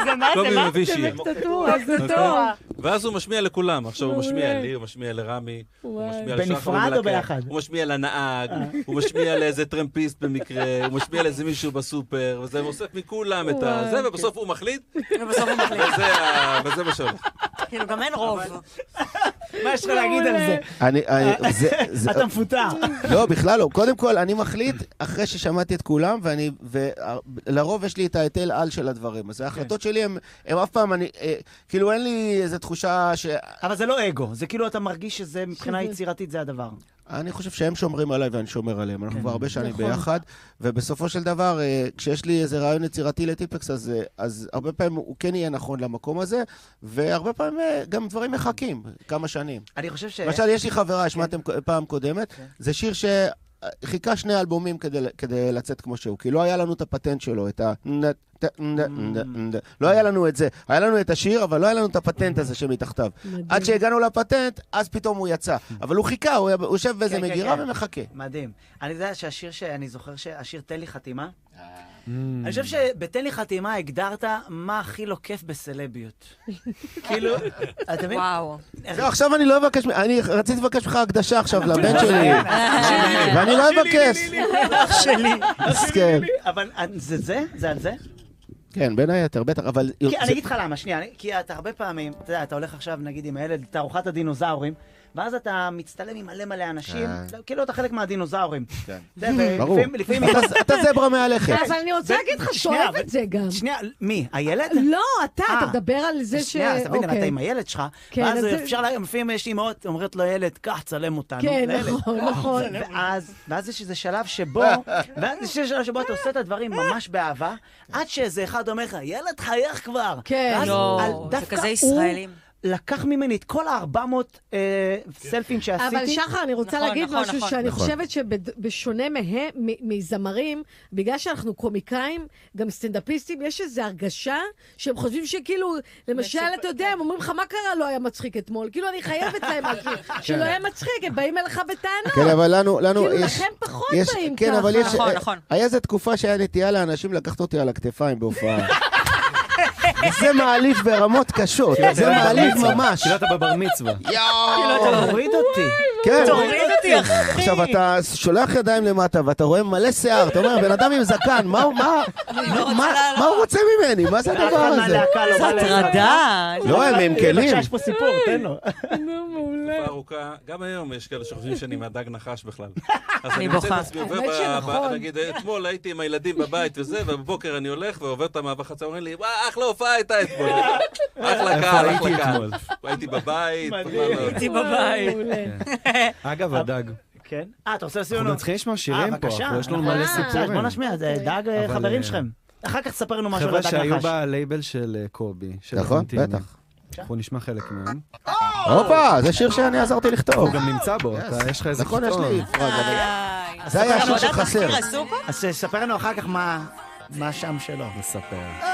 Speaker 11: זה מה,
Speaker 1: לא
Speaker 9: קובי
Speaker 11: זה מה?
Speaker 9: מביא שיר. נכון?
Speaker 3: דיקטטורה, זה
Speaker 1: אוקיי.
Speaker 3: טוב.
Speaker 9: ואז הוא משמיע לכולם, עכשיו הוא משמיע
Speaker 3: מעולה.
Speaker 9: לי, הוא משמיע לרמי, הוא
Speaker 3: וואי. אה.
Speaker 9: משמיע לשחר
Speaker 1: בנפרד או
Speaker 9: ולקט,
Speaker 1: ביחד?
Speaker 9: הוא משמיע לנהג, הוא משמיע לאיזה טרמפיסט במקרה, הוא משמיע לאיזה מישהו בסופר, וזה אוסף מכולם את
Speaker 3: וואי, כן.
Speaker 9: הזה, ובסוף הוא מחליט,
Speaker 11: ובסוף הוא מחליט.
Speaker 9: וזה ה- וזה מה שהולך.
Speaker 11: כאילו, גם אין רוב.
Speaker 1: מה יש לך להגיד על זה? אה,
Speaker 7: אני... אני- זה- זה-
Speaker 1: אתה מפוטר.
Speaker 7: לא, בכלל לא. קודם כל, אני מחליט, אחרי ששמעתי את כולם, ואני, ולרוב יש לי את ההיטל על של הדברים. אז ההחלטות שלי הם, הם אף פעם, אני, אה, כאילו אין לי איזו תחושה ש...
Speaker 1: אבל זה לא אגו, זה כאילו אתה מרגיש שזה מבחינה
Speaker 3: שזה-
Speaker 1: יצירתית זה הדבר.
Speaker 7: אני חושב שהם שומרים עליי ואני שומר עליהם. אנחנו כבר הרבה שנים
Speaker 3: נכון.
Speaker 7: ביחד, ובסופו של דבר, אה, כשיש לי איזה רעיון יצירתי לטיפקס, אז, אה, אז הרבה פעמים הוא כן יהיה נכון למקום הזה, והרבה פעמים אה, גם דברים מחכים כמה שנים.
Speaker 1: אני חושב ש...
Speaker 7: למשל, יש לי חברה, השמעתם
Speaker 1: כן.
Speaker 7: כ- פעם קודמת, זה שיר שחיכה שני אלבומים כדי ל- כדי לצאת כמו שהוא, כי לא היה לנו את הפטנט שלו, את ה... נ- ת- נ-
Speaker 1: Mm.
Speaker 7: נ- נ- נ- לא היה לנו את זה. היה לנו את השיר, אבל לא היה לנו את הפטנט הזה שמתחתיו.
Speaker 3: מדהים.
Speaker 7: עד שהגענו לפטנט, אז פתאום הוא יצא. אבל הוא חיכה, הוא היה- הוא יושב באיזה
Speaker 1: Mm. כן, כן,
Speaker 7: מגירה
Speaker 1: כן.
Speaker 7: ומחכה.
Speaker 1: מדהים. אני יודע שהשיר ש... אני זוכר שהשיר תן לי חתימה.
Speaker 7: Mm.
Speaker 1: Mm. אני חושב שבתן לי חתימה הגדרת מה הכי לא כיף בסלביות. כאילו, אתה מבין?
Speaker 11: וואו.
Speaker 7: זהו, עכשיו אני לא אבקש, מ- אני רציתי לבקש ממך הקדשה עכשיו
Speaker 1: לא-
Speaker 7: לבן שלי, ואני לא אבקש.
Speaker 1: אח לא שלי.
Speaker 7: מסכן.
Speaker 1: אבל זה זה? זה על זה?
Speaker 7: כן, בין היתר, בטח, אבל...
Speaker 1: כי אני
Speaker 7: זה-
Speaker 1: אגיד לך למה, שנייה, אני- כי אתה הרבה פעמים, אתה יודע, אתה הולך עכשיו נגיד עם הילד, תערוכת הדינוזאורים, ואז אתה מצטלם עם מלא מלא אנשים,
Speaker 7: כן.
Speaker 1: כאילו אתה חלק מהדינוזאורים.
Speaker 7: כן.
Speaker 1: אתה יודע,
Speaker 7: ברור.
Speaker 1: ולפעמים- לפעמים...
Speaker 7: אתה- אתה זברה מהלכת.
Speaker 3: אבל אני רוצה להגיד לך, שהוא
Speaker 1: שנייה,
Speaker 3: אוהב את
Speaker 1: אבל-
Speaker 3: זה גם.
Speaker 1: שנייה, מי? הילד?
Speaker 3: לא, אתה,
Speaker 1: אה.
Speaker 3: אתה מדבר על זה ש...
Speaker 1: שנייה, אז אתה מבין, אתה
Speaker 3: אוקיי.
Speaker 1: עם הילד שלך,
Speaker 3: כן,
Speaker 1: ואז
Speaker 3: אז זה-
Speaker 1: אפשר, לה- לפעמים יש אימהות, אומרת לו, ילד, קח, צלם אותנו.
Speaker 3: כן,
Speaker 1: לילד.
Speaker 3: נכון, נכון.
Speaker 1: ואז, ואז יש איזה שלב שבו, ואז יש איזה שלב שבו אתה עושה את הדברים ממש באהבה, עד שאיזה אחד אומר לך, ילד חייך כבר.
Speaker 3: כן.
Speaker 1: ואז
Speaker 11: יואו,
Speaker 1: על-
Speaker 11: לא, זה
Speaker 1: דווקא
Speaker 11: כזה
Speaker 1: הוא
Speaker 11: ישראלים.
Speaker 1: לקח ממני את כל ה-400 אה, סלפים שעשיתי.
Speaker 3: אבל שחר, אני רוצה
Speaker 11: כן. נכון,
Speaker 3: להגיד
Speaker 11: נכון,
Speaker 3: משהו
Speaker 11: נכון.
Speaker 3: שאני
Speaker 7: נכון.
Speaker 3: חושבת שבשונה מהם- מ- מזמרים, בגלל שאנחנו קומיקאים, גם סטנדאפיסטים, יש איזו הרגשה שהם חושבים שכאילו, למשל,
Speaker 11: מצופה,
Speaker 3: אתה יודע, הם אומרים לך, מה קרה? לא היה מצחיק אתמול. כאילו, אני חייבת להם משהו
Speaker 11: כן.
Speaker 3: שלא היה מצחיק, הם באים אליך
Speaker 7: כן,
Speaker 3: בטענות.
Speaker 7: אבל לנו, לנו
Speaker 3: לא. כאילו,
Speaker 7: יש...
Speaker 3: לכם פחות
Speaker 7: יש-
Speaker 3: באים
Speaker 7: כן,
Speaker 3: ככה.
Speaker 7: אבל יש...
Speaker 11: נכון,
Speaker 7: אה,
Speaker 11: נכון.
Speaker 7: היה איזו תקופה שהיה נטייה לאנשים לקחת אותי על הכתפיים בהופעה. זה מעליף ברמות קשות, זה מעליף ממש.
Speaker 2: כאילו אתה בבר מצווה.
Speaker 1: אתה מוריד אותי.
Speaker 7: כן.
Speaker 11: תוריד אותי, אחי.
Speaker 7: עכשיו, אתה שולח ידיים למטה ואתה רואה מלא שיער, אתה אומר, בן אדם עם זקן, מה הוא- מה-
Speaker 11: לא רוצה
Speaker 7: מה-
Speaker 11: לעלות.
Speaker 7: מה הוא רוצה ממני? מה זה
Speaker 1: אף
Speaker 7: הדבר
Speaker 1: אחד
Speaker 7: הזה?
Speaker 1: מהלהקה לא
Speaker 11: זה
Speaker 1: בא לעזרה.
Speaker 11: הטרדה.
Speaker 7: לא, הם עם כלים.
Speaker 1: בבקשה, יש פה סיפור, תן לו.
Speaker 9: תקופה ארוכה, גם היום יש כאלה שחושבים שאני מהדג נחש בכלל. אז
Speaker 11: אני
Speaker 9: אני מוצא את
Speaker 11: בוכה.
Speaker 9: עצמי
Speaker 3: האמת
Speaker 9: עובר, ב-
Speaker 3: שנכון.
Speaker 9: ב- נגיד, אתמול הייתי עם הילדים בבית וזה, ובבוקר אני הולך ועובר את המעבר חצה, אומרים לי, וואה, אחלה הופעה הייתה אתמול. אחלה קהל,
Speaker 2: הייתי
Speaker 9: אחלה קהל.
Speaker 2: אתמול?
Speaker 9: הייתי בבית.
Speaker 1: מדהים.
Speaker 9: בכלל לא-
Speaker 11: הייתי בבית.
Speaker 3: מעולה.
Speaker 2: אגב, הדג.
Speaker 1: כן? אה, אתה רוצה לשים
Speaker 2: אנחנו
Speaker 1: לנו?
Speaker 2: נתחיל לשמוע
Speaker 1: אה,
Speaker 2: שירים פה,
Speaker 1: בבקשה.
Speaker 2: אנחנו- יש לנו
Speaker 1: אנחנו-
Speaker 2: מלא
Speaker 3: אה,
Speaker 1: אז בוא
Speaker 2: סיפורים.
Speaker 1: נשמיע, אז, אה,
Speaker 3: אוקיי.
Speaker 1: דאג אה,
Speaker 2: אבל,
Speaker 1: חברים
Speaker 2: אה,
Speaker 1: שלכם. אחר כך ספר לנו משהו על
Speaker 2: חבר'ה
Speaker 1: הדג
Speaker 2: שהיו
Speaker 1: נחש.
Speaker 2: בלייבל של אה, קובי, של
Speaker 7: נכון,
Speaker 2: קלמנטיני.
Speaker 7: בטח.
Speaker 2: אנחנו נשמע חלק מהם.
Speaker 7: הופה, זה שיר שאני עזרתי לכתוב.
Speaker 2: הוא גם נמצא בו,
Speaker 1: אה,
Speaker 7: Yes.
Speaker 2: אתה- יש לך איזה אה,
Speaker 7: נכון, יש
Speaker 2: חטאון.
Speaker 7: לי פרז, אבל...
Speaker 11: די.
Speaker 7: זה היה
Speaker 11: אבל
Speaker 7: השיר
Speaker 11: עבודת
Speaker 7: שחסר.
Speaker 11: תחקיר עשו פה?
Speaker 1: אז אה, ספר לנו אחר כך מה- מה שם שלו.
Speaker 2: נספר.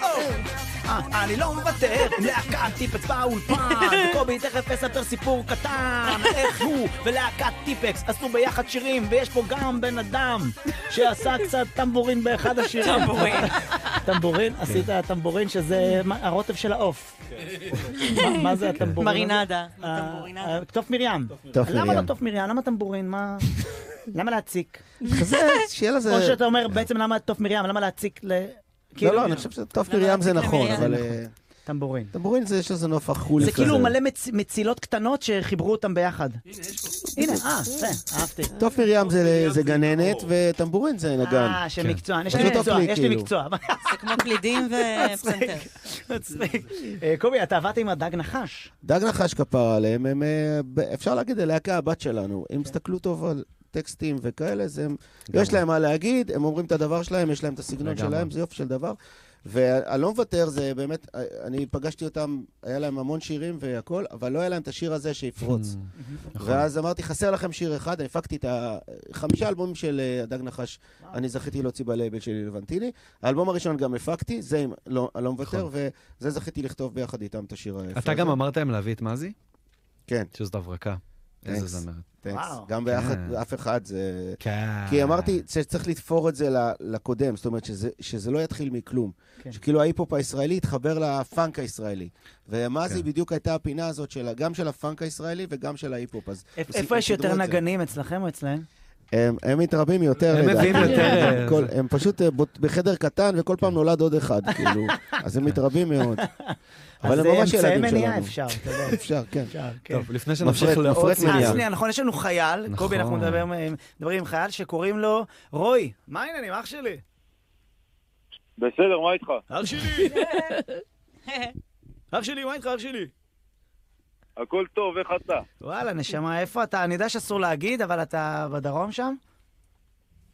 Speaker 1: אה, אני לא מוותר, עם להקת טיפקס באולפן. קובי תכף יספר סיפור קטן, איך הוא ולהקת טיפקס עשו ביחד שירים, ויש פה גם בן אדם שעשה קצת טמבורין באחד השירים. טמבורין. טמבורין?
Speaker 2: כן.
Speaker 1: עשית טמבורין, שזה מה- הרוטב של העוף. מה- מה זה הטמבורין? הזה?
Speaker 11: מרינדה.
Speaker 1: אה,
Speaker 11: טמבורינדה.
Speaker 1: אה, תוף מרים.
Speaker 7: טוב,
Speaker 1: למה לא
Speaker 7: מרים.
Speaker 1: תוף מרים? למה טמבורין? מה... למה להציק?
Speaker 7: זה, שיהיה לזה...
Speaker 1: או שאתה אומר, בעצם למה תוף מרים? למה להציק ל...
Speaker 7: לא,
Speaker 1: כאילו-
Speaker 7: לא, אני חושב שטוב מרים זה
Speaker 11: למה להציק
Speaker 7: נכון,
Speaker 11: למרים?
Speaker 7: אבל... אה,
Speaker 1: טמבורין.
Speaker 7: טמבורין זה, יש לזה נופח חולי
Speaker 1: זה
Speaker 7: כזה.
Speaker 1: כאילו מלא מצ- מצילות קטנות שחיברו אותן ביחד. הנה, אה, זה, אהבתי.
Speaker 7: טוב מרים זה- כן. זה גננת, וטמבורין זה נגן.
Speaker 1: אה, שמקצוען, יש
Speaker 7: פשוט
Speaker 1: לי מקצוע,
Speaker 7: אופלי,
Speaker 1: יש לי
Speaker 7: כאילו.
Speaker 1: מקצוע.
Speaker 11: זה כמו קלידים ופסנתר.
Speaker 1: מצחיק. אה, קובי, אתה עבדת עם הדג נחש.
Speaker 7: דג נחש כפר עליהם, הם, אה, ב- אפשר להגיד, הלהקה הבת שלנו. אם תסתכלו טוב על טקסטים וכאלה, זה הם, יש להם מה להגיד, הם אומרים את הדבר שלהם, יש להם את הסגנון
Speaker 2: לגמרי.
Speaker 7: שלהם, זה יופי של דבר. והלא מוותר זה באמת, אה, אני פגשתי אותם, היה להם המון שירים והכול, אבל לא היה להם את השיר הזה שיפרוץ.
Speaker 2: נכון.
Speaker 7: ואז אמרתי, חסר לכם שיר אחד, הפקתי את החמישה אלבומים של אה, הדג נחש, אני זכיתי להוציא בלייבל שלי לבנטיני. האלבום הראשון גם הפקתי, זה עם לא הלא מוותר, וזה זכיתי לכתוב ביחד איתם את השיר היפה.
Speaker 2: נכון. אתה
Speaker 7: הזה.
Speaker 2: גם אמ- אמרת להם להביא את מזי?
Speaker 7: כן.
Speaker 2: שזאת הברקה. איזה זמרת.
Speaker 7: טקס.
Speaker 1: וואו.
Speaker 7: גם ביחד,
Speaker 2: כן.
Speaker 7: אף אחד זה...
Speaker 2: כן.
Speaker 7: כי אמרתי שצריך לתפור את זה ל- לקודם, זאת אומרת שזה- שזה לא יתחיל מכלום.
Speaker 1: כן.
Speaker 7: שכאילו ההיפ-הופ הישראלי יתחבר לפאנק הישראלי. ומה
Speaker 2: כן.
Speaker 7: זה בדיוק הייתה הפינה הזאת של- גם של הפאנק הישראלי וגם של ההיפ-הופ. אז
Speaker 1: איפ-
Speaker 7: עושים-
Speaker 1: איפה יש
Speaker 7: סידרו
Speaker 1: יותר
Speaker 7: את זה.
Speaker 1: נגנים, אצלכם או אצלהם?
Speaker 7: הם- הם מתרבים יותר
Speaker 2: הם
Speaker 7: לדעתי.
Speaker 2: מביאים יותר,
Speaker 7: הם כל-
Speaker 2: אה,
Speaker 7: הם פשוט אה, בוט- בחדר קטן וכל פעם נולד עוד אחד, כאילו. אז הם מתרבים מאוד. אבל
Speaker 1: אז
Speaker 7: הם
Speaker 1: זה
Speaker 7: ממש
Speaker 1: אמצעי
Speaker 7: ילדים
Speaker 1: מניעה
Speaker 7: שלנו.
Speaker 1: אפשר, אתה יודע.
Speaker 7: אפשר, כן.
Speaker 1: אפשר, כן.
Speaker 2: לא טוב, לפני
Speaker 7: מפרט-
Speaker 2: שנמשיך לעוד
Speaker 7: מפרט
Speaker 2: סיפור.
Speaker 1: אה,
Speaker 7: מניעה.
Speaker 1: שנייה, נכון, יש לנו חייל,
Speaker 2: נכון.
Speaker 1: קובי, אנחנו מדבר- מדברים עם חייל שקוראים לו רוי. מה העניינים, אח שלי?
Speaker 6: בסדר, מה איתך?
Speaker 1: אח שלי! אח שלי, מה איתך, אח שלי?
Speaker 6: הכל טוב, איך אתה?
Speaker 1: וואלה, נשמה, איפה אתה? אני יודע שאסור להגיד, אבל אתה בדרום שם?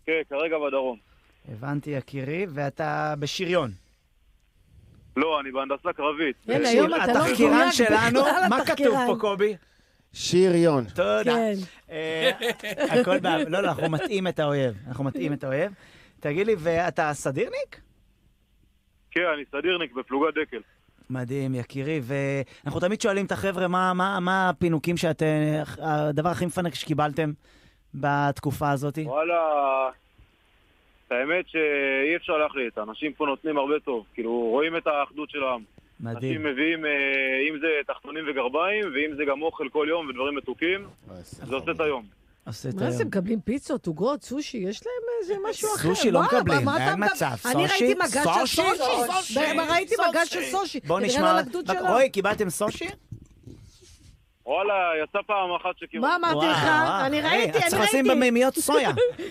Speaker 6: כן, כרגע בדרום.
Speaker 1: הבנתי, יקירי, ואתה בשריון.
Speaker 6: לא, אני בהנדסה קרבית.
Speaker 3: אין, היום אתה לא
Speaker 1: התחקירן
Speaker 3: מדויק
Speaker 1: שלנו,
Speaker 3: בכלל,
Speaker 1: מה כתוב
Speaker 3: התחקירן.
Speaker 1: פה, קובי?
Speaker 7: שריון.
Speaker 1: תודה.
Speaker 3: כן.
Speaker 1: אה, הכל ב... לא, לא, אנחנו מטעים את האויב. אנחנו מטעים את האויב. תגיד לי, ואתה סדירניק?
Speaker 6: כן, אני סדירניק בפלוגת דקל.
Speaker 1: מדהים, יקירי, ואנחנו תמיד שואלים את החבר'ה, מה, מה, מה הפינוקים שאתם, הדבר הכי מפנק שקיבלתם בתקופה הזאת?
Speaker 6: וואלה, את אה, האמת שאי אפשר להחליט, האנשים פה נותנים הרבה טוב, כאילו רואים את האחדות של העם.
Speaker 1: מדהים.
Speaker 6: אנשים מביאים, אה, אם זה תחתונים וגרביים, ואם זה גם אוכל כל יום ודברים מתוקים, זה עושה את היום.
Speaker 1: עושה את
Speaker 3: מה זה,
Speaker 1: היום.
Speaker 3: מקבלים פיצות, עוגות, סושי, יש להם איזה משהו אחר.
Speaker 1: סושי לא
Speaker 3: מה,
Speaker 1: מקבלים,
Speaker 3: מה אתה
Speaker 1: אין
Speaker 3: מדבר?
Speaker 1: מצב.
Speaker 3: אני
Speaker 1: סושי?
Speaker 3: ראיתי מגש של
Speaker 1: סושי?
Speaker 3: סושי. ב- ראיתי מגש של סושי.
Speaker 1: בוא
Speaker 3: כנראה
Speaker 1: נשמע,
Speaker 3: לא לגדוד שלו.
Speaker 1: רועי, קיבלתם סושי?
Speaker 6: וואלה, יצא פעם אחת שכאילו...
Speaker 3: מה אמרתי לך? אני ראיתי,
Speaker 1: אז
Speaker 3: אני
Speaker 1: צריך לשים
Speaker 3: ראיתי.
Speaker 1: במימיות סויה,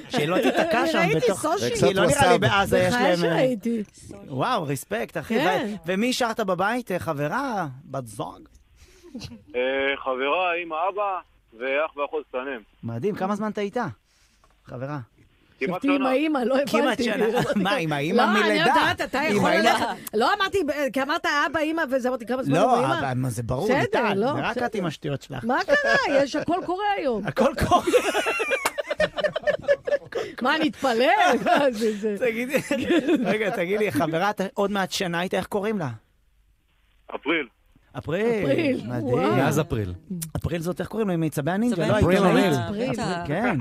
Speaker 1: שלא תיתקע
Speaker 3: אני
Speaker 1: שם
Speaker 3: ראיתי
Speaker 1: בתוך...
Speaker 3: סושי.
Speaker 1: כי לא נראה לי בעזה יש
Speaker 3: בחיי
Speaker 1: להם... אה,
Speaker 3: שראיתי.
Speaker 1: וואו, רספקט, אחי.
Speaker 3: כן.
Speaker 1: ו- ומי שרת בבית? אה, חברה? בת זוג?
Speaker 6: אה, חברה, אימא, אבא, ואח ואחות קטנים.
Speaker 1: מדהים, כמה זמן אתה איתה? חברה.
Speaker 6: כמעט
Speaker 3: חשבתי עם
Speaker 6: שנה.
Speaker 3: האימא, לא הבנתי.
Speaker 1: כמעט שנה. מה, עם האמא מלידה?
Speaker 3: לא, אני יודעת, אתה
Speaker 1: עם
Speaker 3: יכול
Speaker 1: האמא-
Speaker 3: ללכת. לא אמרתי, כי אמרת אבא, אימא, וזה אמרתי, כמה זמן
Speaker 1: לא,
Speaker 3: הוא אימא?
Speaker 1: אבל מה, זה ברור,
Speaker 3: בסדר,
Speaker 1: ניתן.
Speaker 3: לא,
Speaker 1: זה רק
Speaker 3: בסדר.
Speaker 1: את עם השטויות שלך.
Speaker 3: מה קרה? יש, הכל קורה היום.
Speaker 1: הכל קורה.
Speaker 3: מה, נתפלא? מה זה, זה?
Speaker 1: תגידי, רגע, תגידי, חברה, אתה עוד מעט שנה איתה, איך קוראים לה?
Speaker 6: אפריל.
Speaker 1: אפריל.
Speaker 3: אפריל, וואו.
Speaker 1: מדהים.
Speaker 2: מאז אפריל.
Speaker 1: אפריל זאת, איך קוראים לה? מצבי
Speaker 11: צבעי
Speaker 1: הנינג'ה, לא
Speaker 11: הנינג'ה.
Speaker 1: העיתונאית.
Speaker 11: אפריל.
Speaker 3: אפריל.
Speaker 1: כן.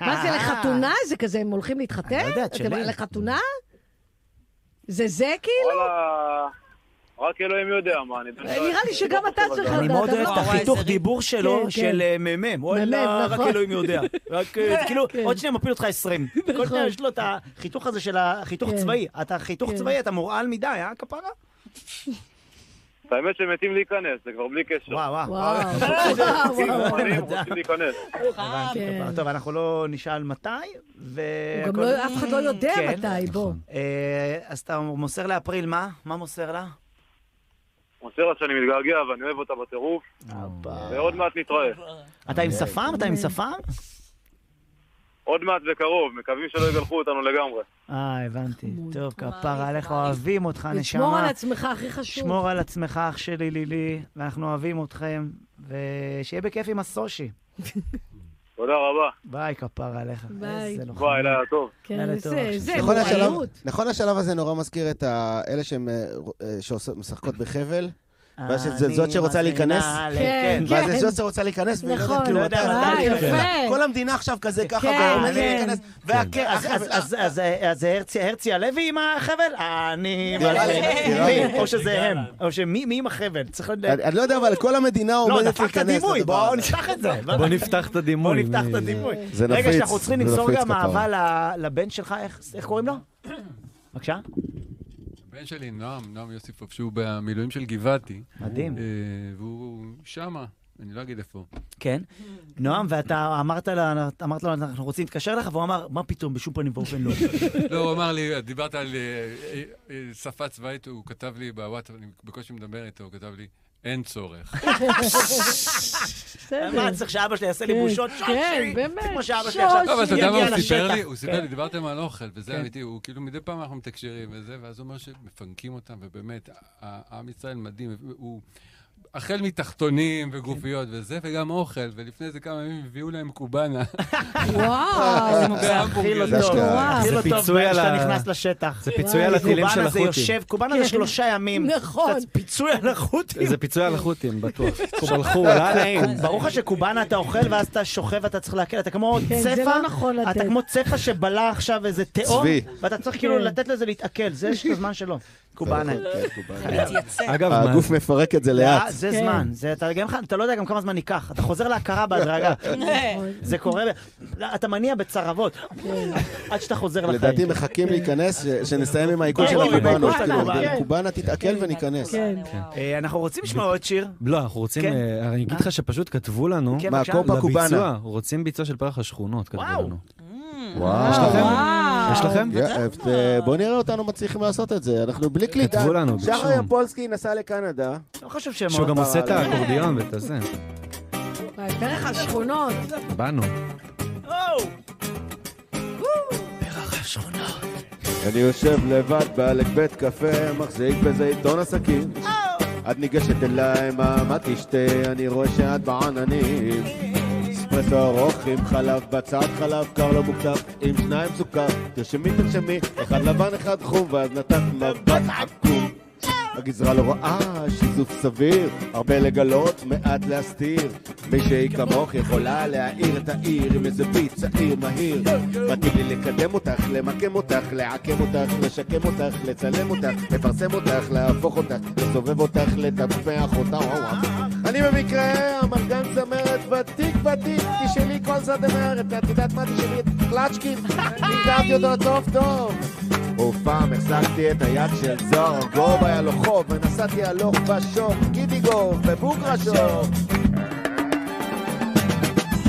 Speaker 3: מה זה, לחתונה? זה כזה, הם הולכים להתחתן?
Speaker 1: אה. אני לא יודעת,
Speaker 3: אתם-
Speaker 1: שלי.
Speaker 3: לחתונה? זה זה כאילו?
Speaker 7: לא.
Speaker 12: אה,
Speaker 6: וואלה, רק אלוהים יודע מה, אני...
Speaker 3: נראה לי שגם אתה צריך לדעת.
Speaker 1: אני מאוד
Speaker 3: אבל
Speaker 1: אוהב את
Speaker 11: וואי, זה
Speaker 1: החיתוך
Speaker 11: ריק.
Speaker 1: דיבור שלו,
Speaker 3: כן,
Speaker 1: של אה, מ"מ. וואלה, רק
Speaker 3: נכון.
Speaker 1: אלוהים יודע. רק, אה, זה כאילו,
Speaker 3: כן. נכון.
Speaker 1: עוד שנייה מפיל אותך 20. כל שנייה יש לו את החיתוך הזה של החיתוך
Speaker 3: כן.
Speaker 1: צבאי. אתה חיתוך
Speaker 3: כן.
Speaker 1: צבאי, אתה מורעל מדי, אה, כפרה?
Speaker 6: האמת שמתים להיכנס, זה כבר בלי קשר.
Speaker 1: וואו, אה, וואו.
Speaker 3: וואו, וואו,
Speaker 6: אם
Speaker 3: וואו.
Speaker 6: מוכנים,
Speaker 1: אה,
Speaker 6: רוצים להיכנס.
Speaker 1: הבנתי,
Speaker 3: כן.
Speaker 1: כפרה. טוב, אנחנו לא נשאל מתי, ו...
Speaker 3: הוא גם לא- אף אחד לא יודע
Speaker 1: כן.
Speaker 3: מתי, בוא.
Speaker 1: אה, אז אתה מוסר לאפריל, מה? מה מוסר לה?
Speaker 12: מוסר לה שאני מתגעגע ואני אוהב אותה בטירוף, ועוד מעט נתראה.
Speaker 1: אתה עם שפם? אתה עם שפם?
Speaker 12: עוד מעט בקרוב, מקווים שלא יגלחו אותנו לגמרי.
Speaker 1: אה, הבנתי. טוב, כפרה
Speaker 11: וואי,
Speaker 1: עליך,
Speaker 11: וואי.
Speaker 1: אוהבים אותך, נשמה.
Speaker 4: תשמור על עצמך, הכי חשוב.
Speaker 1: שמור על עצמך, אח שלי לילי, ואנחנו אוהבים אתכם, ושיהיה בכיף עם הסושי.
Speaker 12: תודה רבה.
Speaker 1: ביי, כפר עליך.
Speaker 4: ביי.
Speaker 1: איזה לוחם.
Speaker 12: ביי, לילה טוב.
Speaker 4: כן,
Speaker 1: יאללה, טוב, אח
Speaker 4: זה, זה
Speaker 1: שלי.
Speaker 8: נכון השלב-
Speaker 4: מורעיות.
Speaker 8: נכון השלב הזה נורא מזכיר את ה- אלה שהן, אה, אה, שעושות- משחקות בחבל. ואז זה- זאת שרוצה
Speaker 1: אני
Speaker 8: להיכנס?
Speaker 1: מזמינה
Speaker 4: כן,
Speaker 1: ל-
Speaker 8: ואז
Speaker 4: כן.
Speaker 8: יש זאת שרוצה להיכנס, והיא לא יודעת
Speaker 4: נכון,
Speaker 8: כאילו מתי
Speaker 1: לא
Speaker 8: מתי
Speaker 1: יודעת,
Speaker 8: להיכנס.
Speaker 4: יפה.
Speaker 8: כל המדינה עכשיו כזה ככה,
Speaker 4: כן,
Speaker 8: ועומדת
Speaker 4: כן.
Speaker 8: להיכנס,
Speaker 1: אז- אז-
Speaker 8: והחבל...
Speaker 1: אז- אז- אז זה הרצי- הרצי הלוי עם החבל? אני... לא,
Speaker 8: נראה לי, נראה לי.
Speaker 1: מי? או שזה הם. או שמי מי עם החבל? צריך לדעת.
Speaker 8: אני אני לא יודע, אבל כל המדינה
Speaker 1: לא,
Speaker 8: עומדת
Speaker 1: דפקת
Speaker 8: להיכנס
Speaker 1: דימוי,
Speaker 8: לדבר
Speaker 1: בואו
Speaker 8: הזה.
Speaker 1: נפתח את זה.
Speaker 2: בוא נפתח את הדימוי.
Speaker 1: בואו נפתח את
Speaker 2: מי-
Speaker 1: הדימוי.
Speaker 8: זה
Speaker 1: רגע,
Speaker 8: נפיץ,
Speaker 1: שאנחנו צריכים
Speaker 8: זה
Speaker 1: למסור
Speaker 8: נפיץ
Speaker 1: גם
Speaker 8: כפרה.
Speaker 1: אהבה ל- לבן שלך, איך- איך קוראים לו? בבקשה.
Speaker 10: הבן שלי, נועם, נועם יוסיפוב, שהוא במילואים של גבעתי,
Speaker 1: מדהים.
Speaker 10: אה, והוא שמה, אני לא אגיד איפה.
Speaker 1: כן. נועם, ואתה אמרת לה- אמרת לו, אנחנו רוצים להתקשר לך, והוא אמר, מה פתאום, בשום פנים ואופן לא.
Speaker 10: לא, הוא אמר לי, דיברת על אה, אה, אה, שפה צבאית, הוא כתב לי בוואטסאפ, אני בקושי מדבר איתו, הוא כתב לי, אין צורך.
Speaker 4: בסדר.
Speaker 1: מה, צריך שאבא שלי יעשה לי
Speaker 4: כן,
Speaker 1: בושות?
Speaker 4: כן, באמת.
Speaker 1: כמו שאבא שלי
Speaker 4: שוש.
Speaker 1: עכשיו
Speaker 10: טוב, אתה יודע מה
Speaker 1: יגיע
Speaker 10: הוא סיפר
Speaker 1: לשטח.
Speaker 10: לי? הוא סיפר לי, דיברתם על אוכל, וזה אמיתי, הוא כאילו מדי פעם אנחנו מתקשרים וזה, ואז הוא אומר שמפנקים אותם, ובאמת, ה- עם ישראל מדהים, הוא... החל מתחתונים וגופיות וזה, וגם אוכל, ולפני זה כמה ימים הביאו להם קובאנה.
Speaker 4: וואו,
Speaker 1: תאכיל
Speaker 10: והמבורגר.
Speaker 8: זה
Speaker 1: אותו,
Speaker 8: אשכרה.
Speaker 1: תאכיל
Speaker 2: זה
Speaker 1: אותו
Speaker 2: פיצוי על
Speaker 1: כשאתה
Speaker 2: ה-
Speaker 1: נכנס לשטח.
Speaker 2: זה פיצוי על
Speaker 1: וואי,
Speaker 2: הטילים של
Speaker 1: קובאנה זה
Speaker 2: החות'ים.
Speaker 1: יושב, קובאנה זה
Speaker 4: כן.
Speaker 1: שלושה ימים.
Speaker 4: נכון.
Speaker 1: זה פיצוי על החות'ים.
Speaker 2: זה פיצוי על החות'ים, בטוח. שלחו,
Speaker 4: אה,
Speaker 2: עלה להם.
Speaker 1: ברור לך שקובאנה אתה אוכל ואז אתה שוכב ואתה צריך להקל, אתה כמו
Speaker 4: כן, זה
Speaker 1: צפה,
Speaker 4: לא נכון לתת.
Speaker 1: אתה כמו צפה שבלע עכשיו איזה תהום,
Speaker 8: צבי.
Speaker 1: ואתה צריך כאילו
Speaker 4: כן.
Speaker 1: לתת לזה להתעכל, זה יש את הזמן שלו. קובאנה.
Speaker 8: כן, קובאנה.
Speaker 11: מתייצב.
Speaker 2: אגב, מה-
Speaker 8: אה, הגוף מפרק את זה לאט.
Speaker 1: זה
Speaker 4: כן.
Speaker 1: זמן, זה- אתה גם- אתה לא יודע גם כמה זמן ייקח, אתה חוזר להכרה בהדרגה.
Speaker 3: נכון.
Speaker 1: זה קורה, ב- אתה מניע בצרבות,
Speaker 3: כן.
Speaker 1: עד שאתה חוזר לחיים.
Speaker 8: לדעתי מחכים
Speaker 1: כן.
Speaker 8: להיכנס, ש- שנסיים עם העיכול של
Speaker 1: ברור,
Speaker 8: הקובנות.
Speaker 1: ברור,
Speaker 8: כאילו,
Speaker 1: ברור.
Speaker 8: קובאנה תתעכל וניכנס.
Speaker 4: כן.
Speaker 1: אה, אנחנו רוצים לשמוע עוד שיר.
Speaker 2: לא, אנחנו רוצים,
Speaker 1: כן.
Speaker 2: אה, אני אגיד לך שפשוט כתבו לנו,
Speaker 1: כן,
Speaker 8: מה,
Speaker 1: בבקשה.
Speaker 8: קופה קובאנה.
Speaker 2: לביצוע, רוצים ביצוע של פרח השכונות, כתבו
Speaker 1: וואו.
Speaker 2: לנו.
Speaker 8: וואו.
Speaker 2: יש לכם?
Speaker 8: יא, אה, בואו נראה אותנו מצליחים לעשות את זה, אנחנו בלי קליטה.
Speaker 2: כתבו לנו,
Speaker 8: שחר
Speaker 2: ביקשו.
Speaker 8: יפולסקי נסע לקנדה.
Speaker 1: לא חשוב שהם
Speaker 2: שהוא גם
Speaker 1: עוד-
Speaker 2: עושה את
Speaker 8: אה,
Speaker 2: האקורדיון
Speaker 8: כן.
Speaker 2: ואת הזה.
Speaker 4: דרך השכונות.
Speaker 2: באנו.
Speaker 8: אני יושב לבד בעלק בית קפה, מחזיק באיזה עיתון עסקים. את ניגשת אליי, מה תשתה? אני רואה שאת בעננים. אספרסו ארוך עם חלב, בצד חלב קר לא מוקטף, עם שניים סוכר. תרשמי, תרשמי, אחד לבן, אחד חום, ואז נתת מבט עקום. הגזרה לא רואה, שיזוף סביר, הרבה לגלות, מעט להסתיר. מישהי כמוך יכולה להאיר את העיר עם איזה בי צעיר מהיר. מתאים לי לקדם אותך, למקם אותך, לעקם אותך, לשקם אותך, לצלם אותך, לפרסם אותך, להפוך אותך, לסובב אותך, לטפח אותה. וואו, וואו. אני במקרה אמרגן צמרת ותיק ותיק, תשאלי כל זמרת, את יודעת מה תשאלי את קלצ'קין? הכרתי אותו טוב טוב. ופעם החזקתי את היד של זוהר גוב היה לו חוב ונסעתי הלוך ושוב גידי גוב בבוגרשוב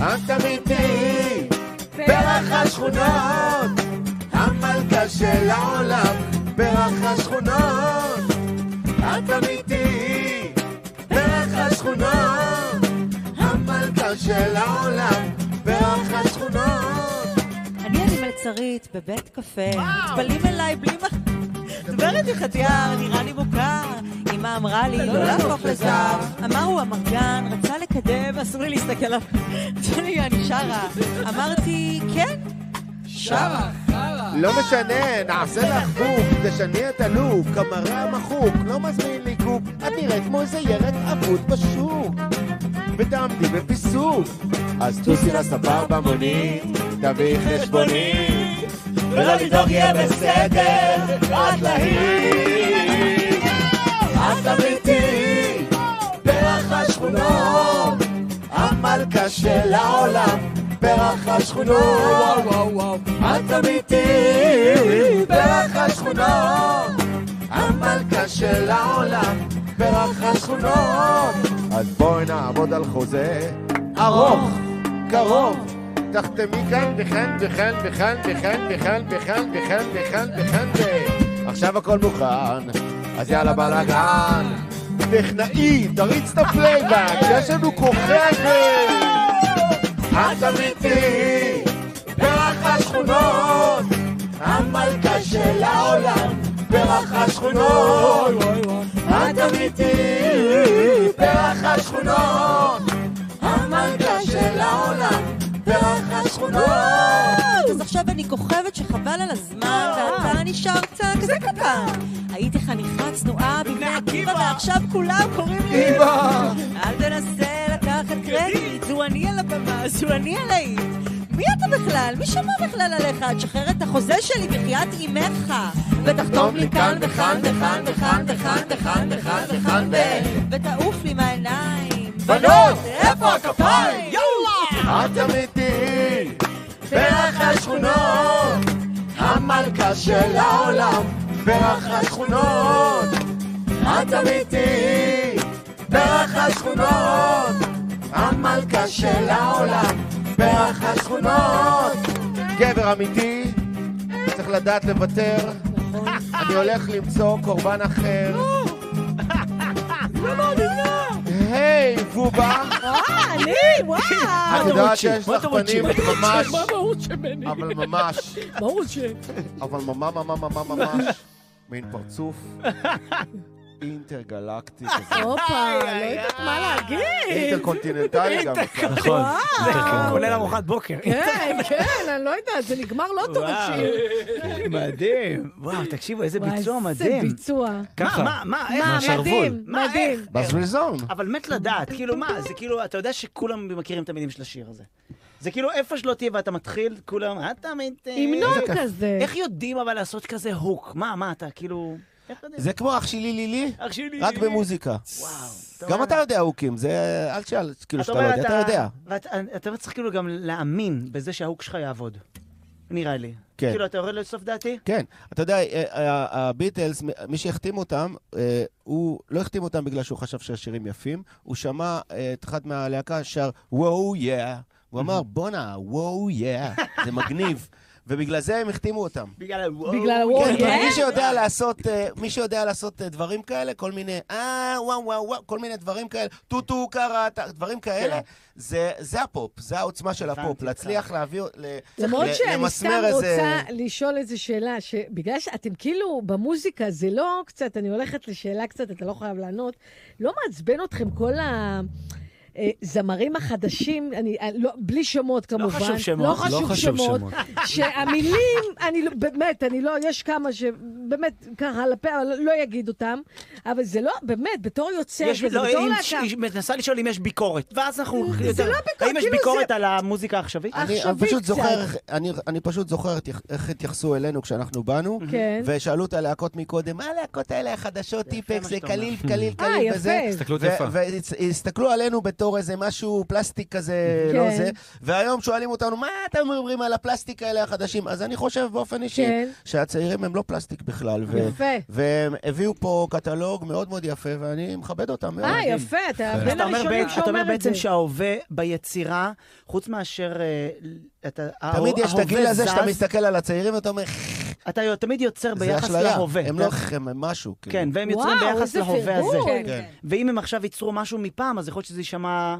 Speaker 8: את אמיתי פרח השכונות המלכה של העולם פרח השכונות את אמיתי פרח השכונות המלכה של העולם פרח השכונות
Speaker 11: אני אני מלצרית בבית קפה, מתפלאים אליי בלי מה... דברת עם חטיאר, נראה לי מוכר. אמא אמרה לי, לא להפוך לזהב. אמר הוא אמרגן, רצה לקדם, אסור לי להסתכל עליו. אמרתי לי, אני שרה. אמרתי, כן, שרה.
Speaker 8: לא משנה, נעשה לך בוק, תשני את הלוק, המראה המחוק, לא מזמין לי קוק, את נראית כמו איזה ירק אבוד בשוק, ותעמדי בפיסוק. אז תוסי לספה במונית, תביאי חשבונית, ולא לדאוג יהיה בסדר, את להיט. את אמיתי, פרח השכונות, המלכה של העולם, פרח השכונות. את אמיתי, פרח השכונות, המלכה של העולם, פרח השכונות. אז בואי נעבוד על חוזה ארוך, קרוב. תחתמי כאן וכאן וכאן וכאן וכאן וכאן וכאן וכאן וכאן וכאן ו... עכשיו הכל מוכן, אז יאללה בלאגן.
Speaker 7: טכנאי, תריץ את הפלייבק, יש לנו כוכבת! את אמיתי, פרח השכונות, המלכה של העולם, פרח השכונות! את אמיתי, פרח השכונות, המלכה של העולם, פרח השכונות!
Speaker 11: וואו, אז עכשיו אני כוכבת שחבל על הזמן, ואתה נשארת כזה קטן. הייתי חניכה צנועה בבני עקיבא, ועכשיו כולם קוראים לי אימא. אל תנסה לקחת קרדיט, זו אני על הבמה, זו אני על האיט. מי אתה בכלל? מי שמע בכלל עליך? תשחרר את החוזה שלי בחייאת אימך. ותחתום לי כאן וכאן וכאן וכאן וכאן וכאן וכאן וכאן ו- ותעוף לי מהעיניים. בנות, איפה הכפיים? יאללה!
Speaker 7: את אמיתי, פרח השכונות, המלכה של העולם, פרח השכונות. את אמיתי, פרח השכונות, המלכה של העולם, פרח השכונות. גבר אמיתי, צריך לדעת לוותר,
Speaker 1: נכון.
Speaker 7: אני הולך למצוא קורבן אחר.
Speaker 1: לא,
Speaker 7: היי, בובה,
Speaker 11: אה, אני? וואו!
Speaker 7: את יודעת שיש לך פנים ממש,
Speaker 3: מה המהות שמני?
Speaker 7: אבל ממש.
Speaker 3: מהות ש...
Speaker 7: אבל ממש ממש ממש ממש, מין פרצוף אינטרגלקטי כזה.
Speaker 3: הופה, לא יודעת מה להגיד.
Speaker 7: אינטרקונטיננטלי גם. קצת.
Speaker 2: נכון.
Speaker 1: כולל ארוחת בוקר.
Speaker 3: כן, כן, אני לא יודעת, זה נגמר לא טוב השיר.
Speaker 1: מדהים. וואו, תקשיבו, איזה ביצוע
Speaker 3: וואי,
Speaker 1: מדהים.
Speaker 3: איזה ביצוע.
Speaker 2: ככה.
Speaker 1: מה, מה, איך?
Speaker 3: מה,
Speaker 2: מהשרוול.
Speaker 3: מדהים,
Speaker 1: מה,
Speaker 3: מדהים.
Speaker 1: איך?
Speaker 7: בזריזון.
Speaker 1: אבל מת לדעת, כאילו מה, זה כאילו, אתה יודע שכולם מכירים את המילים של השיר הזה. זה כאילו איפה שלא תהיה ואתה מתחיל, כולם, "אה, אתה מת...
Speaker 3: המנון כזה.
Speaker 1: איך יודעים אבל לעשות כזה הוק? מה, מה אתה, כאילו... איך אתה יודע?
Speaker 7: זה כמו אח שלי לילי,
Speaker 1: אח שלי.
Speaker 7: רק במוזיקה.
Speaker 1: וואו.
Speaker 7: גם
Speaker 1: אומר-
Speaker 7: אתה יודע הוקים, זה... אל תשאל, כאילו שאתה לא
Speaker 1: אומר,
Speaker 7: יודע, אתה יודע.
Speaker 1: ואתה- אתה צריך כאילו גם להאמין בזה שההוק שלך יעבוד. נראה לי.
Speaker 7: כן.
Speaker 1: כאילו, אתה יורד לסוף דעתי?
Speaker 7: כן, אתה יודע, אה, אה, הביטלס, מ- מי שהחתים אותם, אה, הוא לא החתים אותם בגלל שהוא חשב שהשירים יפים, הוא שמע אה, את אחד מהלהקה שר וואו יא, הוא אמר בואנה, וואו יא, זה מגניב, ובגלל זה הם החתימו אותם.
Speaker 1: בגלל הוואו.
Speaker 3: בגלל הוואו,
Speaker 7: כן,
Speaker 3: כן.
Speaker 7: מי שיודע לעשות, אה, מי שיודע לעשות אה, דברים כאלה, כל מיני, אה, וואו, וואו, וואו, כל מיני דברים כאלה, טוטו קרא, ת- דברים כאלה, זה זה הפופ, זה העוצמה של הפופ,
Speaker 1: כן. הבנתי,
Speaker 7: להצליח להביא, ל-
Speaker 3: למרות
Speaker 7: ל-
Speaker 3: שאני סתם
Speaker 7: למסמר איזה-
Speaker 3: רוצה לשאול איזו שאלה, שבגלל שאתם כאילו במוזיקה, זה לא קצת, אני הולכת לשאלה קצת, אתה לא חייב לענות, לא מעצבן אתכם כל הזמרים החדשים, אני, אה, לא, בלי שמות כמובן.
Speaker 1: חשוב שמות,
Speaker 3: לא
Speaker 1: לא
Speaker 3: חשוב
Speaker 2: חשוב
Speaker 3: שמות.
Speaker 2: שמות.
Speaker 3: שהמילים, אני לא- באמת, אני לא, יש כמה שבאמת ככה על הפה, אבל לא אגיד אותם, אבל זה לא, באמת, בתור יוצר,
Speaker 1: יש,
Speaker 3: כזה,
Speaker 1: לא,
Speaker 3: בתור
Speaker 1: אם-
Speaker 3: להקה.
Speaker 1: היא מנסה לשאול אם יש ביקורת, ואז אנחנו...
Speaker 3: זה
Speaker 1: יותר-
Speaker 3: לא ביקורת,
Speaker 1: האם יש
Speaker 3: כאילו
Speaker 1: ביקורת
Speaker 3: זה-
Speaker 1: על המוזיקה העכשווית?
Speaker 7: אני, אני
Speaker 3: עכשווי
Speaker 7: פשוט
Speaker 3: קצת.
Speaker 7: זוכר, איך- אני, אני פשוט זוכר את- איך התייחסו אלינו כשאנחנו באנו,
Speaker 3: כן.
Speaker 7: ושאלו את הלהקות מקודם, מה הלהקות האלה החדשות, טיפקס,
Speaker 1: מה
Speaker 7: זה
Speaker 1: שאתה אומר."
Speaker 7: קליל, קליל,
Speaker 3: אה,
Speaker 7: קליל
Speaker 3: יפה.
Speaker 7: וזה.
Speaker 2: הסתכלות
Speaker 7: ו-
Speaker 2: יפה.
Speaker 7: והסתכלו עלינו בתור איזה משהו, פלסטיק כזה,
Speaker 3: כן.
Speaker 7: לא זה. והיום שואלים אותנו, מה אתם אומרים על הפלסטיק האלה החדשים? אז אני חושב באופן אישי,
Speaker 3: כן.
Speaker 7: שהצעירים הם לא פלסטיק בכלל. ו-
Speaker 3: יפה.
Speaker 7: והם הביאו פה קטלוג מאוד מאוד יפה, ואני מכבד אותם מאוד.
Speaker 3: אה, יפה, אתה
Speaker 1: אז
Speaker 3: בין
Speaker 1: כן. אתה אומר
Speaker 3: הראשונים
Speaker 1: בעצם- אתה אומר
Speaker 3: שאומר את זה.
Speaker 1: בעצם שההווה ביצירה, חוץ מאשר... אה, אתה-
Speaker 7: תמיד יש את
Speaker 1: ההווה
Speaker 7: הגיל הזה שאתה
Speaker 1: זז,
Speaker 7: מסתכל על הצעירים ואתה אומר,
Speaker 1: אתה תמיד יוצר
Speaker 7: זה
Speaker 1: ביחס
Speaker 7: אשליה,
Speaker 1: להווה.
Speaker 7: הם לא הם משהו. כאילו.
Speaker 1: כן, והם יוצרים
Speaker 3: וואו,
Speaker 1: ביחס
Speaker 3: איזה
Speaker 1: להווה הזה.
Speaker 3: פרגון.
Speaker 11: כן.
Speaker 1: ואם הם עכשיו ייצרו משהו מפעם, אז יכול להיות שזה יישמע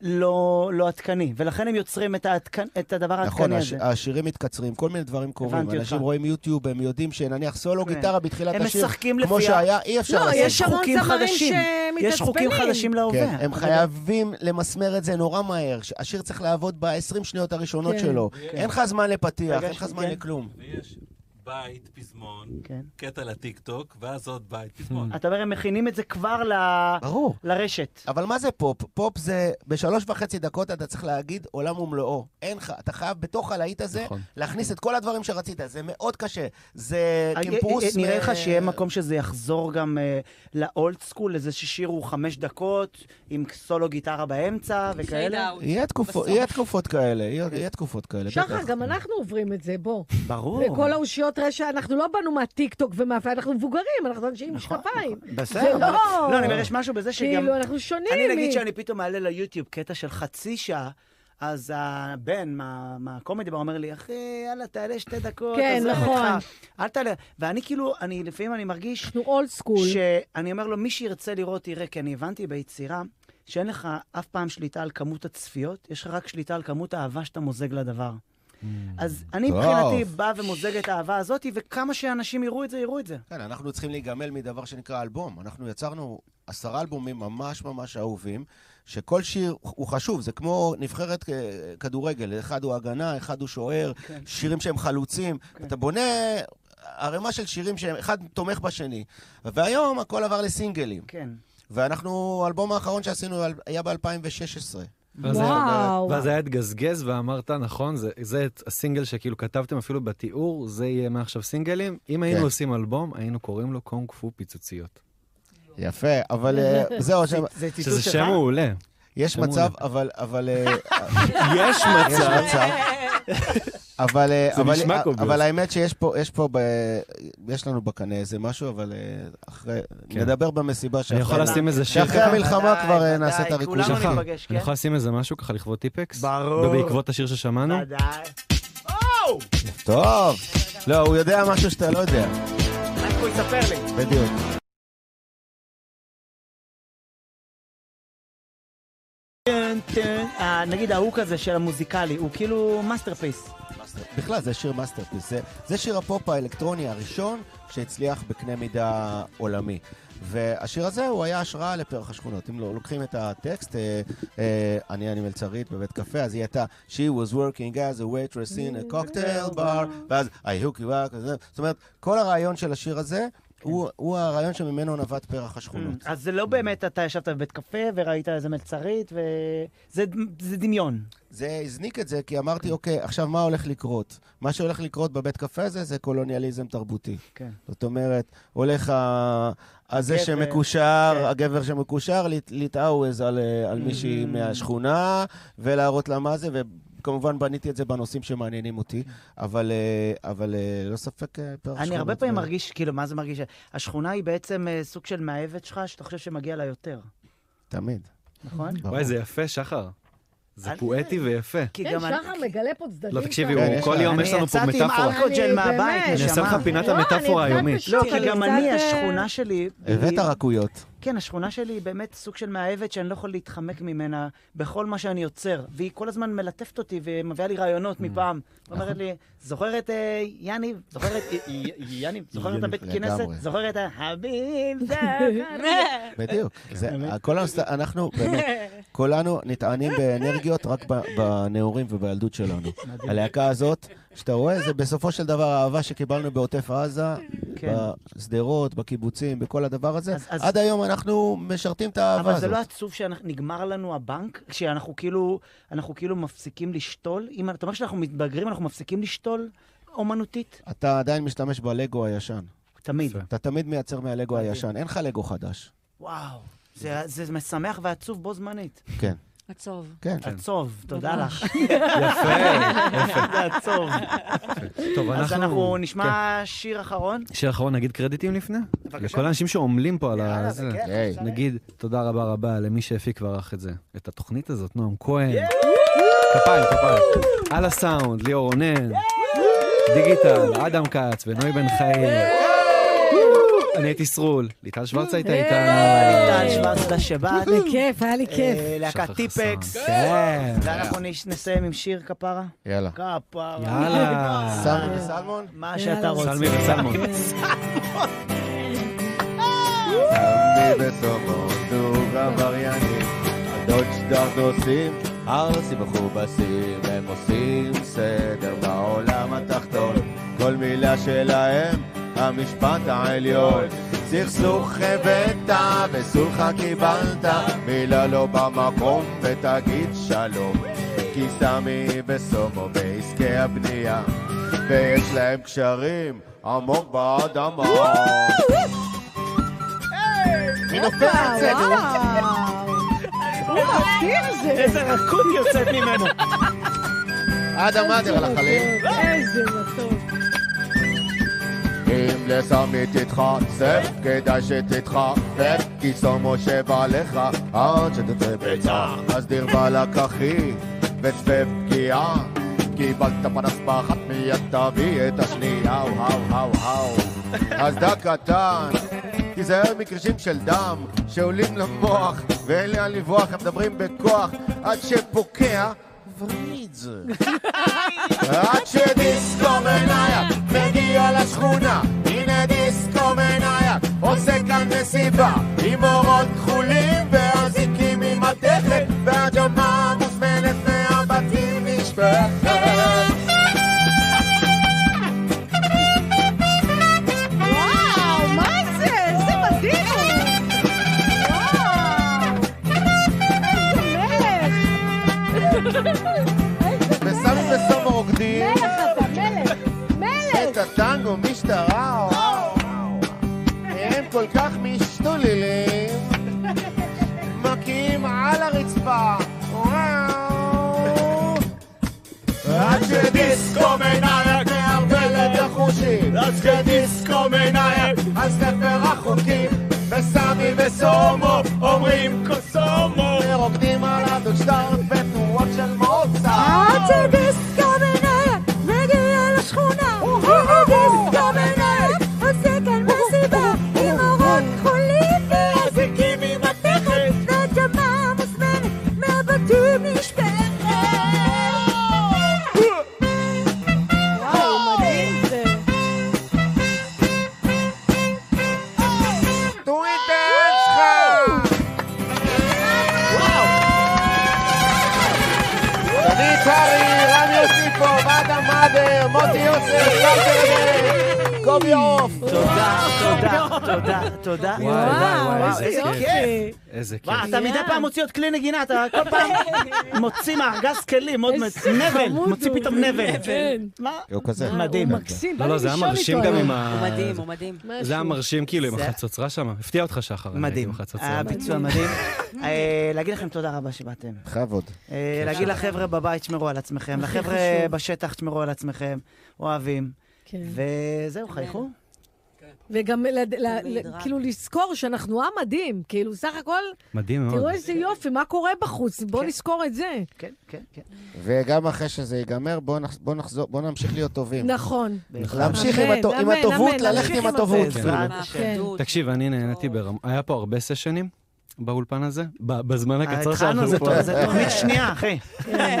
Speaker 1: לא לא עדכני. ולכן הם יוצרים את העדכן- את הדבר
Speaker 7: נכון,
Speaker 1: העדכני
Speaker 7: הש-
Speaker 1: הזה.
Speaker 7: השירים מתקצרים, כל מיני דברים קורים.
Speaker 1: הבנתי
Speaker 7: אנשים
Speaker 1: אותך.
Speaker 7: רואים יוטיוב, הם יודעים שנניח סולו
Speaker 1: כן.
Speaker 7: גיטרה בתחילת
Speaker 1: הם
Speaker 7: השיר,
Speaker 1: משחקים
Speaker 7: כמו
Speaker 1: לפי ה-
Speaker 7: שהיה, אי אפשר
Speaker 3: לא,
Speaker 7: לעשות.
Speaker 3: יש המון
Speaker 1: חוקים
Speaker 3: זמרים
Speaker 1: חדשים. יש חוקים
Speaker 3: שמתעצבנים.
Speaker 1: חדשים להווה.
Speaker 7: כן, הם חייבים למסמר את זה נורא מהר. ש- השיר צריך לעבוד ב-20 שניות הראשונות
Speaker 3: כן.
Speaker 7: שלו. אין לך זמן לפתיח, אין לך
Speaker 1: פגשתי,
Speaker 7: זמן
Speaker 1: כן.
Speaker 7: לכלום.
Speaker 9: יש בית, פזמון,
Speaker 1: כן.
Speaker 9: קטע לטיקטוק, ואז עוד בית, פזמון.
Speaker 1: אתה אומר, הם מכינים את זה כבר ל-
Speaker 7: ברור.
Speaker 1: לרשת.
Speaker 7: אבל מה זה פופ? פופ זה, בשלוש וחצי דקות אתה צריך להגיד עולם ומלואו. אין לך, אתה חייב בתוך הלהיט הזה
Speaker 2: נכון.
Speaker 7: להכניס את כל הדברים שרצית. זה מאוד קשה. זה
Speaker 1: אה, אה,
Speaker 7: קימפוס...
Speaker 1: אה, נראה
Speaker 7: מ-
Speaker 1: לך שיהיה מקום שזה יחזור גם אה, לאולד סקול, איזה ששיר הוא חמש דקות, עם סולו גיטרה באמצע וכאלה?
Speaker 7: יהיה תקופות, יהיה תקופות כאלה, יהיה יהיה תקופות כאלה,
Speaker 3: שחר,
Speaker 7: בטח.
Speaker 3: גם אנחנו עוברים את זה, בוא.
Speaker 1: ברור.
Speaker 3: וכל האושיות רשע, אנחנו לא באנו מהטיקטוק ומהפה, אנחנו מבוגרים, אנחנו אנשים עם משקפיים.
Speaker 1: נכון, בסדר.
Speaker 3: זה לא-
Speaker 1: לא, אני אומר, יש משהו בזה שגם...
Speaker 3: כאילו, אנחנו שונים.
Speaker 1: אני נגיד
Speaker 3: מ-
Speaker 1: שאני פתאום מעלה ליוטיוב קטע של חצי שעה, אז הבן מה- מהקומדי בר אומר לי, אחי, אה, יאללה, תעלה שתי דקות.
Speaker 3: כן,
Speaker 1: עזוב אותך,
Speaker 3: נכון.
Speaker 1: אל תעלה. ואני כאילו, אני לפעמים אני מרגיש
Speaker 3: אנחנו אולד סקול.
Speaker 1: שאני אומר לו, מי שירצה לראות יראה, כי אני הבנתי ביצירה שאין לך אף פעם שליטה על כמות הצפיות, יש לך רק שליטה על כמות האהבה שאתה מוזג לדבר. אז אני
Speaker 7: טוב.
Speaker 1: מבחינתי בא ומוזג את האהבה הזאת, וכמה שאנשים יראו את זה, יראו את זה.
Speaker 7: כן, אנחנו צריכים להיגמל מדבר שנקרא אלבום. אנחנו יצרנו עשרה אלבומים ממש ממש אהובים, שכל שיר הוא חשוב, זה כמו נבחרת אה, כדורגל, אחד הוא הגנה, אחד הוא שוער,
Speaker 1: כן.
Speaker 7: שירים שהם חלוצים. אתה בונה ערימה של שירים שאחד תומך בשני. והיום הכל עבר לסינגלים.
Speaker 1: כן.
Speaker 7: ואנחנו, האלבום האחרון שעשינו היה ב-2016.
Speaker 2: ואז היה-
Speaker 3: וואו.
Speaker 2: ואז היה התגזגז ואמרת, נכון, זה- זה את הסינגל שכאילו כתבתם אפילו בתיאור, זה יהיה מעכשיו סינגלים. אם היינו
Speaker 7: כן.
Speaker 2: עושים אלבום, היינו קוראים לו קונג פו פיצוציות.
Speaker 7: יפה, אבל אה, זהו, עכשיו,
Speaker 1: זה ציטוט
Speaker 2: שזה
Speaker 1: שלך?
Speaker 2: שם מעולה.
Speaker 7: יש
Speaker 2: שמעו
Speaker 7: מצב, אבל, אבל, אה,
Speaker 2: יש
Speaker 7: יש מצב, אבל, אה,
Speaker 2: זה
Speaker 7: אבל,
Speaker 2: נשמע קוביוס.
Speaker 7: אבל האמת שיש פה, יש פה, ב... יש לנו בקנה איזה משהו, אבל אה, אחרי,
Speaker 2: כן.
Speaker 7: נדבר במסיבה שאחרי,
Speaker 2: אני יכול לשים איזה שיר
Speaker 7: שאחרי
Speaker 2: ככה?
Speaker 7: המלחמה
Speaker 1: ודאי,
Speaker 7: כבר אה,
Speaker 1: ודאי,
Speaker 7: נעשה את הריקוד
Speaker 1: כולנו
Speaker 7: שלך.
Speaker 2: שחר,
Speaker 1: ניפגש, כן?
Speaker 2: אני יכול לשים איזה משהו ככה לכבוד טיפקס?
Speaker 1: ברור.
Speaker 2: בעקבות השיר ששמענו?
Speaker 1: ודאי.
Speaker 7: טוב, לא, הוא יודע משהו שאתה לא יודע,
Speaker 1: רק הוא יספר לי.
Speaker 7: בדיוק.
Speaker 1: טן, טן. אה, נגיד ההוא כזה של המוזיקלי, הוא כאילו מאסטרפיס.
Speaker 7: בכלל, זה שיר מאסטרפיס. זה, זה שיר הפופ האלקטרוני הראשון שהצליח בקנה מידה עולמי. והשיר הזה הוא היה השראה לפרח השכונות. אם לא, לוקחים את הטקסט, אה, אה, אני אני מלצרית בבית קפה, אז היא הייתה She was working as a waitress in a cocktail bar, ואז I hook you up, כזה. זאת אומרת, כל הרעיון של השיר הזה, הוא, הוא הרעיון שממנו נווט פרח השכונות.
Speaker 1: אז זה לא באמת, אתה ישבת בבית קפה וראית איזה מלצרית, וזה זה דמיון.
Speaker 7: זה הזניק את זה, כי אמרתי, אוקיי, עכשיו מה הולך לקרות? מה שהולך לקרות בבית קפה הזה, זה קולוניאליזם תרבותי.
Speaker 1: כן.
Speaker 7: זאת אומרת, הולך ה... הזה
Speaker 1: גבר,
Speaker 7: שמקושר,
Speaker 1: כן. Mm-hmm.
Speaker 7: הגבר שמקושר, לת- לטעוויז על, אה, על מישהי מהשכונה, ולהראות לה מה זה, וכמובן בניתי את זה בנושאים שמעניינים אותי, אבל, אה, אבל אה, לא ספק אה, פרח
Speaker 1: כן. אני הרבה
Speaker 7: שכונות,
Speaker 1: פעמים
Speaker 7: אה,
Speaker 1: מרגיש, כאילו, מה זה מרגיש? השכונה היא בעצם אה, סוג של מאהבת שלך, שאתה חושב שמגיע לה יותר,
Speaker 7: תמיד.
Speaker 1: נכון?
Speaker 2: וואי, זה יפה, שחר. זה
Speaker 1: אני-
Speaker 2: פואטי ויפה.
Speaker 1: כי
Speaker 3: כן,
Speaker 1: גם אני-
Speaker 3: שחר מגלה פה צדדים.
Speaker 2: לא, תקשיבי,
Speaker 3: שאתה-
Speaker 7: כן,
Speaker 2: הוא
Speaker 7: יש
Speaker 2: כל
Speaker 7: לה-
Speaker 2: יום
Speaker 1: אני
Speaker 2: יש לנו פה
Speaker 1: יצאתי עם
Speaker 2: מטאפורה.
Speaker 1: אלכוג'ל
Speaker 3: אני
Speaker 1: מהבית,
Speaker 3: באמת-
Speaker 2: אני אעשה לך
Speaker 1: נשמה.
Speaker 2: פינת
Speaker 3: לא, אני
Speaker 2: המטאפורה
Speaker 3: קצת
Speaker 2: היומית.
Speaker 1: לא,
Speaker 3: קשה,
Speaker 1: כי גם
Speaker 3: קצת,
Speaker 1: אני,
Speaker 3: אה,
Speaker 1: השכונה שלי...
Speaker 7: הבאת
Speaker 1: היא-
Speaker 7: רקויות.
Speaker 1: כן, השכונה שלי היא באמת סוג של מאהבת שאני לא יכול להתחמק ממנה בכל מה שאני יוצר. והיא כל הזמן מלטפת אותי ומביאה לי
Speaker 2: Mm.
Speaker 1: רעיונות מפעם.
Speaker 2: נכון.
Speaker 1: אומרת לי, זוכרת אה, יאניב? זוכרת אה, י- יאניב? זוכרת את הבית
Speaker 7: לגמרי.
Speaker 1: כנסת? זוכרת אה, החביב? זכר."
Speaker 7: בדיוק.
Speaker 1: כן.
Speaker 7: זה, כל הנושא, אנחנו באמת, כולנו נטענים באנרגיות רק ב- בנעורים ובילדות שלנו. הלהקה הזאת, שאתה רואה, זה בסופו של דבר האהבה שקיבלנו בעוטף עזה,
Speaker 1: כן.
Speaker 7: בשדרות, בקיבוצים, בכל הדבר הזה.
Speaker 1: אז- אז-
Speaker 7: עד היום אנחנו משרתים את האהבה
Speaker 1: אבל זה
Speaker 7: הזאת.
Speaker 1: לא עצוב שנגמר לנו הבנק? שאנחנו כאילו, אנחנו כאילו מפסיקים לשתול? אם אתה אומר שאנחנו מתבגרים, אנחנו מפסיקים לשתול אומנותית?
Speaker 7: אתה עדיין משתמש בלגו הישן.
Speaker 1: לא- תמיד.
Speaker 7: אתה תמיד מייצר מהלגו הישן, אין לך לגו חדש.
Speaker 1: וואו. זה, זה משמח ועצוב בו זמנית.
Speaker 7: כן,
Speaker 11: עצוב.
Speaker 7: כן.
Speaker 1: עצוב, תודה לך.
Speaker 2: יפה, יפה.
Speaker 1: זה עצוב.
Speaker 2: טוב,
Speaker 1: אז אנחנו נשמע שיר אחרון.
Speaker 2: כן. שיר אחרון, נגיד קרדיטים לפני? לכל האנשים שעמלים פה על ה... זה.
Speaker 1: בכיף,
Speaker 7: היי.
Speaker 1: אפשר.
Speaker 2: נגיד תודה רבה רבה למי שהפיק וערך את זה, את התוכנית הזאת, נועם כהן. כפיים, כפיים. על הסאונד, ליאור רונן, דיגיטל, אדם כץ ונוי בן חיים. אני הייתי סרול, ליטל שוורץ הייתה איתנו.
Speaker 1: טל שוורץ, תודה שבאת.
Speaker 3: בכיף, היה לי כיף.
Speaker 1: אה, להקת
Speaker 2: שחר
Speaker 1: טיפקס.
Speaker 2: חסון.
Speaker 1: ואנחנו נש- נסיים עם שיר כפרה.
Speaker 7: יאללה.
Speaker 1: כפרה.
Speaker 2: יאללה.
Speaker 7: סמי וסלמון?
Speaker 1: מה שאתה
Speaker 3: יאללה.
Speaker 1: רוצה.
Speaker 2: סלמי וסלמון.
Speaker 7: סמי וסלמון, זוג עבריינים, הדוד שדך נוסעים, ערסים מכובסים, הם עושים סדר בעולם התחתון, כל מילה שלהם, המשפט העליון. סכסוך הבאת, וסולחה קיבלת, מילה לא במקום, ותגיד שלום. כי סמי וסומו בעסקי הבנייה, ויש להם קשרים עמוק באדמה. מי נופח את זה?
Speaker 1: איזה רכות יוצאת ממנו.
Speaker 7: אדם אדר על החליל.
Speaker 3: איזה מתוק.
Speaker 7: אם לסמי תתחצף, כדאי שתתחפף, כי סומו שבא לך, עד שתצא ביצה. אז דיר בלק אחי,
Speaker 4: ובפגיעה קיבלת פנס באחת מיד תביא את השנייה, האו האו האו האו אז דה קטן, תיזהר מקרשים של דם שעולים למוח ואין לאן לברוח, הם מדברים בכוח עד שפוקע וריד זה עד שדיסקו מנייק מגיע לשכונה הנה דיסקו מנייק עושה כאן מסיבה עם אורות כחולים ואזיקים עם מתכת והג'מה מוזמנת מהבתים נשפכת
Speaker 11: וואו, מה זה? איזה מדהים! וואו! איזה מלך!
Speaker 4: ושם ושם רוקדים
Speaker 11: מלך אתה, מלך! מלך!
Speaker 4: את הטנגו משטרה וואו, וואו. הם כל כך משתוללים מכים על הרצפה וואו עד שדיסקו מנייק מערבל את החושים עד שדיסקו מנייק על ספר החוקים וסמי וסומו אומרים קוסומו ורוקדים על הדושטרט בתנועות של מוצא
Speaker 11: עד שדיסקו מנייק מגיע לשכונה הנה דיסקו מנייק עושה כאן מסיבה עם אורות כחולים ואזיקים עם מתכת והג'מה מוזמנת מהבתים נשפכת וואו, מדהים זה.
Speaker 4: טוויטר שלך! דני קרעי, רן יוסיפוב, אדם מאדר, מוטי יוסף, קרטרמן, קובי עוף.
Speaker 1: תודה, תודה, תודה, תודה.
Speaker 2: וואי, וואי, וואי,
Speaker 1: וואו,
Speaker 2: איזה
Speaker 1: איזה
Speaker 2: כיף.
Speaker 1: כיף.
Speaker 2: איזה כיף.
Speaker 1: וואו, אתה מדי פעם מוציא עוד כלי נגינה, אתה כל פעם מוציא מארגז כלים, עוד מעט-
Speaker 3: איזה
Speaker 1: נבל,
Speaker 3: חמוד
Speaker 1: מוציא
Speaker 3: הוא.
Speaker 1: פתאום נבל.
Speaker 3: כן.
Speaker 1: מה?
Speaker 7: הוא כזה.
Speaker 1: מדהים.
Speaker 3: הוא מקסים, בא
Speaker 2: לא,
Speaker 3: לי
Speaker 2: לא, זה היה
Speaker 3: לישון
Speaker 2: מרשים
Speaker 3: איתו
Speaker 2: גם
Speaker 3: היום.
Speaker 2: עם ה...
Speaker 11: הוא מדהים, הוא מדהים.
Speaker 2: זה היה מרשים כאילו עם
Speaker 11: זה-
Speaker 2: החצוצרה שם. הפתיע אותך, שחר. אני הייתי
Speaker 1: מדהים.
Speaker 2: עם החצוצרה.
Speaker 1: הביצוע מדהים. אה, להגיד לכם תודה רבה שבאתם.
Speaker 7: בכבוד.
Speaker 1: אה, להגיד לחבר'ה בבית, שמרו על עצמכם.
Speaker 3: הכי
Speaker 1: לחבר'ה
Speaker 3: חשוב.
Speaker 1: בשטח, שמרו על עצמכם. אוהבים.
Speaker 3: כן.
Speaker 1: וזהו, חייכו.
Speaker 3: וגם ל- ל-
Speaker 11: מדרג.
Speaker 3: כאילו לזכור שאנחנו עם מדהים, כאילו סך הכל,
Speaker 2: מדהים מאוד.
Speaker 3: תראו איזה יופי, מה קורה בחוץ, בואו נזכור את זה.
Speaker 1: כן, כן, כן.
Speaker 7: וגם אחרי שזה ייגמר, בוא נח- בוא נחזור, בוא נמשיך להיות טובים.
Speaker 3: נכון.
Speaker 7: להמשיך עם
Speaker 3: אמן,
Speaker 7: הטו- עם
Speaker 3: אמן,
Speaker 7: הטובות,
Speaker 3: אמן,
Speaker 7: ללכת
Speaker 3: להמשיך
Speaker 7: עם
Speaker 3: עם כן.
Speaker 7: הטובות.
Speaker 1: זה,
Speaker 7: כאילו.
Speaker 1: בעזרת השם.
Speaker 11: האחדות.
Speaker 2: כן. תקשיב, אני נהניתי ברמה... היה פה הרבה סשנים באולפן הזה, ב- בזמן הקצר
Speaker 1: אה,
Speaker 2: כן,
Speaker 1: התחלנו,
Speaker 2: שאנחנו
Speaker 1: זה
Speaker 2: פה.
Speaker 1: טוב, זה תוכנית שנייה, אחי.
Speaker 3: כן,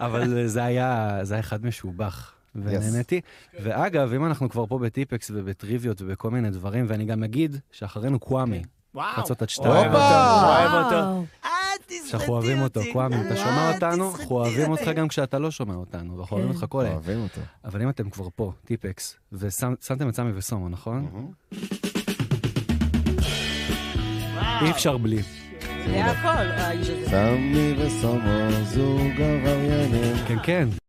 Speaker 2: אבל אה, זה היה, זה היה אחד משובח. ונהניתי. ואגב, אם אנחנו כבר פה בטיפקס ובטריוויות ובכל מיני דברים, ואני גם אגיד שאחרינו קוואמי,
Speaker 1: כן. וואו.
Speaker 2: רצות עד שתיים,
Speaker 7: הופה!
Speaker 1: אוהב אותו.
Speaker 3: וואו.
Speaker 2: שאנחנו אוהבים אותו, קוואמי, אתה שומע אותנו, אנחנו אוהבים אותך גם כשאתה לא שומע אותנו, ואנחנו אוהבים
Speaker 3: כן.
Speaker 2: אותך כל היום.
Speaker 7: אוהבים אותו.
Speaker 2: אבל אם אתם כבר פה, טיפקס, ושמתם את סמי וסומו, נכון? אי אפשר בלי.
Speaker 11: זה הכל, האיש הזה.
Speaker 7: סמי וסומו זוג עבריינים.
Speaker 2: כן, כן.